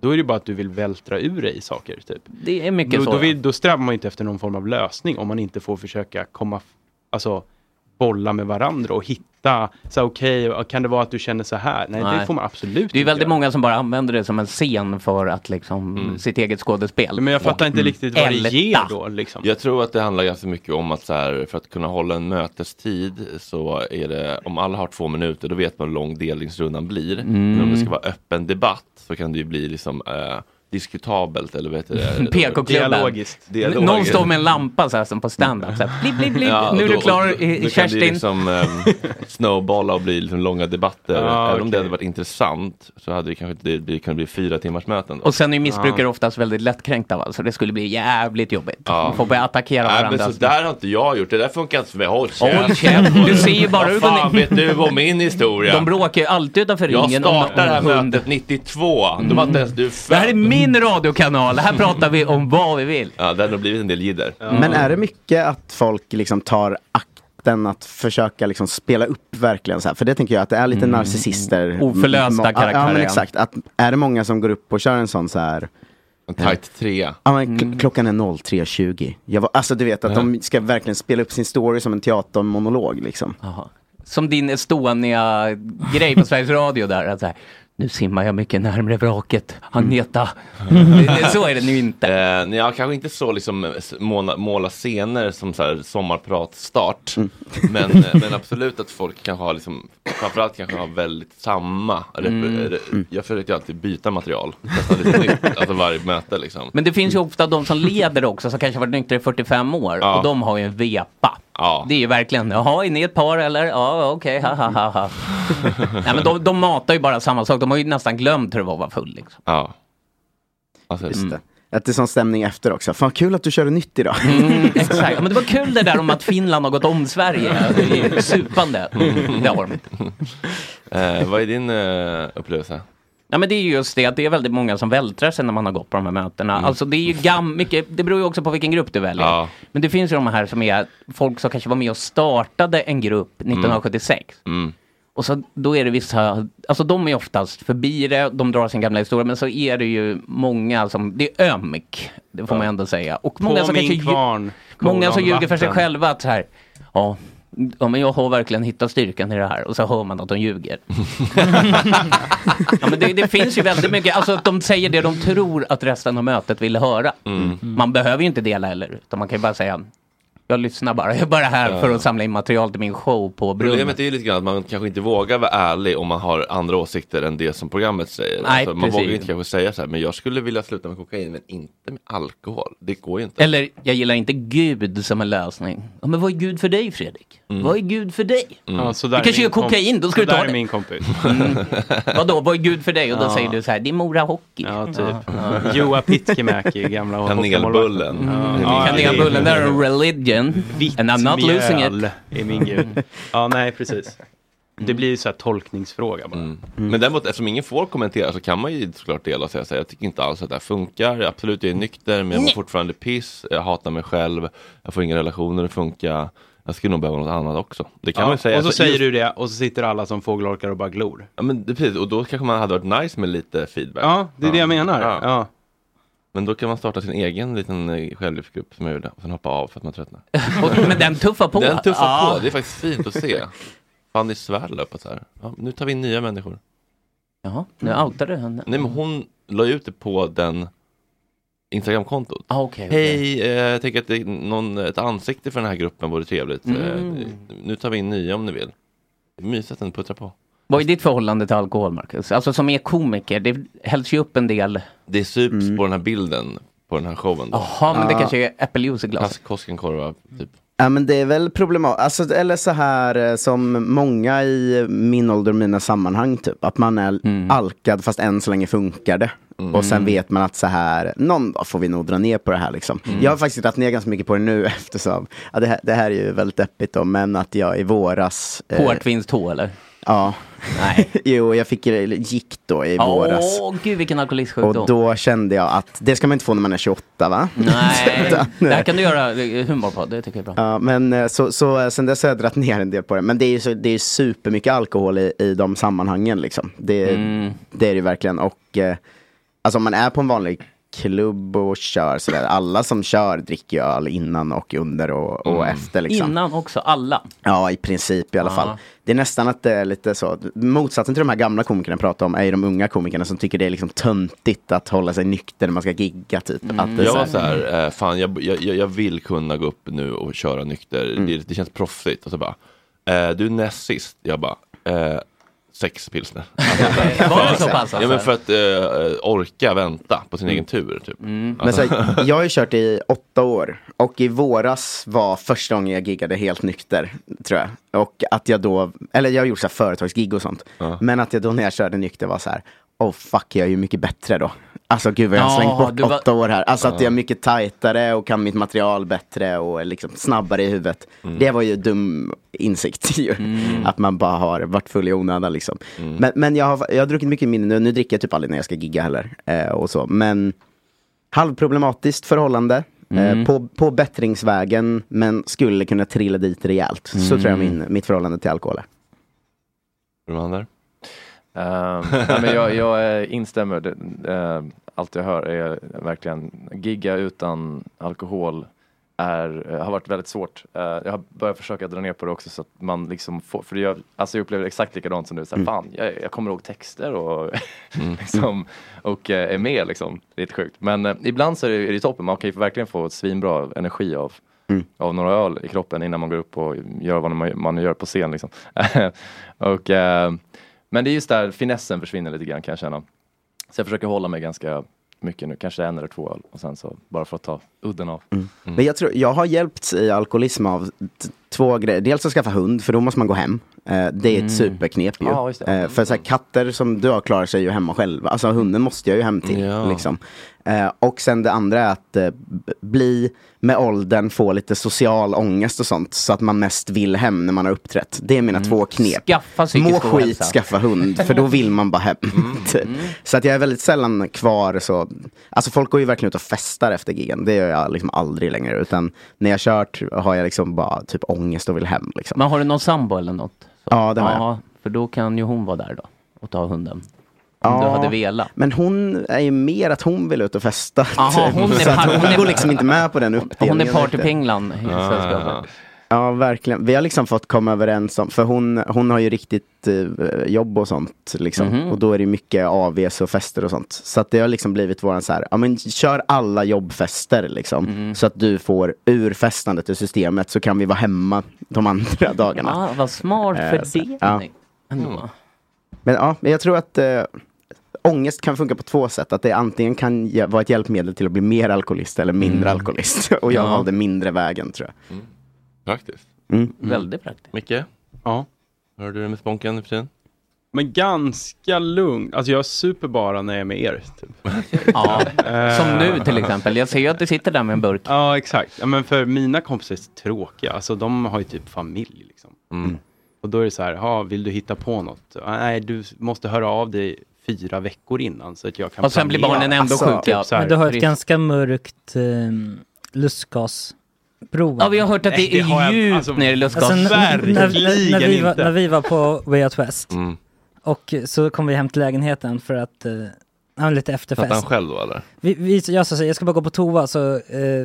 Speaker 5: då är det bara att du vill vältra ur dig saker, typ.
Speaker 3: Det är mycket
Speaker 5: då,
Speaker 3: så,
Speaker 5: Då,
Speaker 3: ja.
Speaker 5: vill, då strävar man ju inte efter någon form av lösning om man inte får försöka komma, f- alltså, bolla med varandra och hitta, så här, okej, kan det vara att du känner så här? Nej, det
Speaker 3: Nej.
Speaker 5: får man absolut
Speaker 3: Det är väldigt
Speaker 5: inte
Speaker 3: många som bara använder det som en scen för att liksom
Speaker 1: Mm.
Speaker 3: sitt eget skådespel.
Speaker 5: Men jag fattar inte
Speaker 3: Mm.
Speaker 5: riktigt vad det
Speaker 3: Älta.
Speaker 5: ger då. Liksom.
Speaker 1: Jag tror att det handlar ganska mycket om att så här, för att kunna hålla en mötestid så är det, om alla har två minuter då vet man hur lång delningsrundan blir.
Speaker 3: Mm.
Speaker 1: Men om det ska vara öppen debatt så kan det ju bli liksom eh, diskutabelt eller vad heter det?
Speaker 3: PK-klubben.
Speaker 1: Dialogiskt.
Speaker 3: Någon står med en lampa så här som på stand-up. Så här, blip, blip, blip.
Speaker 1: Ja, och
Speaker 3: nu är
Speaker 1: då-
Speaker 3: du klar,
Speaker 1: och då-
Speaker 3: eh,
Speaker 1: då kan det
Speaker 3: Kerstin.
Speaker 1: ju liksom ehm, snowballa och bli liksom långa debatter.
Speaker 3: Ja,
Speaker 1: Även om
Speaker 3: okej.
Speaker 1: det hade varit intressant så hade det kanske inte det, det kunnat bli fyra timmars möten.
Speaker 3: Och sen är ju missbrukare oftast väldigt lättkränkta va? så det skulle bli jävligt jobbigt.
Speaker 1: Ja.
Speaker 3: Får börja attackera
Speaker 1: Nej men
Speaker 3: varandra.
Speaker 1: sådär har inte jag gjort, det där funkar inte för mig. Håll
Speaker 3: Håll käften. Du ser ju bara hur
Speaker 1: Vad
Speaker 3: de-
Speaker 1: fan vet du om min historia?
Speaker 3: De bråkar ju alltid utanför
Speaker 1: jag
Speaker 3: ringen.
Speaker 1: startade det här
Speaker 3: hund. Mm.
Speaker 1: mötet 92, då var inte ens du född.
Speaker 3: Det här är min radiokanal, här pratar vi om vad vi vill.
Speaker 1: Ja, det har nog blivit en del jidder.
Speaker 12: Men är det mycket att folk liksom tar akten att försöka liksom spela upp verkligen så här? För det tänker jag att det är lite
Speaker 3: Mm.
Speaker 12: narcissister.
Speaker 3: Oförlösta
Speaker 12: Må- ja, Ja,
Speaker 3: karaktärer,
Speaker 12: men
Speaker 3: ja.
Speaker 12: exakt. Att, är det många som går upp och kör en sån så här? En
Speaker 1: tight trea.
Speaker 12: Ja, men kl-
Speaker 3: Mm.
Speaker 12: klockan är 03.20. Jag var, alltså du vet att de ska verkligen spela upp sin story som en teatermonolog liksom.
Speaker 3: Som din Estonia-grej på Sveriges Radio där. Att så här, nu simmar jag mycket närmre vraket, Agneta.
Speaker 1: Mm.
Speaker 3: Det- så är det nu inte.
Speaker 1: Eh, nej, jag kanske inte så liksom eh, s- måla, måla scener som så här sommarpratstart.
Speaker 3: Mm.
Speaker 1: Men, eh, men absolut att folk kan ha liksom, framförallt kanske ha väldigt samma. rep- eh,
Speaker 3: Mm.
Speaker 1: re- Jag försöker ju alltid byta material. Testa lite nytt, alltså varje möte liksom.
Speaker 3: Men det finns ju ofta de som leder också som kanske har varit nyktra i 45 år
Speaker 1: Ja.
Speaker 3: och de har ju en vepa. Det är ju verkligen, jaha är ni ett par eller? Ja okej, ha ha ha ha. Nej men de, de matar ju bara samma sak, de har ju nästan glömt hur det var att vara full liksom.
Speaker 1: Ja.
Speaker 12: Just det. Att det är sån stämning efter också. Fan kul att du körde nytt idag.
Speaker 3: Mm, exakt, Ja, men det var kul det där om att Finland har gått om Sverige. Det är ju Supande. Mm, Det har de inte.
Speaker 1: Mm. Eh, vad är din eh, upplevelse?
Speaker 3: Ja men det är ju just det att det är väldigt många som vältrar sig när man har gått på de här mötena.
Speaker 1: Mm.
Speaker 3: Alltså det är ju gam, mycket, det beror ju också på vilken grupp du väljer. Men det finns ju de här som är folk som kanske var med och startade en grupp 1976.
Speaker 1: Mm.
Speaker 3: Och så då är det vissa, alltså de är oftast förbi det, de drar sin gamla historia, men så är det ju många som, det är ömk, det får man ändå säga. Och
Speaker 5: På
Speaker 3: många som
Speaker 5: min
Speaker 3: kanske lju-
Speaker 5: kvarn,
Speaker 3: många som
Speaker 5: kolon,
Speaker 3: ljuger för sig
Speaker 5: vatten.
Speaker 3: själva att så här, ja, ja men jag har verkligen hittat styrkan i det här och så hör man att de ljuger. ja men det, det finns ju väldigt mycket, alltså att de säger det de tror att resten av mötet vill höra.
Speaker 5: Mm.
Speaker 3: Man behöver ju inte dela heller, utan man kan ju bara säga jag lyssnar bara, jag är bara här för att samla in material till min show på Brunn.
Speaker 1: Problemet är ju lite grann att man kanske inte vågar vara ärlig om man har andra åsikter än det som programmet säger.
Speaker 3: Nej,
Speaker 1: alltså, man vågar ju
Speaker 3: precis.
Speaker 1: inte kanske säga så här, men jag skulle vilja sluta med kokain men inte med alkohol. Det går ju inte.
Speaker 3: Eller, jag gillar inte Gud som en lösning. Ja, men vad är Gud för dig Fredrik? Vad är Gud för dig?
Speaker 5: Mm. Ja, så där
Speaker 3: du
Speaker 5: är
Speaker 3: kanske gör
Speaker 5: min
Speaker 3: kokain,
Speaker 5: komp-
Speaker 3: då ska
Speaker 5: så
Speaker 3: du ta
Speaker 5: där är
Speaker 3: det.
Speaker 5: min kompis.
Speaker 3: Mm. Vadå, vad är Gud för dig? Och då
Speaker 5: Ja.
Speaker 3: säger du så här, det är Mora Hockey.
Speaker 5: Ja, typ. Joa Pitkämäki, gamla
Speaker 1: Kanelbullen.
Speaker 5: Ja. Ja,
Speaker 3: Mm. Kanelbullen, där är religion. And I'm not losing
Speaker 5: mjöl
Speaker 3: it.
Speaker 5: är min gud. Ja, nej, precis.
Speaker 3: Mm.
Speaker 5: Det blir ju så här tolkningsfråga bara.
Speaker 1: Mm. Men däremot eftersom ingen får kommentera så kan man ju såklart dela och säga så här, jag tycker inte alls att det här funkar. Absolut, jag är nykter men jag mår
Speaker 3: Nej.
Speaker 1: fortfarande piss. Jag hatar mig själv. Jag får inga relationer att funka. Jag skulle nog behöva något annat också. Det kan
Speaker 5: Ja,
Speaker 1: man ju säga.
Speaker 5: och så
Speaker 1: Alltså,
Speaker 5: säger
Speaker 1: just-
Speaker 5: du det och så sitter alla som fågelholkar och bara glor.
Speaker 1: Ja, men det, precis. Och då kanske man hade varit nice med lite feedback.
Speaker 5: Ja, det är det jag menar.
Speaker 1: Men då kan man starta sin egen liten eh, självhjälpsgrupp som jag gjorde och sen hoppa av för att man tröttnar.
Speaker 3: Och- men den tuffar på.
Speaker 1: Den tuffar
Speaker 3: Ja.
Speaker 1: på, det är faktiskt fint att se. Fanny Svärd la upp ett så här. Ja, nu tar vi in nya människor.
Speaker 3: Jaha, nu outade du henne.
Speaker 1: Nej men hon la ju ut det på den Instagramkontot.
Speaker 3: Ah, okej,
Speaker 1: Hej, eh, jag tänker att det, någon, ett ansikte för den här gruppen vore trevligt. Eh,
Speaker 3: Mm.
Speaker 1: nu tar vi in nya om ni vill. Det är Mysigt att den puttrar på.
Speaker 3: Vad är ditt förhållande till alkohol, Marcus? Alltså som är komiker, det hälls ju upp en del. Mm.
Speaker 1: Det sups på den här bilden, på den här showen. då.
Speaker 3: Jaha, men det
Speaker 12: Ja.
Speaker 3: kanske är äppeljuice i glas.
Speaker 1: Hasse Koskenkorva, typ.
Speaker 12: Ja men det är väl problematiskt, alltså, eller så här eh, som många i min ålder och mina sammanhang typ, att man är
Speaker 3: Mm.
Speaker 12: alkad fast än så länge funkar det. Och sen vet man att så här, någon dag får vi nog dra ner på det här liksom.
Speaker 3: Mm.
Speaker 12: Jag har faktiskt dragit ner ganska mycket på det nu eftersom, ja, det, här, det här är ju väldigt öppet då, men att jag i våras... eh,
Speaker 3: Portvinstå eller?
Speaker 12: Ja.
Speaker 3: Nej.
Speaker 12: jo, jag fick gick då i
Speaker 3: Åh,
Speaker 12: våras.
Speaker 3: gud vilken alkoholistsjukdom.
Speaker 12: Och då kände jag att det ska man inte få när man är 28 va?
Speaker 3: Nej, det här kan du göra eh, humor på, det tycker jag är bra.
Speaker 12: Ja, men eh, så, så eh, sen dess har jag dragit ner en del på det. Men det är ju så, det är ju supermycket alkohol i, i
Speaker 1: Mm.
Speaker 12: de sammanhangen liksom. Det, det är det ju verkligen. Och eh, alltså om man är på en vanlig klubb och kör sådär. Alla som kör dricker ju öl innan och under och, och
Speaker 1: Mm.
Speaker 12: efter liksom.
Speaker 3: Innan också, alla.
Speaker 12: Ja, i princip i alla
Speaker 3: Ah.
Speaker 12: fall. Det är nästan att det är lite så. Motsatsen till de här gamla komikerna jag pratar om är ju de unga komikerna som tycker det är liksom töntigt att hålla sig nykter när man ska gigga typ.
Speaker 3: Mm.
Speaker 12: Att det är
Speaker 1: Mm. Jag
Speaker 12: så
Speaker 1: var
Speaker 12: här- mm.
Speaker 1: så här, eh, fan jag, jag, jag vill kunna gå upp nu och köra nykter.
Speaker 3: Mm.
Speaker 1: Det, det känns proffsigt. Och så bara, eh, du är näst sist. Jag bara, eh, sex pilsner. Alltså, så här.
Speaker 3: Var det så pass, alltså? Mm.
Speaker 1: Ja men för att eh, orka vänta på sin egen tur. Typ.
Speaker 12: Men så
Speaker 1: Alltså,
Speaker 12: här, jag har ju kört i åtta år och i våras var första gången jag giggade helt nykter, tror jag. Och att jag då, eller jag har gjort så här företagsgig och sånt, men att jag då när jag körde nykter var så här, oh fuck, jag är ju mycket bättre då. Alltså gud vad jag har
Speaker 3: Ja,
Speaker 12: slängt bort
Speaker 3: du var-
Speaker 12: åtta år här. Alltså att
Speaker 3: Ja.
Speaker 12: jag är mycket tajtare och kan mitt material bättre och är liksom snabbare i huvudet. Det var ju dum insikt ju.
Speaker 3: Mm.
Speaker 12: Att man bara har varit full i onödan liksom. Men, men jag, har, jag har druckit mycket mindre nu. Nu dricker jag typ aldrig när jag ska gigga heller. Eh, och så. Men halvproblematiskt förhållande.
Speaker 3: Mm.
Speaker 12: Eh, på, på bättringsvägen, men skulle kunna trilla dit rejält. Så
Speaker 11: Mm.
Speaker 12: tror jag min, mitt förhållande till alkohol är.
Speaker 1: Romander?
Speaker 11: Ehm, nej, men jag, jag eh, instämmer. Det, eh, allt jag hör är verkligen, gigga utan alkohol är, eh, har varit väldigt svårt. Eh, jag har börjat försöka dra ner på det också så att man liksom får, för jag, alltså jag upplever exakt likadant som du, så här,
Speaker 3: Mm.
Speaker 11: fan jag, jag kommer ihåg texter och, liksom, och eh, är med liksom. Det är lite sjukt. Men eh, ibland så är det, är det toppen, man kan ju verkligen få svinbra energi av av några öl i kroppen innan man går upp och gör vad man, man gör på scen. Liksom. och, eh, men det är just där finessen försvinner lite grann kan jag känna. Så jag försöker hålla mig ganska mycket nu, kanske en eller två öl och sen så bara för att ta udden av.
Speaker 12: Men jag, tror, jag har hjälpts i alkoholism av t- två grejer. Dels att skaffa hund, för då måste man gå hem. Eh, det är ett
Speaker 11: Mm.
Speaker 12: superknep ju.
Speaker 11: Ja, just det.
Speaker 12: Eh, för så här, katter som du har klarar sig ju hemma själv. Alltså hunden måste jag ju hem till. Liksom. Eh, och sen det andra är att eh, b- bli med åldern, få lite social ångest och sånt. Så att man mest vill hem när man har uppträtt. Det är mina
Speaker 11: Mm.
Speaker 12: två knep.
Speaker 3: Skaffa psykisk
Speaker 12: Må skit,
Speaker 3: ohälsa.
Speaker 12: skaffa hund. För då vill man bara hem.
Speaker 11: Mm.
Speaker 12: Typ. Så att jag är väldigt sällan kvar så. Alltså folk går ju verkligen ut och festar efter gigen. Det gör jag liksom aldrig längre. Utan när jag kört har jag liksom bara typ ångest och vill hem. Liksom.
Speaker 3: Men har du någon sambo eller något? Så-
Speaker 12: Ja, det har jag.
Speaker 3: För då kan ju hon vara där då och ta hunden. Om du
Speaker 12: Ja,
Speaker 3: hade velat.
Speaker 12: Men hon är ju mer att hon vill ut och festa. Typ.
Speaker 3: Jaha, hon är
Speaker 12: så att
Speaker 3: par-
Speaker 12: hon,
Speaker 3: hon är-
Speaker 12: går liksom inte med på den uppdelningen.
Speaker 3: Hon är
Speaker 12: riktigt.
Speaker 3: partypenglan i
Speaker 12: Ja,
Speaker 3: sällskapet.
Speaker 12: Ja, verkligen. Vi har liksom fått komma överens om, för hon, hon har ju riktigt eh, jobb och sånt. Liksom.
Speaker 3: Mhm.
Speaker 12: Och då är det mycket AVs och fester och sånt. Så att det har liksom blivit våran så här, ja men kör alla jobbfester liksom.
Speaker 3: Mhm.
Speaker 12: Så att du får ur festandet ur systemet så kan vi vara hemma de andra dagarna.
Speaker 3: Ah, vad smart
Speaker 12: Eh, så-
Speaker 3: fördelning.
Speaker 12: ja.
Speaker 5: Mm.
Speaker 3: Ändå.
Speaker 12: Men ja, men jag tror att eh, ångest kan funka på två sätt. Att det antingen kan ge- vara ett hjälpmedel till att bli mer alkoholist eller mindre alkoholist. Och jag
Speaker 1: Ja.
Speaker 12: valde mindre vägen tror jag.
Speaker 1: Praktiskt.
Speaker 12: Mm.
Speaker 3: Väldigt praktiskt.
Speaker 1: Micke?
Speaker 5: Ja.
Speaker 1: Hur är du med Sponken nu för tiden?
Speaker 5: Men ganska lugn. Alltså jag super bara när jag är med er. Typ. Eh,
Speaker 3: Ja. Som nu till exempel. Jag ser ju att du sitter där med en burk.
Speaker 5: Ja, exakt. Ja, men för mina kompisar är så tråkiga. Alltså de har ju typ familj liksom.
Speaker 1: Mm.
Speaker 5: Och då är det så här, ha, vill du hitta på något? Ja, Nej, du måste höra av dig fyra veckor innan så att jag kan
Speaker 3: Och sen blir
Speaker 5: planera.
Speaker 3: barnen ändå Alltså, sjuka.
Speaker 5: typ så här,
Speaker 7: Men du har ett
Speaker 5: risk-
Speaker 7: ganska mörkt um, lustgasprov.
Speaker 3: Ja, vi har hört att det
Speaker 5: Nej, det har
Speaker 3: är
Speaker 5: jag-
Speaker 3: djupt
Speaker 5: alltså,
Speaker 3: nere i
Speaker 7: Alltså,
Speaker 3: lustgasen.
Speaker 7: n- n- när, när, när, vi var, när vi var på Way Out West
Speaker 5: Mm.
Speaker 7: och eh, så kom vi hem till lägenheten för att eh, ha lite efterfest.
Speaker 1: Satt han själv då eller?
Speaker 7: Vi, vi, jag sa så här, jag ska bara gå på toa så eh,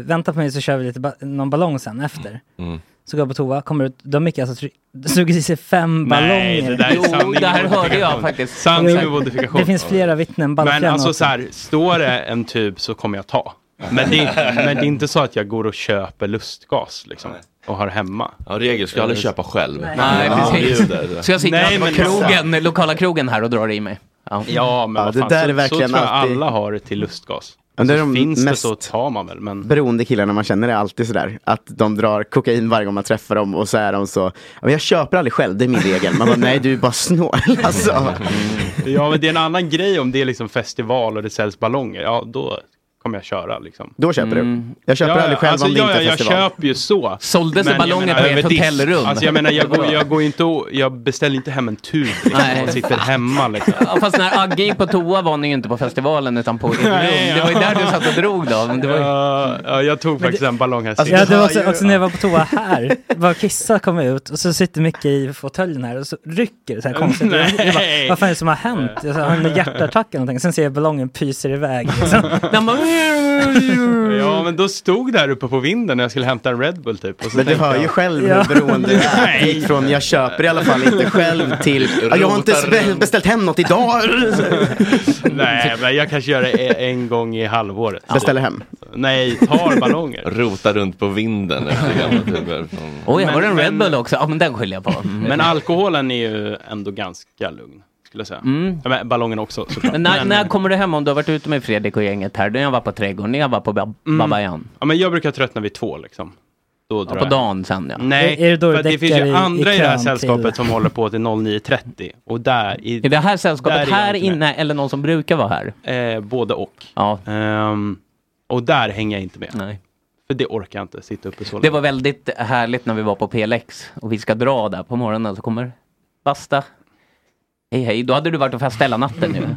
Speaker 7: vänta på mig så kör vi lite ba- någon ballong sen efter.
Speaker 1: Mm.
Speaker 7: Så går jag på toa, kommer ut, då har Micke alltså try- sugit i sig fem ballonger.
Speaker 5: Nej, det där är sanning med modifikation. Sanning med modifikation.
Speaker 7: Det finns flera vittnen,
Speaker 5: Men
Speaker 7: Balkan
Speaker 5: alltså
Speaker 7: också.
Speaker 5: så här, står det en tub så kommer jag ta. Men det, är, men det är inte så att jag går och köper lustgas liksom. Och har hemma.
Speaker 1: Ja, regel ska jag aldrig köpa själv.
Speaker 3: Nej, Ah, precis. Så jag sitter
Speaker 5: Nej,
Speaker 3: alltså
Speaker 5: men alltså-
Speaker 3: på krogen, lokala krogen här och drar i mig. Ja,
Speaker 5: Ja, men vad fan,
Speaker 12: där
Speaker 5: så,
Speaker 12: är verkligen
Speaker 5: så tror jag
Speaker 12: alltid-
Speaker 5: alla har det till lustgas.
Speaker 12: Men det är
Speaker 5: Så
Speaker 12: de
Speaker 5: finns det
Speaker 12: mest-
Speaker 5: så tar man väl, men...
Speaker 12: Beroende killarna man känner är alltid sådär att de drar kokain varje gång man träffar dem och så är de så, "Ja, men jag köper aldrig själv, det är min regel. Man bara, nej du är bara snål alltså.
Speaker 5: Mm. Ja, men det är en annan grej om det är liksom festival och det säljs ballonger. Ja, då kommer jag köra liksom.
Speaker 12: Då köper du. Jag köper aldrig själv
Speaker 5: alltså,
Speaker 12: om det
Speaker 5: ja,
Speaker 12: inte är
Speaker 5: ja, jag
Speaker 12: festival.
Speaker 5: köper ju så.
Speaker 12: Såldes det
Speaker 5: Men jag
Speaker 12: ballonger
Speaker 5: menar,
Speaker 12: på ert
Speaker 5: över disk.
Speaker 12: hotellrum?
Speaker 5: Alltså jag menar, jag går, jag går inte och, jag beställer inte hem en tub liksom,
Speaker 3: Nej.
Speaker 5: och sitter hemma liksom.
Speaker 3: Ja, fast när Agge gick på toa var ni ju inte på festivalen utan på ditt rum.
Speaker 5: Nej, ja.
Speaker 3: Det var ju där du satt och drog då. Men det var ju... Alltså,
Speaker 5: Ja, ja, jag tog faktiskt en ballong här
Speaker 7: ja, det var också, också när jag var på toa här, bara kissa kom ut och så sitter Micke i fåtöljen här och så rycker det så här konstigt.
Speaker 5: Nej.
Speaker 7: Jag bara, vad fan är det som har hänt? Jag sa, har han en hjärtattack eller någonting? Sen ser jag ballongen pyser iväg. Liksom. Den bara,
Speaker 5: Ja, men då stod där uppe på vinden när jag skulle hämta en Red Bull typ. Och så
Speaker 12: Men du
Speaker 5: tänkte
Speaker 12: hör
Speaker 5: jag-
Speaker 12: ju själv hur beroende du är.
Speaker 5: Nej.
Speaker 12: Det gick från jag köper i alla fall inte själv till "Ja, jag har inte
Speaker 5: Rotar
Speaker 12: spe-
Speaker 5: runt.
Speaker 12: beställt hem något idag.
Speaker 5: Nej, men jag kanske gör det e- en gång i halvåret.
Speaker 12: Beställer hem.
Speaker 5: Nej, tar ballonger.
Speaker 1: Rota runt på vinden efter gamla tuber. från-
Speaker 3: Oj, har du en
Speaker 5: Men-
Speaker 3: Red Bull också? Ja, men den skyller jag på.
Speaker 5: Men alkoholen är ju ändå ganska lugn, skulle jag säga.
Speaker 3: Mm.
Speaker 5: Ja, Men ballongen också såklart.
Speaker 3: Men när, när kommer du hem om du har varit ute med Fredrik och gänget här? När jag var på trädgården, när jag var på Bab-
Speaker 5: Mm.
Speaker 3: Babajan.
Speaker 5: Ja, men jag brukar tröttna vid två liksom. Då drar
Speaker 3: på
Speaker 5: jag.
Speaker 3: dagen sen ja.
Speaker 5: Nej,
Speaker 3: Är- är det då du
Speaker 5: för att det finns
Speaker 3: däckar
Speaker 5: ju
Speaker 3: i-
Speaker 5: andra
Speaker 3: i
Speaker 5: i, det här
Speaker 3: kön till-
Speaker 5: sällskapet som håller på till 09.30. Och där... I,
Speaker 3: Är det här sällskapet
Speaker 5: där är jag
Speaker 3: här
Speaker 5: inte med.
Speaker 3: inne eller någon som brukar vara här?
Speaker 5: Eh, både och. Ehm,
Speaker 3: Ja.
Speaker 5: och där hänger jag inte med.
Speaker 3: Nej.
Speaker 5: För det orkar jag inte sitta uppe så länge.
Speaker 3: Det var väldigt härligt när vi var på PLX och vi ska dra där på morgonen så kommer Basta. Hej hej, då hade du varit och festat hela natten nu.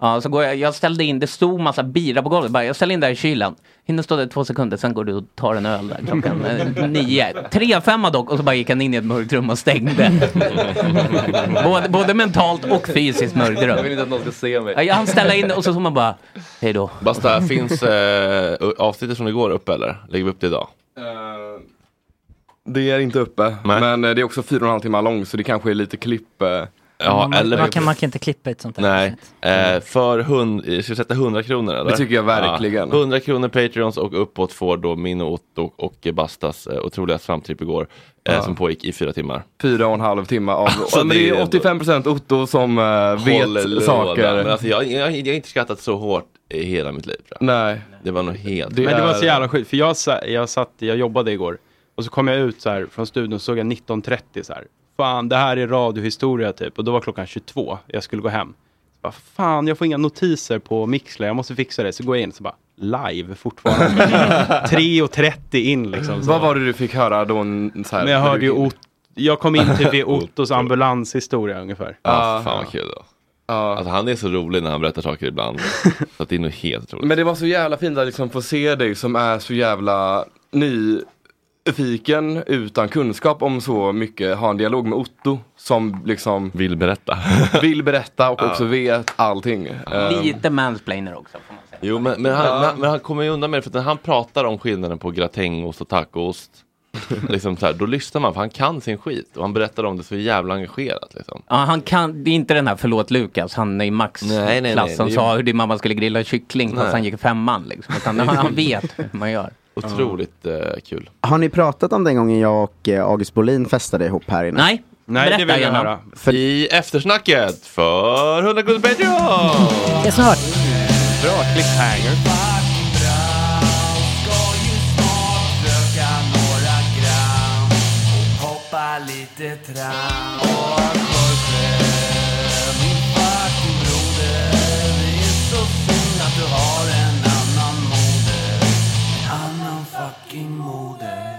Speaker 3: ja. så går jag, jag ställde in, det stod massa bira på golvet, bara, jag ställer in där i kylen. Hinner stå där två sekunder, sen går du och tar en öl där klockan eh, nio. Tre femma dock och så bara gick han in i ett mörkt rum och stängde. både, både mentalt och fysiskt mörkt
Speaker 11: Jag vill
Speaker 3: rum.
Speaker 11: inte att någon ska se mig.
Speaker 3: Ja, Han ställer in och så såg man bara, hej då.
Speaker 1: Basta, finns eh, avsnittet från igår uppe eller? Lägger vi upp det idag?
Speaker 14: Det är inte uppe,
Speaker 1: Nej.
Speaker 14: men eh, det är också fyra och en halv timme lång så det kanske är lite klipp. eh.
Speaker 1: Ja, eller...
Speaker 7: man, kan, man kan inte klippa ett sånt här.
Speaker 1: Nej, eh, för hund, ska vi sätta 100 kronor eller?
Speaker 14: Det tycker jag verkligen.
Speaker 1: Ja. 100 kronor Patreons och uppåt får då min och Otto och Bastas eh, otroliga svamtripp igår eh,
Speaker 14: Ja.
Speaker 1: som pågick i fyra timmar.
Speaker 14: Fyra och en halv timme av...
Speaker 1: Alltså,
Speaker 14: men
Speaker 1: det
Speaker 14: det
Speaker 1: är
Speaker 14: är
Speaker 1: ändå-
Speaker 14: 85 procent Otto som eh,
Speaker 1: Håll
Speaker 14: vet
Speaker 1: lådan.
Speaker 14: saker.
Speaker 1: Men alltså, jag, jag, jag har inte skrattat så hårt i hela mitt liv. Tror jag.
Speaker 14: Nej.
Speaker 1: Det var nog helt...
Speaker 5: Men det var så jävla skit, för jag, sa- jag satt, jag jobbade igår och så kom jag ut så här från studion och såg jag 19.30 så här. Fan, det här är radiohistoria typ. Och då var klockan 22, jag skulle gå hem. Så bara, fan, jag får inga notiser på Mixler, jag måste fixa det. Så går jag in så bara, live fortfarande. 3.30 in liksom. Så.
Speaker 14: Vad var det du fick höra då? n- Så här,
Speaker 5: Men jag
Speaker 14: när
Speaker 5: hörde
Speaker 14: du
Speaker 5: ju
Speaker 14: gick in?
Speaker 5: Otto, jag kom in typ vid Ottos ambulanshistoria ungefär.
Speaker 1: Ja, fan vad kul då. Alltså, han är så rolig när han berättar saker ibland. så att det är nog helt otroligt.
Speaker 14: Men det var så jävla fint att liksom få se dig som är så jävla nyfiken utan kunskap om så mycket, ha en dialog med Otto som liksom
Speaker 1: vill berätta.
Speaker 14: vill berätta och
Speaker 1: Ja.
Speaker 14: också vet allting. Ehm,
Speaker 3: Lite mansplainer också. får man säga.
Speaker 1: Jo, men, men, han,
Speaker 14: Ja.
Speaker 1: men, han- men han kommer ju undan med det för att när han pratar om skillnaden på gratängost och tacoost. liksom så här, då lyssnar man för han kan sin skit och han berättar om det så jävla engagerat. Liksom.
Speaker 3: Ja, han kan, det är inte den här förlåt Lukas, han är i
Speaker 1: Nej, nej, nej,
Speaker 3: Max-klass som
Speaker 1: det är-
Speaker 3: sa hur din mamma skulle grilla kyckling fast
Speaker 1: Nej.
Speaker 3: han gick i femman liksom. Utan han, han vet hur man gör.
Speaker 1: Otroligt eh, kul.
Speaker 12: Har ni pratat om den gången jag och eh, August Bolin festade ihop här inne?
Speaker 3: Nej,
Speaker 1: Nej, det Berätta vill jag gärna. höra.
Speaker 12: För
Speaker 1: I eftersnacket för 100 kronor Patreon!
Speaker 7: Det är snart.
Speaker 5: Bra cliffhanger.
Speaker 9: Hoppa lite tram och Jorge, min fucking broder Det är så synd att du har en annan moder En annan fucking moder